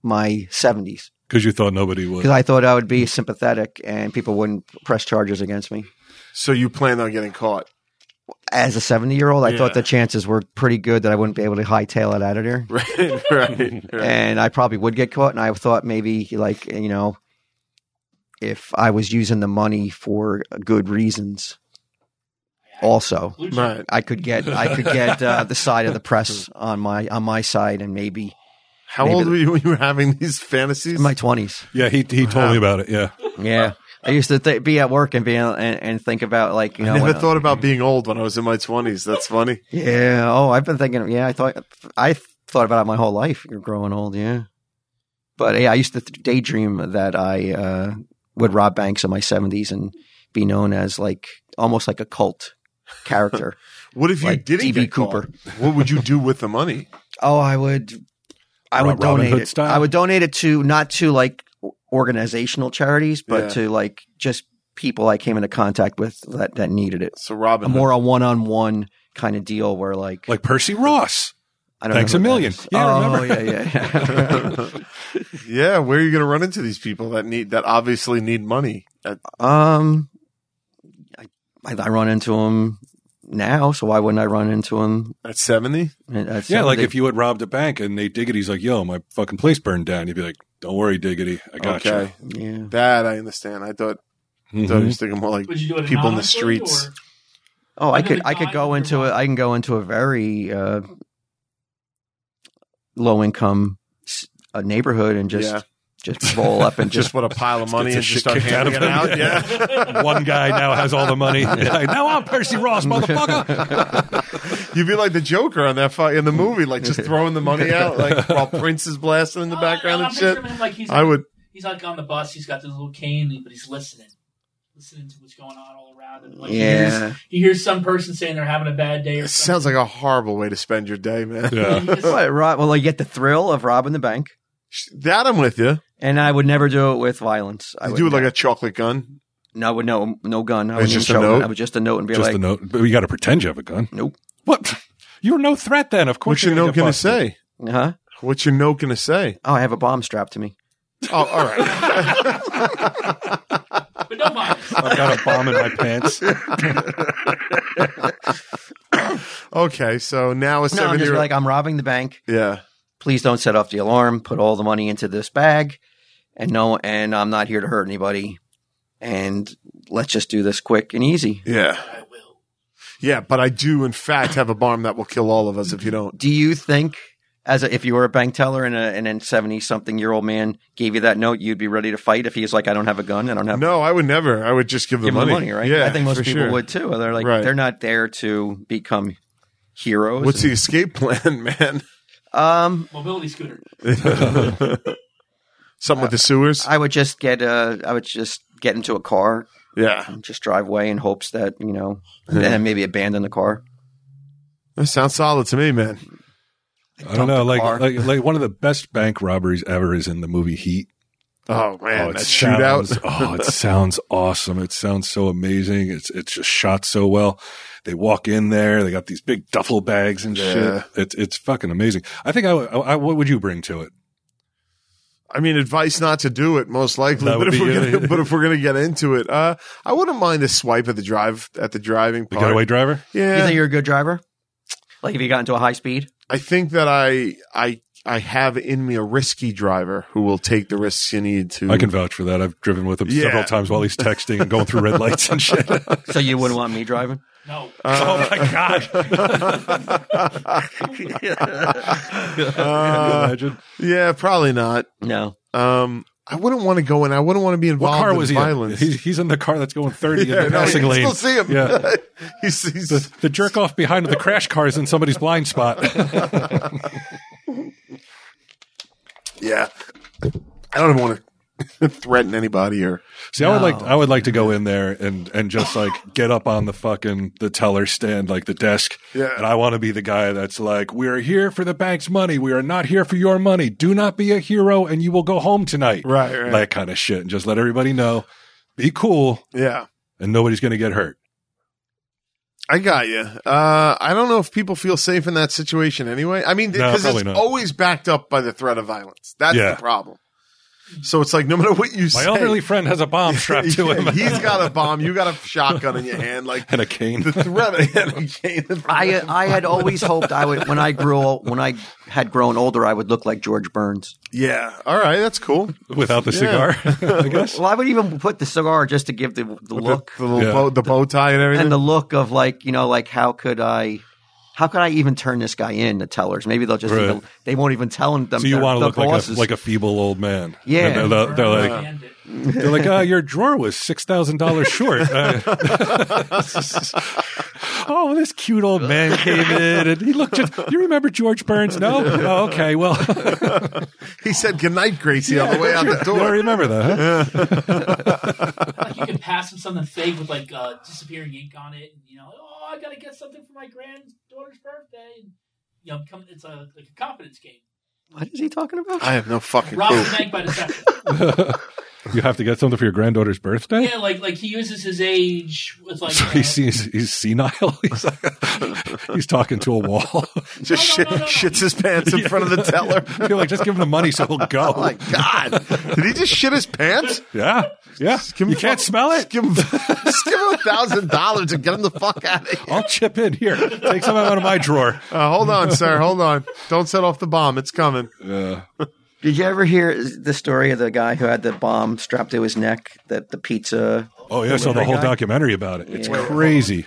Speaker 1: my seventies,
Speaker 2: Because you thought nobody would.
Speaker 1: because I thought I would be sympathetic and people wouldn't press charges against me.
Speaker 3: So you planned on getting caught? [LAUGHS]
Speaker 1: As a seventy-year-old, I
Speaker 3: Yeah.
Speaker 1: thought the chances were pretty good that I wouldn't be able to hightail it out of there.
Speaker 3: Right, right,
Speaker 1: [LAUGHS]
Speaker 3: right.
Speaker 1: and I probably would get caught. And I thought maybe like you know, if I was using the money for good reasons, also
Speaker 5: Blue check.
Speaker 3: right.
Speaker 1: I could get I could get uh, the side of the press on my on my side, and maybe
Speaker 3: How
Speaker 1: Maybe
Speaker 3: old
Speaker 1: the-
Speaker 3: were you when you were having these fantasies?
Speaker 1: in my twenties.
Speaker 2: yeah, he he told me about it. Yeah,
Speaker 1: Yeah, I used to th- be at work and be and, and think about like you know.
Speaker 3: I never
Speaker 1: when I-
Speaker 3: thought about being old when I was in my twenties. That's funny.
Speaker 1: yeah. Oh, I've been thinking. Yeah, I thought I thought about it my whole life. You're growing old. Yeah. But yeah, I used to th- daydream that I uh, would rob banks in my 70s and be known as like almost like a cult character.
Speaker 3: What if [LAUGHS] you
Speaker 1: Like
Speaker 3: didn't
Speaker 1: DB
Speaker 3: get Cooper? What would you do with the money?
Speaker 1: oh, I would, I would
Speaker 2: Rob- Robin
Speaker 1: donate
Speaker 2: Hood
Speaker 1: it.
Speaker 2: style?
Speaker 1: I would donate it to not to like organizational charities, but
Speaker 3: Yeah.
Speaker 1: to like just people I came into contact with that that needed it.
Speaker 2: Uh-huh.
Speaker 3: So Robin,
Speaker 1: A more a one on one kind of deal where like
Speaker 2: like Percy Ross.
Speaker 1: I don't
Speaker 2: Thanks
Speaker 1: know
Speaker 2: a
Speaker 1: who that
Speaker 2: million.
Speaker 1: is.
Speaker 2: Yeah,
Speaker 1: oh,
Speaker 2: remember.
Speaker 1: yeah, yeah, [LAUGHS] yeah.
Speaker 3: [LAUGHS] yeah, where are you going to run into these people that need that obviously need money? Uh,
Speaker 1: Um, I, I I run into him now, so why wouldn't I run into him?
Speaker 3: At seventy,
Speaker 1: at- at
Speaker 2: Yeah, like
Speaker 1: 70?
Speaker 2: if you had robbed a bank and they Diggity's like, "Yo, my fucking place burned down," you'd be like, "Don't worry, Diggity, I got Mm-hmm.
Speaker 3: okay,
Speaker 1: yeah,
Speaker 3: that I understand. I thought
Speaker 2: you."
Speaker 3: I thought he was thinking more like
Speaker 5: Would you do it
Speaker 3: people in the
Speaker 5: anonymously,
Speaker 3: streets.
Speaker 5: or-
Speaker 1: Oh, I
Speaker 5: Under
Speaker 1: could
Speaker 5: the
Speaker 1: I could
Speaker 5: guise
Speaker 1: go
Speaker 5: of
Speaker 1: into a,
Speaker 5: your-
Speaker 1: I can go into a very uh, low income uh, neighborhood and just
Speaker 3: Yeah.
Speaker 1: just roll up
Speaker 3: [LAUGHS]
Speaker 1: and
Speaker 3: just
Speaker 1: just
Speaker 2: [LAUGHS]
Speaker 3: what a pile of money
Speaker 2: the
Speaker 3: and
Speaker 2: shit
Speaker 3: just start
Speaker 2: kicked out
Speaker 3: handing
Speaker 2: of
Speaker 3: it
Speaker 2: him. [LAUGHS]
Speaker 3: out.
Speaker 2: Yeah.
Speaker 3: Yeah,
Speaker 2: One guy now has all
Speaker 1: [LAUGHS]
Speaker 2: the money. now I'm Percy Ross, motherfucker.
Speaker 3: you'd be like the Joker on that fight in the movie, like just throwing the money
Speaker 2: [LAUGHS]
Speaker 3: out, like while Prince is blasting in the
Speaker 5: Oh,
Speaker 3: background
Speaker 5: I'm
Speaker 3: and shit.
Speaker 5: picturing him like he's-
Speaker 3: I would.
Speaker 5: He's like on the bus. He's got this little cane, but he's listening, listening to what's going on all around him. Like he
Speaker 1: yeah.
Speaker 5: hears, he hears some person saying they're having a bad day or
Speaker 3: It
Speaker 5: something.
Speaker 3: sounds like a horrible way to spend your day, man. [LAUGHS]
Speaker 2: Yeah.
Speaker 5: He just-
Speaker 1: What, rob, well, you get the thrill of robbing the bank,
Speaker 3: That I'm with you.
Speaker 1: and I would never do it with violence. I
Speaker 3: You
Speaker 1: would
Speaker 3: do it like
Speaker 1: ne-
Speaker 3: a chocolate gun.
Speaker 1: no, I would no no gun. I
Speaker 3: It's
Speaker 1: would
Speaker 3: just a note?
Speaker 1: I would just a note and [LAUGHS] be
Speaker 2: Just
Speaker 1: like,
Speaker 2: a note, but you got to pretend you have a gun.
Speaker 1: nope,
Speaker 2: What? You're no threat then. Of course,
Speaker 3: What's your
Speaker 2: you're
Speaker 3: note
Speaker 2: get
Speaker 3: going to
Speaker 2: busted.
Speaker 3: say?
Speaker 1: huh?
Speaker 3: What's your note going to say?
Speaker 1: Oh, I have a bomb strapped to me.
Speaker 3: Oh, all right.
Speaker 5: [LAUGHS]
Speaker 3: [LAUGHS]
Speaker 5: but no violence.
Speaker 2: I've got a bomb in my
Speaker 1: [LAUGHS]
Speaker 2: pants.
Speaker 3: okay, so now it's
Speaker 1: No, I'm
Speaker 3: seven
Speaker 1: just
Speaker 3: year.
Speaker 1: like I'm robbing the bank.
Speaker 3: yeah,
Speaker 1: please don't set off the alarm. Put all the money into this bag, and no, and I'm not here to hurt anybody. And let's just do this quick and easy.
Speaker 3: yeah,
Speaker 5: I will.
Speaker 3: yeah. But I do, in fact, have a bomb that will kill all of us if you don't.
Speaker 1: Do you think, as a, if you were a bank teller and a and a seventy something year old man gave you that note, you'd be ready to fight if he's like, I don't have a gun, I don't have
Speaker 3: No, I would never. I would just give the
Speaker 1: give him
Speaker 3: money.
Speaker 1: the money, right?
Speaker 3: Yeah,
Speaker 1: I think most
Speaker 3: for
Speaker 1: people
Speaker 3: sure.
Speaker 1: would too. They're like,
Speaker 3: Right.
Speaker 1: they're not there to become heroes.
Speaker 3: What's the escape plan, [LAUGHS] man?
Speaker 1: Um,
Speaker 5: Mobility scooter.
Speaker 3: Something with the sewers.
Speaker 1: I would just get a, I would just get into a car,
Speaker 3: yeah,
Speaker 1: just drive away in hopes that you know, and then maybe abandon the car.
Speaker 3: that sounds solid to me, man.
Speaker 2: I don't know. Like,
Speaker 1: car.
Speaker 2: like, like one of the best bank robberies ever is in the movie Heat.
Speaker 3: Oh man,
Speaker 2: it
Speaker 1: [LAUGHS]
Speaker 3: that
Speaker 2: sounds-
Speaker 3: shootout.
Speaker 2: oh, it sounds awesome. It sounds so amazing. It's it's just shot so well. They walk in there. They got these big duffel bags and
Speaker 3: Yeah.
Speaker 2: shit. It's it's fucking amazing. I think I, would- I, I- what would you bring to it?
Speaker 3: I mean, advice not to do it, most likely.
Speaker 2: That
Speaker 3: But
Speaker 2: would
Speaker 3: if,
Speaker 2: be
Speaker 3: we're
Speaker 2: it.
Speaker 3: gonna, [LAUGHS] but if we're gonna get into it, uh, I wouldn't mind a swipe at the drive at the driving
Speaker 2: The
Speaker 3: part.
Speaker 2: getaway driver.
Speaker 1: You think
Speaker 3: Yeah,
Speaker 1: you're a good driver? Like if you got into a high speed?
Speaker 3: I think that I I I have in me a risky driver who will take the risks you need to.
Speaker 2: I can vouch for that. I've driven with him
Speaker 3: Yeah. Uh.
Speaker 2: several times while he's texting and going through red lights and shit.
Speaker 3: [LAUGHS]
Speaker 1: So you wouldn't want me driving?
Speaker 5: No.
Speaker 2: oh my
Speaker 3: [LAUGHS]
Speaker 2: god! Can you
Speaker 3: Uh,
Speaker 2: imagine?
Speaker 3: yeah, probably not.
Speaker 1: No.
Speaker 3: Um, I wouldn't want to go in. I wouldn't want to be
Speaker 2: What
Speaker 3: involved
Speaker 2: car
Speaker 3: in
Speaker 2: was he? in?
Speaker 3: violence.
Speaker 2: He's, he's in the car that's going thirty
Speaker 3: [LAUGHS] Yeah,
Speaker 2: in the
Speaker 3: no,
Speaker 2: passing
Speaker 3: you can
Speaker 2: lane.
Speaker 3: Still see him.
Speaker 2: Yeah.
Speaker 3: he's, [LAUGHS] he's-
Speaker 2: The, the jerk off behind the crash car is in somebody's blind
Speaker 3: [LAUGHS]
Speaker 2: spot.
Speaker 3: yeah. I don't even want to [LAUGHS] threaten anybody or
Speaker 2: See, I would like
Speaker 1: No.
Speaker 2: I would like to go in there and and just like get up on the fucking the teller stand, like the desk.
Speaker 3: Yeah.
Speaker 2: And I want to be the guy that's like, we are here for the bank's money. We are not here for your money. Do not be a hero, and you will go home tonight.
Speaker 3: Right, right.
Speaker 2: That kind of shit, and just let everybody know, be cool,
Speaker 3: yeah.
Speaker 2: and nobody's gonna get hurt.
Speaker 3: I got you. Uh, I don't know if people feel safe in that situation anyway. I mean,
Speaker 2: No,
Speaker 3: because
Speaker 2: probably
Speaker 3: it's
Speaker 2: not.
Speaker 3: always backed up by the threat of violence. That's
Speaker 2: Yeah.
Speaker 3: the problem. So it's like no matter what you
Speaker 2: My
Speaker 3: say,
Speaker 2: elderly friend has a bomb strapped to him.
Speaker 3: [LAUGHS] Yeah, he's got a bomb. You got a shotgun in your hand. Like
Speaker 2: [LAUGHS] and a cane.
Speaker 3: [LAUGHS] the threat of yeah, the-
Speaker 2: [LAUGHS]
Speaker 1: I I had always hoped I would when I grew when I had grown older I would look like George Burns.
Speaker 3: yeah. All right. That's cool.
Speaker 2: Without the
Speaker 3: Yeah.
Speaker 2: cigar, [LAUGHS] I guess.
Speaker 1: Well, I would even put the cigar just to give the the look
Speaker 3: the, the little
Speaker 2: Yeah.
Speaker 3: bow, the bow tie and everything.
Speaker 1: and the look of like you know like how could I. How could I even turn this guy in to tellers? Maybe they'll just
Speaker 2: Right.
Speaker 1: even, they won't even tell them.
Speaker 2: So you
Speaker 1: their-
Speaker 2: want to
Speaker 1: their
Speaker 2: look like a,
Speaker 1: bosses.
Speaker 2: like a feeble old man.
Speaker 1: Yeah.
Speaker 2: And they're, they're like,
Speaker 5: End it.
Speaker 2: They're like, uh, your drawer was six thousand dollars short. [LAUGHS] Uh, oh, this cute old man came in, and he looked just. You remember George Burns? No. Oh, okay.
Speaker 3: [LAUGHS]
Speaker 2: Well,
Speaker 3: he said good night, Gracie, on the way out the
Speaker 2: [LAUGHS] you don't
Speaker 3: door.
Speaker 2: remember that. Huh?
Speaker 5: like you could pass him something fake with like uh, disappearing ink on it, and you know, oh, I gotta get something for my granddaughter's birthday. And, you know, come, it's a like a confidence game.
Speaker 1: what is he talking about?
Speaker 3: I have no fucking
Speaker 5: Rob
Speaker 3: clue. [LAUGHS]
Speaker 5: the bank by deception.
Speaker 2: You have to get something for your granddaughter's birthday.
Speaker 5: Yeah, like like he uses his age with
Speaker 2: [LAUGHS]
Speaker 5: like.
Speaker 2: so
Speaker 5: uh,
Speaker 2: he sees he's senile. [LAUGHS] He's, like, [LAUGHS] he's talking to a wall. [LAUGHS]
Speaker 3: Just
Speaker 5: No, no,
Speaker 3: shit,
Speaker 5: no, no, no.
Speaker 3: shits his pants in front of the teller.
Speaker 2: You're like, just give him the money so he'll
Speaker 3: [LAUGHS]
Speaker 2: go.
Speaker 3: My God, did he just shit his pants?
Speaker 2: yeah, yeah.
Speaker 3: give him
Speaker 2: you can't
Speaker 3: fuck-
Speaker 2: smell it.
Speaker 3: Give him, [LAUGHS] just give him a thousand dollars and get him the fuck out of here.
Speaker 2: I'll chip in here. Take some out of my
Speaker 3: [LAUGHS]
Speaker 2: drawer.
Speaker 3: Uh, hold on, sir. Hold on. Don't set off the bomb. It's coming.
Speaker 1: Did you ever hear the story of the guy who had the bomb strapped to his neck? That the pizza.
Speaker 2: Oh yeah, I saw the whole
Speaker 1: guy?
Speaker 2: documentary about it. It's
Speaker 1: Yeah.
Speaker 2: crazy.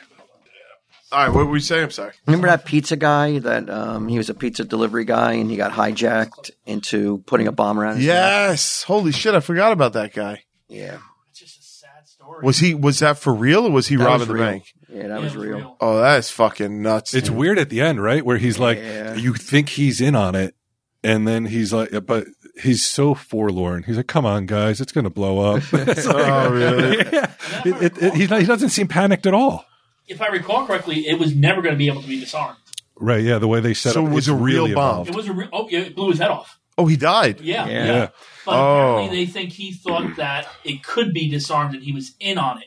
Speaker 3: All right. What were you saying? I'm sorry.
Speaker 1: Remember that pizza guy that um, he was a pizza delivery guy and he got hijacked into putting a bomb around his neck?
Speaker 3: Yes. Holy shit. I forgot about that guy.
Speaker 1: Yeah.
Speaker 5: It's just a sad story.
Speaker 3: Was he, was that for real or was he
Speaker 1: That
Speaker 3: robbing
Speaker 1: was
Speaker 3: the
Speaker 1: real.
Speaker 3: bank?
Speaker 1: Yeah, that
Speaker 5: Yeah, it
Speaker 1: was real.
Speaker 3: Oh, that is fucking nuts.
Speaker 2: It's weird at the end, right? Where he's like,
Speaker 1: Yeah.
Speaker 2: you think he's in on it, and then he's like, but he's so forlorn. He's like, come on, guys, it's going to blow up. [LAUGHS] It's like-
Speaker 3: [LAUGHS] oh, really?
Speaker 2: [LAUGHS] yeah. It- it- it- he's not- he doesn't seem panicked at all.
Speaker 5: If I recall correctly, it was never going to be able to be disarmed.
Speaker 2: Right. Yeah. The way they set
Speaker 3: So
Speaker 2: up
Speaker 3: it
Speaker 2: it's
Speaker 3: was a real
Speaker 2: really
Speaker 3: bomb.
Speaker 2: evolved.
Speaker 5: It was a re- oh yeah, it blew his head off.
Speaker 3: Oh, he died.
Speaker 5: Yeah,
Speaker 1: Yeah.
Speaker 2: Yeah.
Speaker 5: But
Speaker 3: Oh.
Speaker 5: apparently, they think he thought that it could be disarmed and he was in on it.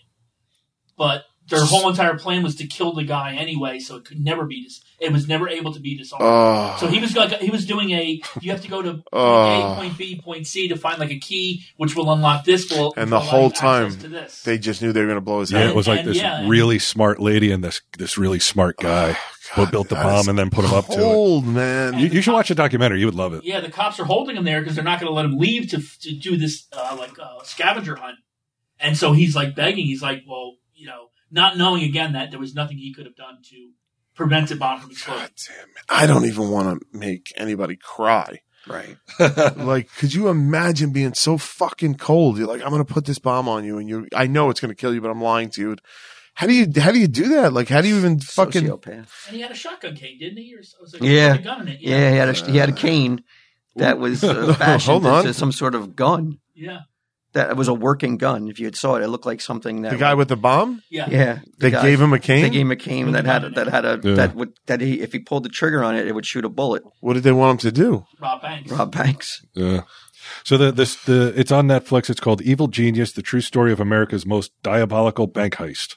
Speaker 5: But their whole entire plan was to kill the guy anyway, so it could never be. Dis- it was never able to be disarmed.
Speaker 3: Oh.
Speaker 5: So he was like, he was doing a. You have to go to point
Speaker 3: Oh.
Speaker 5: A, point B, point C to find like a key, which will unlock this. Will
Speaker 3: And the
Speaker 5: allow
Speaker 3: whole
Speaker 5: you access
Speaker 3: time
Speaker 5: to this.
Speaker 3: They just knew they were going to blow his
Speaker 2: Yeah,
Speaker 3: head.
Speaker 2: it was like
Speaker 5: And-
Speaker 2: this
Speaker 5: yeah.
Speaker 2: really smart lady and this this really smart guy who built the
Speaker 3: Oh, that is
Speaker 2: bomb and then put him up to it.
Speaker 3: Old man.
Speaker 2: You, you should watch the documentary. You would love it.
Speaker 5: yeah, the cops are holding him there because they're not going to let him leave to to do this uh, like uh, scavenger hunt. And so he's like begging. He's like, well, you know, not knowing again that there was nothing he could have done to prevent the bomb from exploding.
Speaker 3: God damn it. I don't even want to make anybody
Speaker 2: [LAUGHS]
Speaker 3: cry.
Speaker 1: Right.
Speaker 3: Like, could you imagine being so fucking cold? You're like, I'm going to put this bomb on you and you, I know it's going to kill you, but I'm lying to you. How do you, how do you do that? Like, how do you even fucking,
Speaker 1: Sociopath.
Speaker 5: And he had a shotgun cane, didn't he? Or so, it was like
Speaker 1: Yeah.
Speaker 5: a gun in it.
Speaker 1: Yeah, he had a, he had a cane that was uh, fashioned
Speaker 3: [LAUGHS] Hold on.
Speaker 1: into some sort of gun.
Speaker 5: yeah,
Speaker 1: That was a working gun. If you had saw it, it looked like something that
Speaker 3: the guy with the bomb?
Speaker 5: yeah.
Speaker 1: yeah. the
Speaker 3: They
Speaker 1: guy-
Speaker 3: gave him a cane?
Speaker 1: They gave him a cane that had a, that had a
Speaker 2: Yeah.
Speaker 1: that would that he if he pulled the trigger on it, it would shoot a bullet.
Speaker 3: what did they want him to do?
Speaker 5: Rob Banks.
Speaker 1: Rob Banks.
Speaker 2: Yeah. So the this the it's on Netflix. It's called Evil Genius: The True Story of America's Most Diabolical Bank Heist.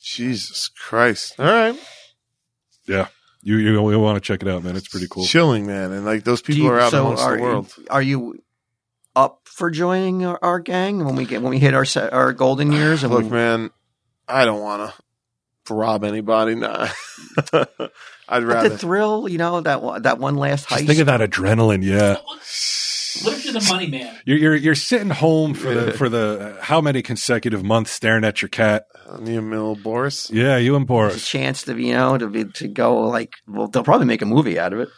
Speaker 3: Jesus Christ. All right.
Speaker 2: Yeah. You you, you want to check it out, man. It's pretty cool.
Speaker 3: Chilling, man. And like those people
Speaker 1: Do you-
Speaker 3: are out
Speaker 1: so
Speaker 3: amongst
Speaker 1: are,
Speaker 3: the world.
Speaker 1: Are you up for joining our, our gang when we get when we hit our se- our golden years? And
Speaker 3: Look,
Speaker 1: we-
Speaker 3: man, I don't want to rob anybody. Nah. [LAUGHS] I'd
Speaker 1: but
Speaker 3: rather.
Speaker 1: the thrill, you know that one, that one last
Speaker 2: Just
Speaker 1: heist.
Speaker 2: think of that adrenaline. Yeah.
Speaker 5: What if you're the money man?
Speaker 2: You're, you're you're sitting home for the for the uh, how many consecutive months staring at your cat?
Speaker 3: [LAUGHS] Me and Mill Boris.
Speaker 2: Yeah, you and
Speaker 1: It's a
Speaker 2: Boris.
Speaker 1: chance to you know to be to go like well they'll probably make a movie out of it.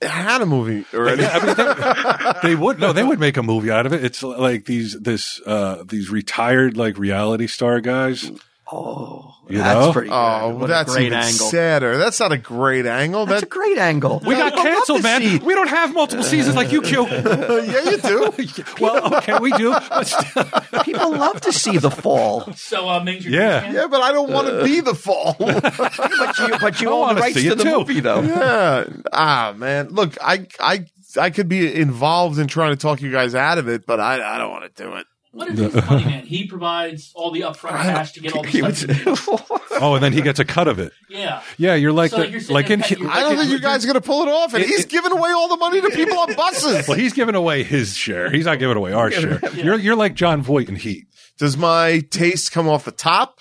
Speaker 3: It had a movie already.
Speaker 2: Yeah, I mean, they, they would no, they would make a movie out of it. It's like these this uh these retired like reality star guys.
Speaker 1: Oh,
Speaker 2: You
Speaker 1: that's
Speaker 2: know?
Speaker 1: pretty. Good.
Speaker 3: [LAUGHS] oh, well,
Speaker 1: What
Speaker 3: that's
Speaker 1: a great
Speaker 3: even
Speaker 1: angle.
Speaker 3: sadder. That's not a great angle.
Speaker 1: That's a
Speaker 3: That,
Speaker 1: great angle.
Speaker 2: We got
Speaker 1: I'd love to
Speaker 2: canceled, man.
Speaker 1: see-
Speaker 2: We don't have multiple seasons like
Speaker 1: [LAUGHS]
Speaker 2: you, Q.
Speaker 3: [LAUGHS] yeah, you do.
Speaker 2: well, okay, we do. But still,
Speaker 1: People love to see the
Speaker 2: [LAUGHS]
Speaker 1: fall,
Speaker 5: So uh, Ming's your
Speaker 2: Yeah.
Speaker 5: man?
Speaker 3: Yeah, but I don't want to be the fall.
Speaker 1: but you but you
Speaker 2: I
Speaker 1: own
Speaker 2: wanna
Speaker 1: the rights
Speaker 2: see
Speaker 1: to
Speaker 2: it
Speaker 1: the
Speaker 2: too.
Speaker 1: movie though.
Speaker 3: [LAUGHS] yeah. Ah, man. Look, I, I, I could be involved in trying to talk you guys out of it, but I, I don't want to do it.
Speaker 5: What if he's the
Speaker 2: [LAUGHS]
Speaker 5: money man? He provides all the upfront cash to get all the
Speaker 1: He
Speaker 5: stuff. you need.
Speaker 1: would-
Speaker 2: oh, and then he gets a cut of it.
Speaker 5: Yeah.
Speaker 2: Yeah, you're like
Speaker 5: So
Speaker 2: the-
Speaker 5: you're sitting
Speaker 2: like
Speaker 5: there
Speaker 2: in.
Speaker 5: petting your
Speaker 3: I don't think you guys are going to pull it off. And
Speaker 2: It-
Speaker 3: he's
Speaker 2: it-
Speaker 3: giving away all the money to people on buses. [LAUGHS]
Speaker 2: Well, he's giving away his share. He's not giving away our share. You're you're like John Voight in Heat.
Speaker 3: Does my taste come off the top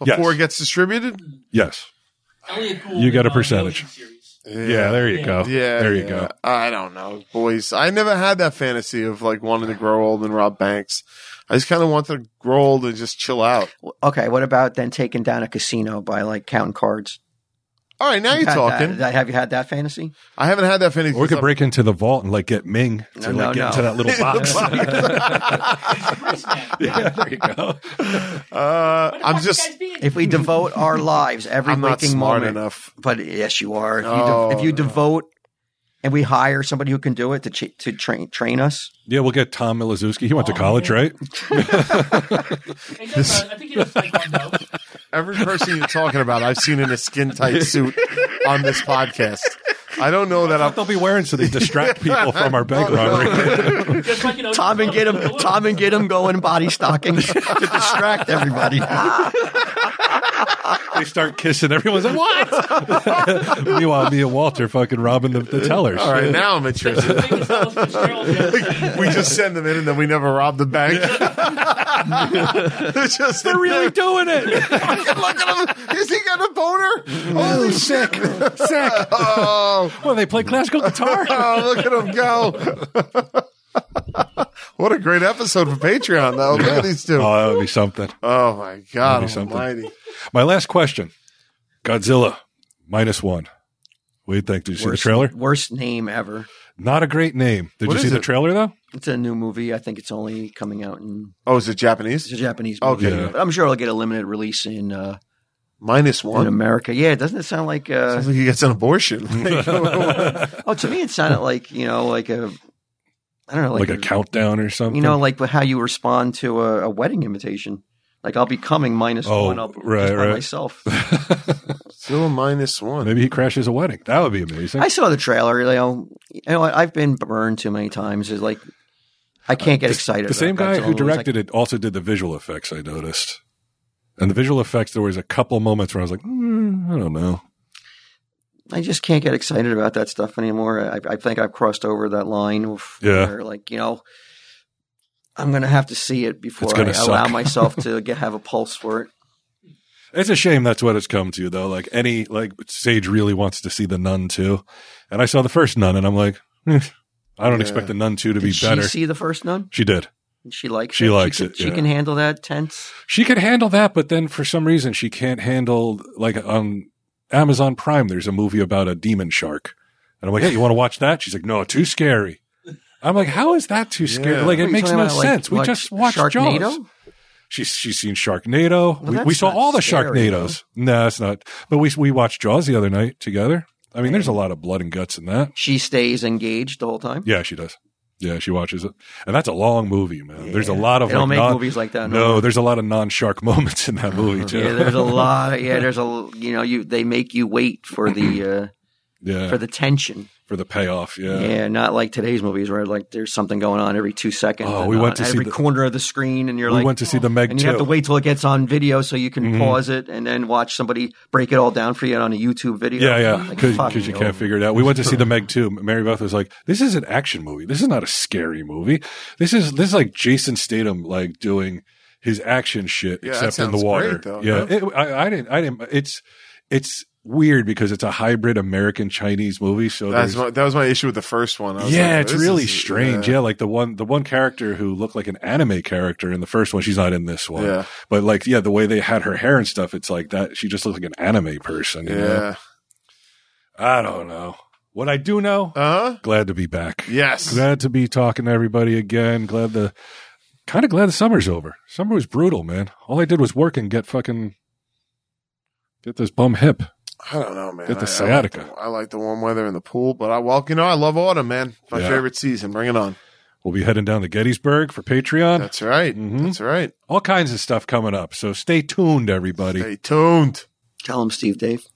Speaker 3: before
Speaker 2: Yes.
Speaker 3: it gets distributed?
Speaker 2: Yes.
Speaker 5: Elliot Gould
Speaker 2: You got a
Speaker 5: in, uh, the
Speaker 2: percentage.
Speaker 5: Ocean series.
Speaker 2: Yeah. There you go.
Speaker 3: Yeah,
Speaker 2: There you
Speaker 3: yeah.
Speaker 2: go.
Speaker 3: I don't know, boys. I never had that fantasy of like wanting to grow old and rob banks. I just kind of want to grow old and just chill out.
Speaker 1: [LAUGHS] Okay, what about then taking down a casino by like counting cards?
Speaker 3: All right, now
Speaker 1: You've
Speaker 3: you're
Speaker 1: had
Speaker 3: talking.
Speaker 1: that- have you had that fantasy?
Speaker 3: I haven't had that fantasy.
Speaker 2: Or we could break into the vault and like get Ming to
Speaker 1: No,
Speaker 2: like
Speaker 1: no,
Speaker 2: get
Speaker 1: no.
Speaker 2: into that [LAUGHS] little box.
Speaker 1: [LAUGHS]
Speaker 5: Chris, man.
Speaker 2: yeah, [LAUGHS] there you go.
Speaker 3: Uh,
Speaker 5: What the
Speaker 3: I'm
Speaker 5: fuck
Speaker 3: just.
Speaker 5: you guys being?
Speaker 1: If we devote
Speaker 3: [LAUGHS]
Speaker 1: our lives every
Speaker 3: I'm not
Speaker 1: waking
Speaker 3: smart
Speaker 1: moment,
Speaker 3: enough. Oh.
Speaker 1: but yes, you are. If you,
Speaker 3: No,
Speaker 1: de- if you
Speaker 3: no.
Speaker 1: devote, and we hire somebody who can do it to ch- to train train us.
Speaker 2: Yeah, we'll get Tom Miliszewski. He went to college, right?
Speaker 5: Hey, that's, uh, I think it is Taekwondo.
Speaker 1: [LAUGHS]
Speaker 3: [LAUGHS] Every person you're talking about, I've seen in a skin tight suit on this podcast. I don't know that
Speaker 1: [LAUGHS]
Speaker 2: But
Speaker 3: I'm.
Speaker 2: they'll be wearing so they [LAUGHS] distract people from our bank robbery.
Speaker 5: Just like, you know,
Speaker 1: Tom and get him.
Speaker 5: Look,
Speaker 1: Tom and get him going body stockings [LAUGHS] to distract
Speaker 2: [LAUGHS]
Speaker 1: everybody.
Speaker 2: they start kissing. Everyone's like, "What?" [LAUGHS] Meanwhile, me and Walter fucking robbing the, the tellers.
Speaker 3: All right, now I'm
Speaker 5: the
Speaker 3: interested.
Speaker 5: biggest
Speaker 1: [LAUGHS]
Speaker 5: Elvis Fitzgerald you ever seen.
Speaker 3: [LAUGHS] we just send them in, and then we never rob the bank. [LAUGHS] They're just they're [LAUGHS]
Speaker 2: really doing it. [LAUGHS]
Speaker 3: Look at him. Is he got a boner? Holy sick, sick. Oh,
Speaker 2: Well, they play classical guitar.
Speaker 3: [LAUGHS] oh, look at him go. [LAUGHS] what a great episode for Patreon, though. Look at these two.
Speaker 2: Oh, that would be something.
Speaker 3: Oh my God,
Speaker 2: That'd be something.
Speaker 3: Almighty!
Speaker 2: My last question: Godzilla minus one. What do you think? Did you see the trailer?
Speaker 1: Worst name ever.
Speaker 2: Not a great name. Did
Speaker 3: What
Speaker 2: you see
Speaker 3: is
Speaker 2: the
Speaker 3: it?
Speaker 2: trailer though?
Speaker 1: It's a new movie. I think it's only coming out in
Speaker 3: Oh, is it
Speaker 1: it's
Speaker 3: Japanese?
Speaker 1: a Japanese movie.
Speaker 3: Okay,
Speaker 2: Yeah.
Speaker 1: But I'm sure it'll get a limited release in uh,
Speaker 3: minus
Speaker 1: in
Speaker 3: one.
Speaker 1: America. Yeah, doesn't it sound like? Uh,
Speaker 3: Sounds like he gets
Speaker 2: [LAUGHS]
Speaker 3: an abortion.
Speaker 1: oh, to me, it [LAUGHS] sounded like you know, like a I don't know,
Speaker 2: Like,
Speaker 1: like,
Speaker 2: a countdown or something?
Speaker 1: you know, like how you respond to a, a wedding invitation. Like I'll be coming minus
Speaker 2: Oh,
Speaker 1: one. I'll be
Speaker 2: right,
Speaker 1: just by
Speaker 2: right.
Speaker 1: myself.
Speaker 3: [LAUGHS] Still a minus one.
Speaker 2: maybe he crashes a wedding. That would be amazing.
Speaker 1: I saw the trailer. You know, you know, what, I've been burned too many times. It's like I can't get excited.
Speaker 2: the same
Speaker 1: about
Speaker 2: guy
Speaker 1: Godzilla.
Speaker 2: who
Speaker 1: It's like,
Speaker 2: directed it also did the visual effects. I noticed, and the visual effects there was a couple moments where I was like, "Hmm, I don't know.
Speaker 1: I just can't get excited about that stuff anymore. I, I think I've crossed over that line. Of
Speaker 2: Yeah.
Speaker 1: where, like you know, I'm going to have to see it before I
Speaker 2: gonna suck.
Speaker 1: allow myself
Speaker 2: [LAUGHS]
Speaker 1: to get, have a pulse for it.
Speaker 2: It's a shame that's what it's come to though. Like any like Sage really wants to see the Nun too, and I saw the first Nun, and I'm like, "Hmm, I don't
Speaker 3: Yeah.
Speaker 2: expect the Nun two to
Speaker 1: Did
Speaker 2: be
Speaker 1: she
Speaker 2: better.
Speaker 1: see the first nun?
Speaker 2: she did.
Speaker 1: She likes.
Speaker 2: She
Speaker 1: it.
Speaker 2: likes
Speaker 1: can,
Speaker 2: it,
Speaker 1: She
Speaker 2: yeah.
Speaker 1: can handle that tense.
Speaker 2: She could handle that, but then for some reason she can't handle like on Amazon Prime. There's a movie about a demon shark, and I'm like, hey, you want to watch that? She's like, no, too scary. I'm like, how is that too scary?
Speaker 3: Yeah.
Speaker 1: What
Speaker 2: Like,
Speaker 1: are
Speaker 2: it
Speaker 1: you
Speaker 2: makes
Speaker 1: talking
Speaker 2: no
Speaker 1: about? Like-
Speaker 2: sense. we
Speaker 1: like
Speaker 2: just watched
Speaker 1: Sharknado?
Speaker 2: Jaws. She's she's seen Sharknado.
Speaker 1: Well,
Speaker 2: we,
Speaker 1: that's
Speaker 2: we saw
Speaker 1: not
Speaker 2: all the
Speaker 1: scary,
Speaker 2: Sharknados. No, it's not. But we we watched Jaws the other night together. I mean, there's a lot of blood and guts in that.
Speaker 1: She stays engaged the whole time.
Speaker 2: Yeah, she does. Yeah, she watches it, and that's a long movie, man. There's a lot of
Speaker 1: They don't
Speaker 2: like,
Speaker 1: make
Speaker 2: non-
Speaker 1: movies like that.
Speaker 2: No, there's a lot of non-shark [LAUGHS] moments in that movie
Speaker 1: [LAUGHS]
Speaker 2: too.
Speaker 1: Yeah,
Speaker 2: [LAUGHS]
Speaker 1: there's a lot. Yeah, there's a you know you they make you wait for
Speaker 2: [CLEARS THROAT]
Speaker 1: the
Speaker 2: yeah,
Speaker 1: uh, for the tension.
Speaker 2: for the payoff. Yeah.
Speaker 1: Yeah, not like today's movies where like there's something going on every two seconds.
Speaker 2: Oh,
Speaker 1: and
Speaker 2: we
Speaker 1: on
Speaker 2: went to see
Speaker 1: every
Speaker 2: the-
Speaker 1: corner of the screen, and you're
Speaker 2: we
Speaker 1: like,
Speaker 2: went to see the Meg
Speaker 1: and you have to
Speaker 2: too.
Speaker 1: wait till it gets on video so you can
Speaker 2: Mhm.
Speaker 1: pause it and then watch somebody break it all down for you on a YouTube video.
Speaker 2: Yeah, yeah,
Speaker 1: Like,
Speaker 2: because
Speaker 1: fuck
Speaker 2: you can't figure it out. We went
Speaker 1: [LAUGHS]
Speaker 2: to see the Meg too. Mary Beth was like, "This is an action movie. This is not a scary movie. This is this is like Jason Statham like doing his action shit,
Speaker 3: Yeah, that
Speaker 2: except in the
Speaker 3: sounds
Speaker 2: water."
Speaker 3: great, though,
Speaker 2: yeah, It- I, I didn't. I didn't. It's it's weird because it's a hybrid American Chinese movie. So
Speaker 3: That's
Speaker 2: there's-
Speaker 3: my, that was my issue with the first one. I was
Speaker 2: yeah,
Speaker 3: like,
Speaker 2: it's
Speaker 3: this
Speaker 2: really
Speaker 3: is-
Speaker 2: strange. Yeah. like the one the one character who looked like an anime character in the first one, she's not in this one.
Speaker 3: Yeah.
Speaker 2: But like, yeah, the way they had her hair and stuff, it's like that. She just looks like an anime person.
Speaker 3: Yeah.
Speaker 2: you know? I don't know. What I do know,
Speaker 3: Uh-huh.
Speaker 2: glad to be back.
Speaker 3: Yes.
Speaker 2: Glad to be talking to everybody again. Glad the kind of glad the summer's over. Summer was brutal, man. All I did was work and get fucking get this bum hip.
Speaker 3: I don't know, man.
Speaker 2: Get the
Speaker 3: I- I like
Speaker 2: sciatica.
Speaker 3: I like the warm weather and the pool, but I walk. You know, I love autumn, man. My
Speaker 2: Yeah.
Speaker 3: favorite season. Bring it on.
Speaker 2: We'll be heading down to Gettysburg for Patreon.
Speaker 3: That's right.
Speaker 2: Mhm.
Speaker 3: That's right.
Speaker 2: All kinds of stuff coming up. So stay tuned, everybody.
Speaker 3: Stay tuned.
Speaker 1: Tell him, Steve, Dave.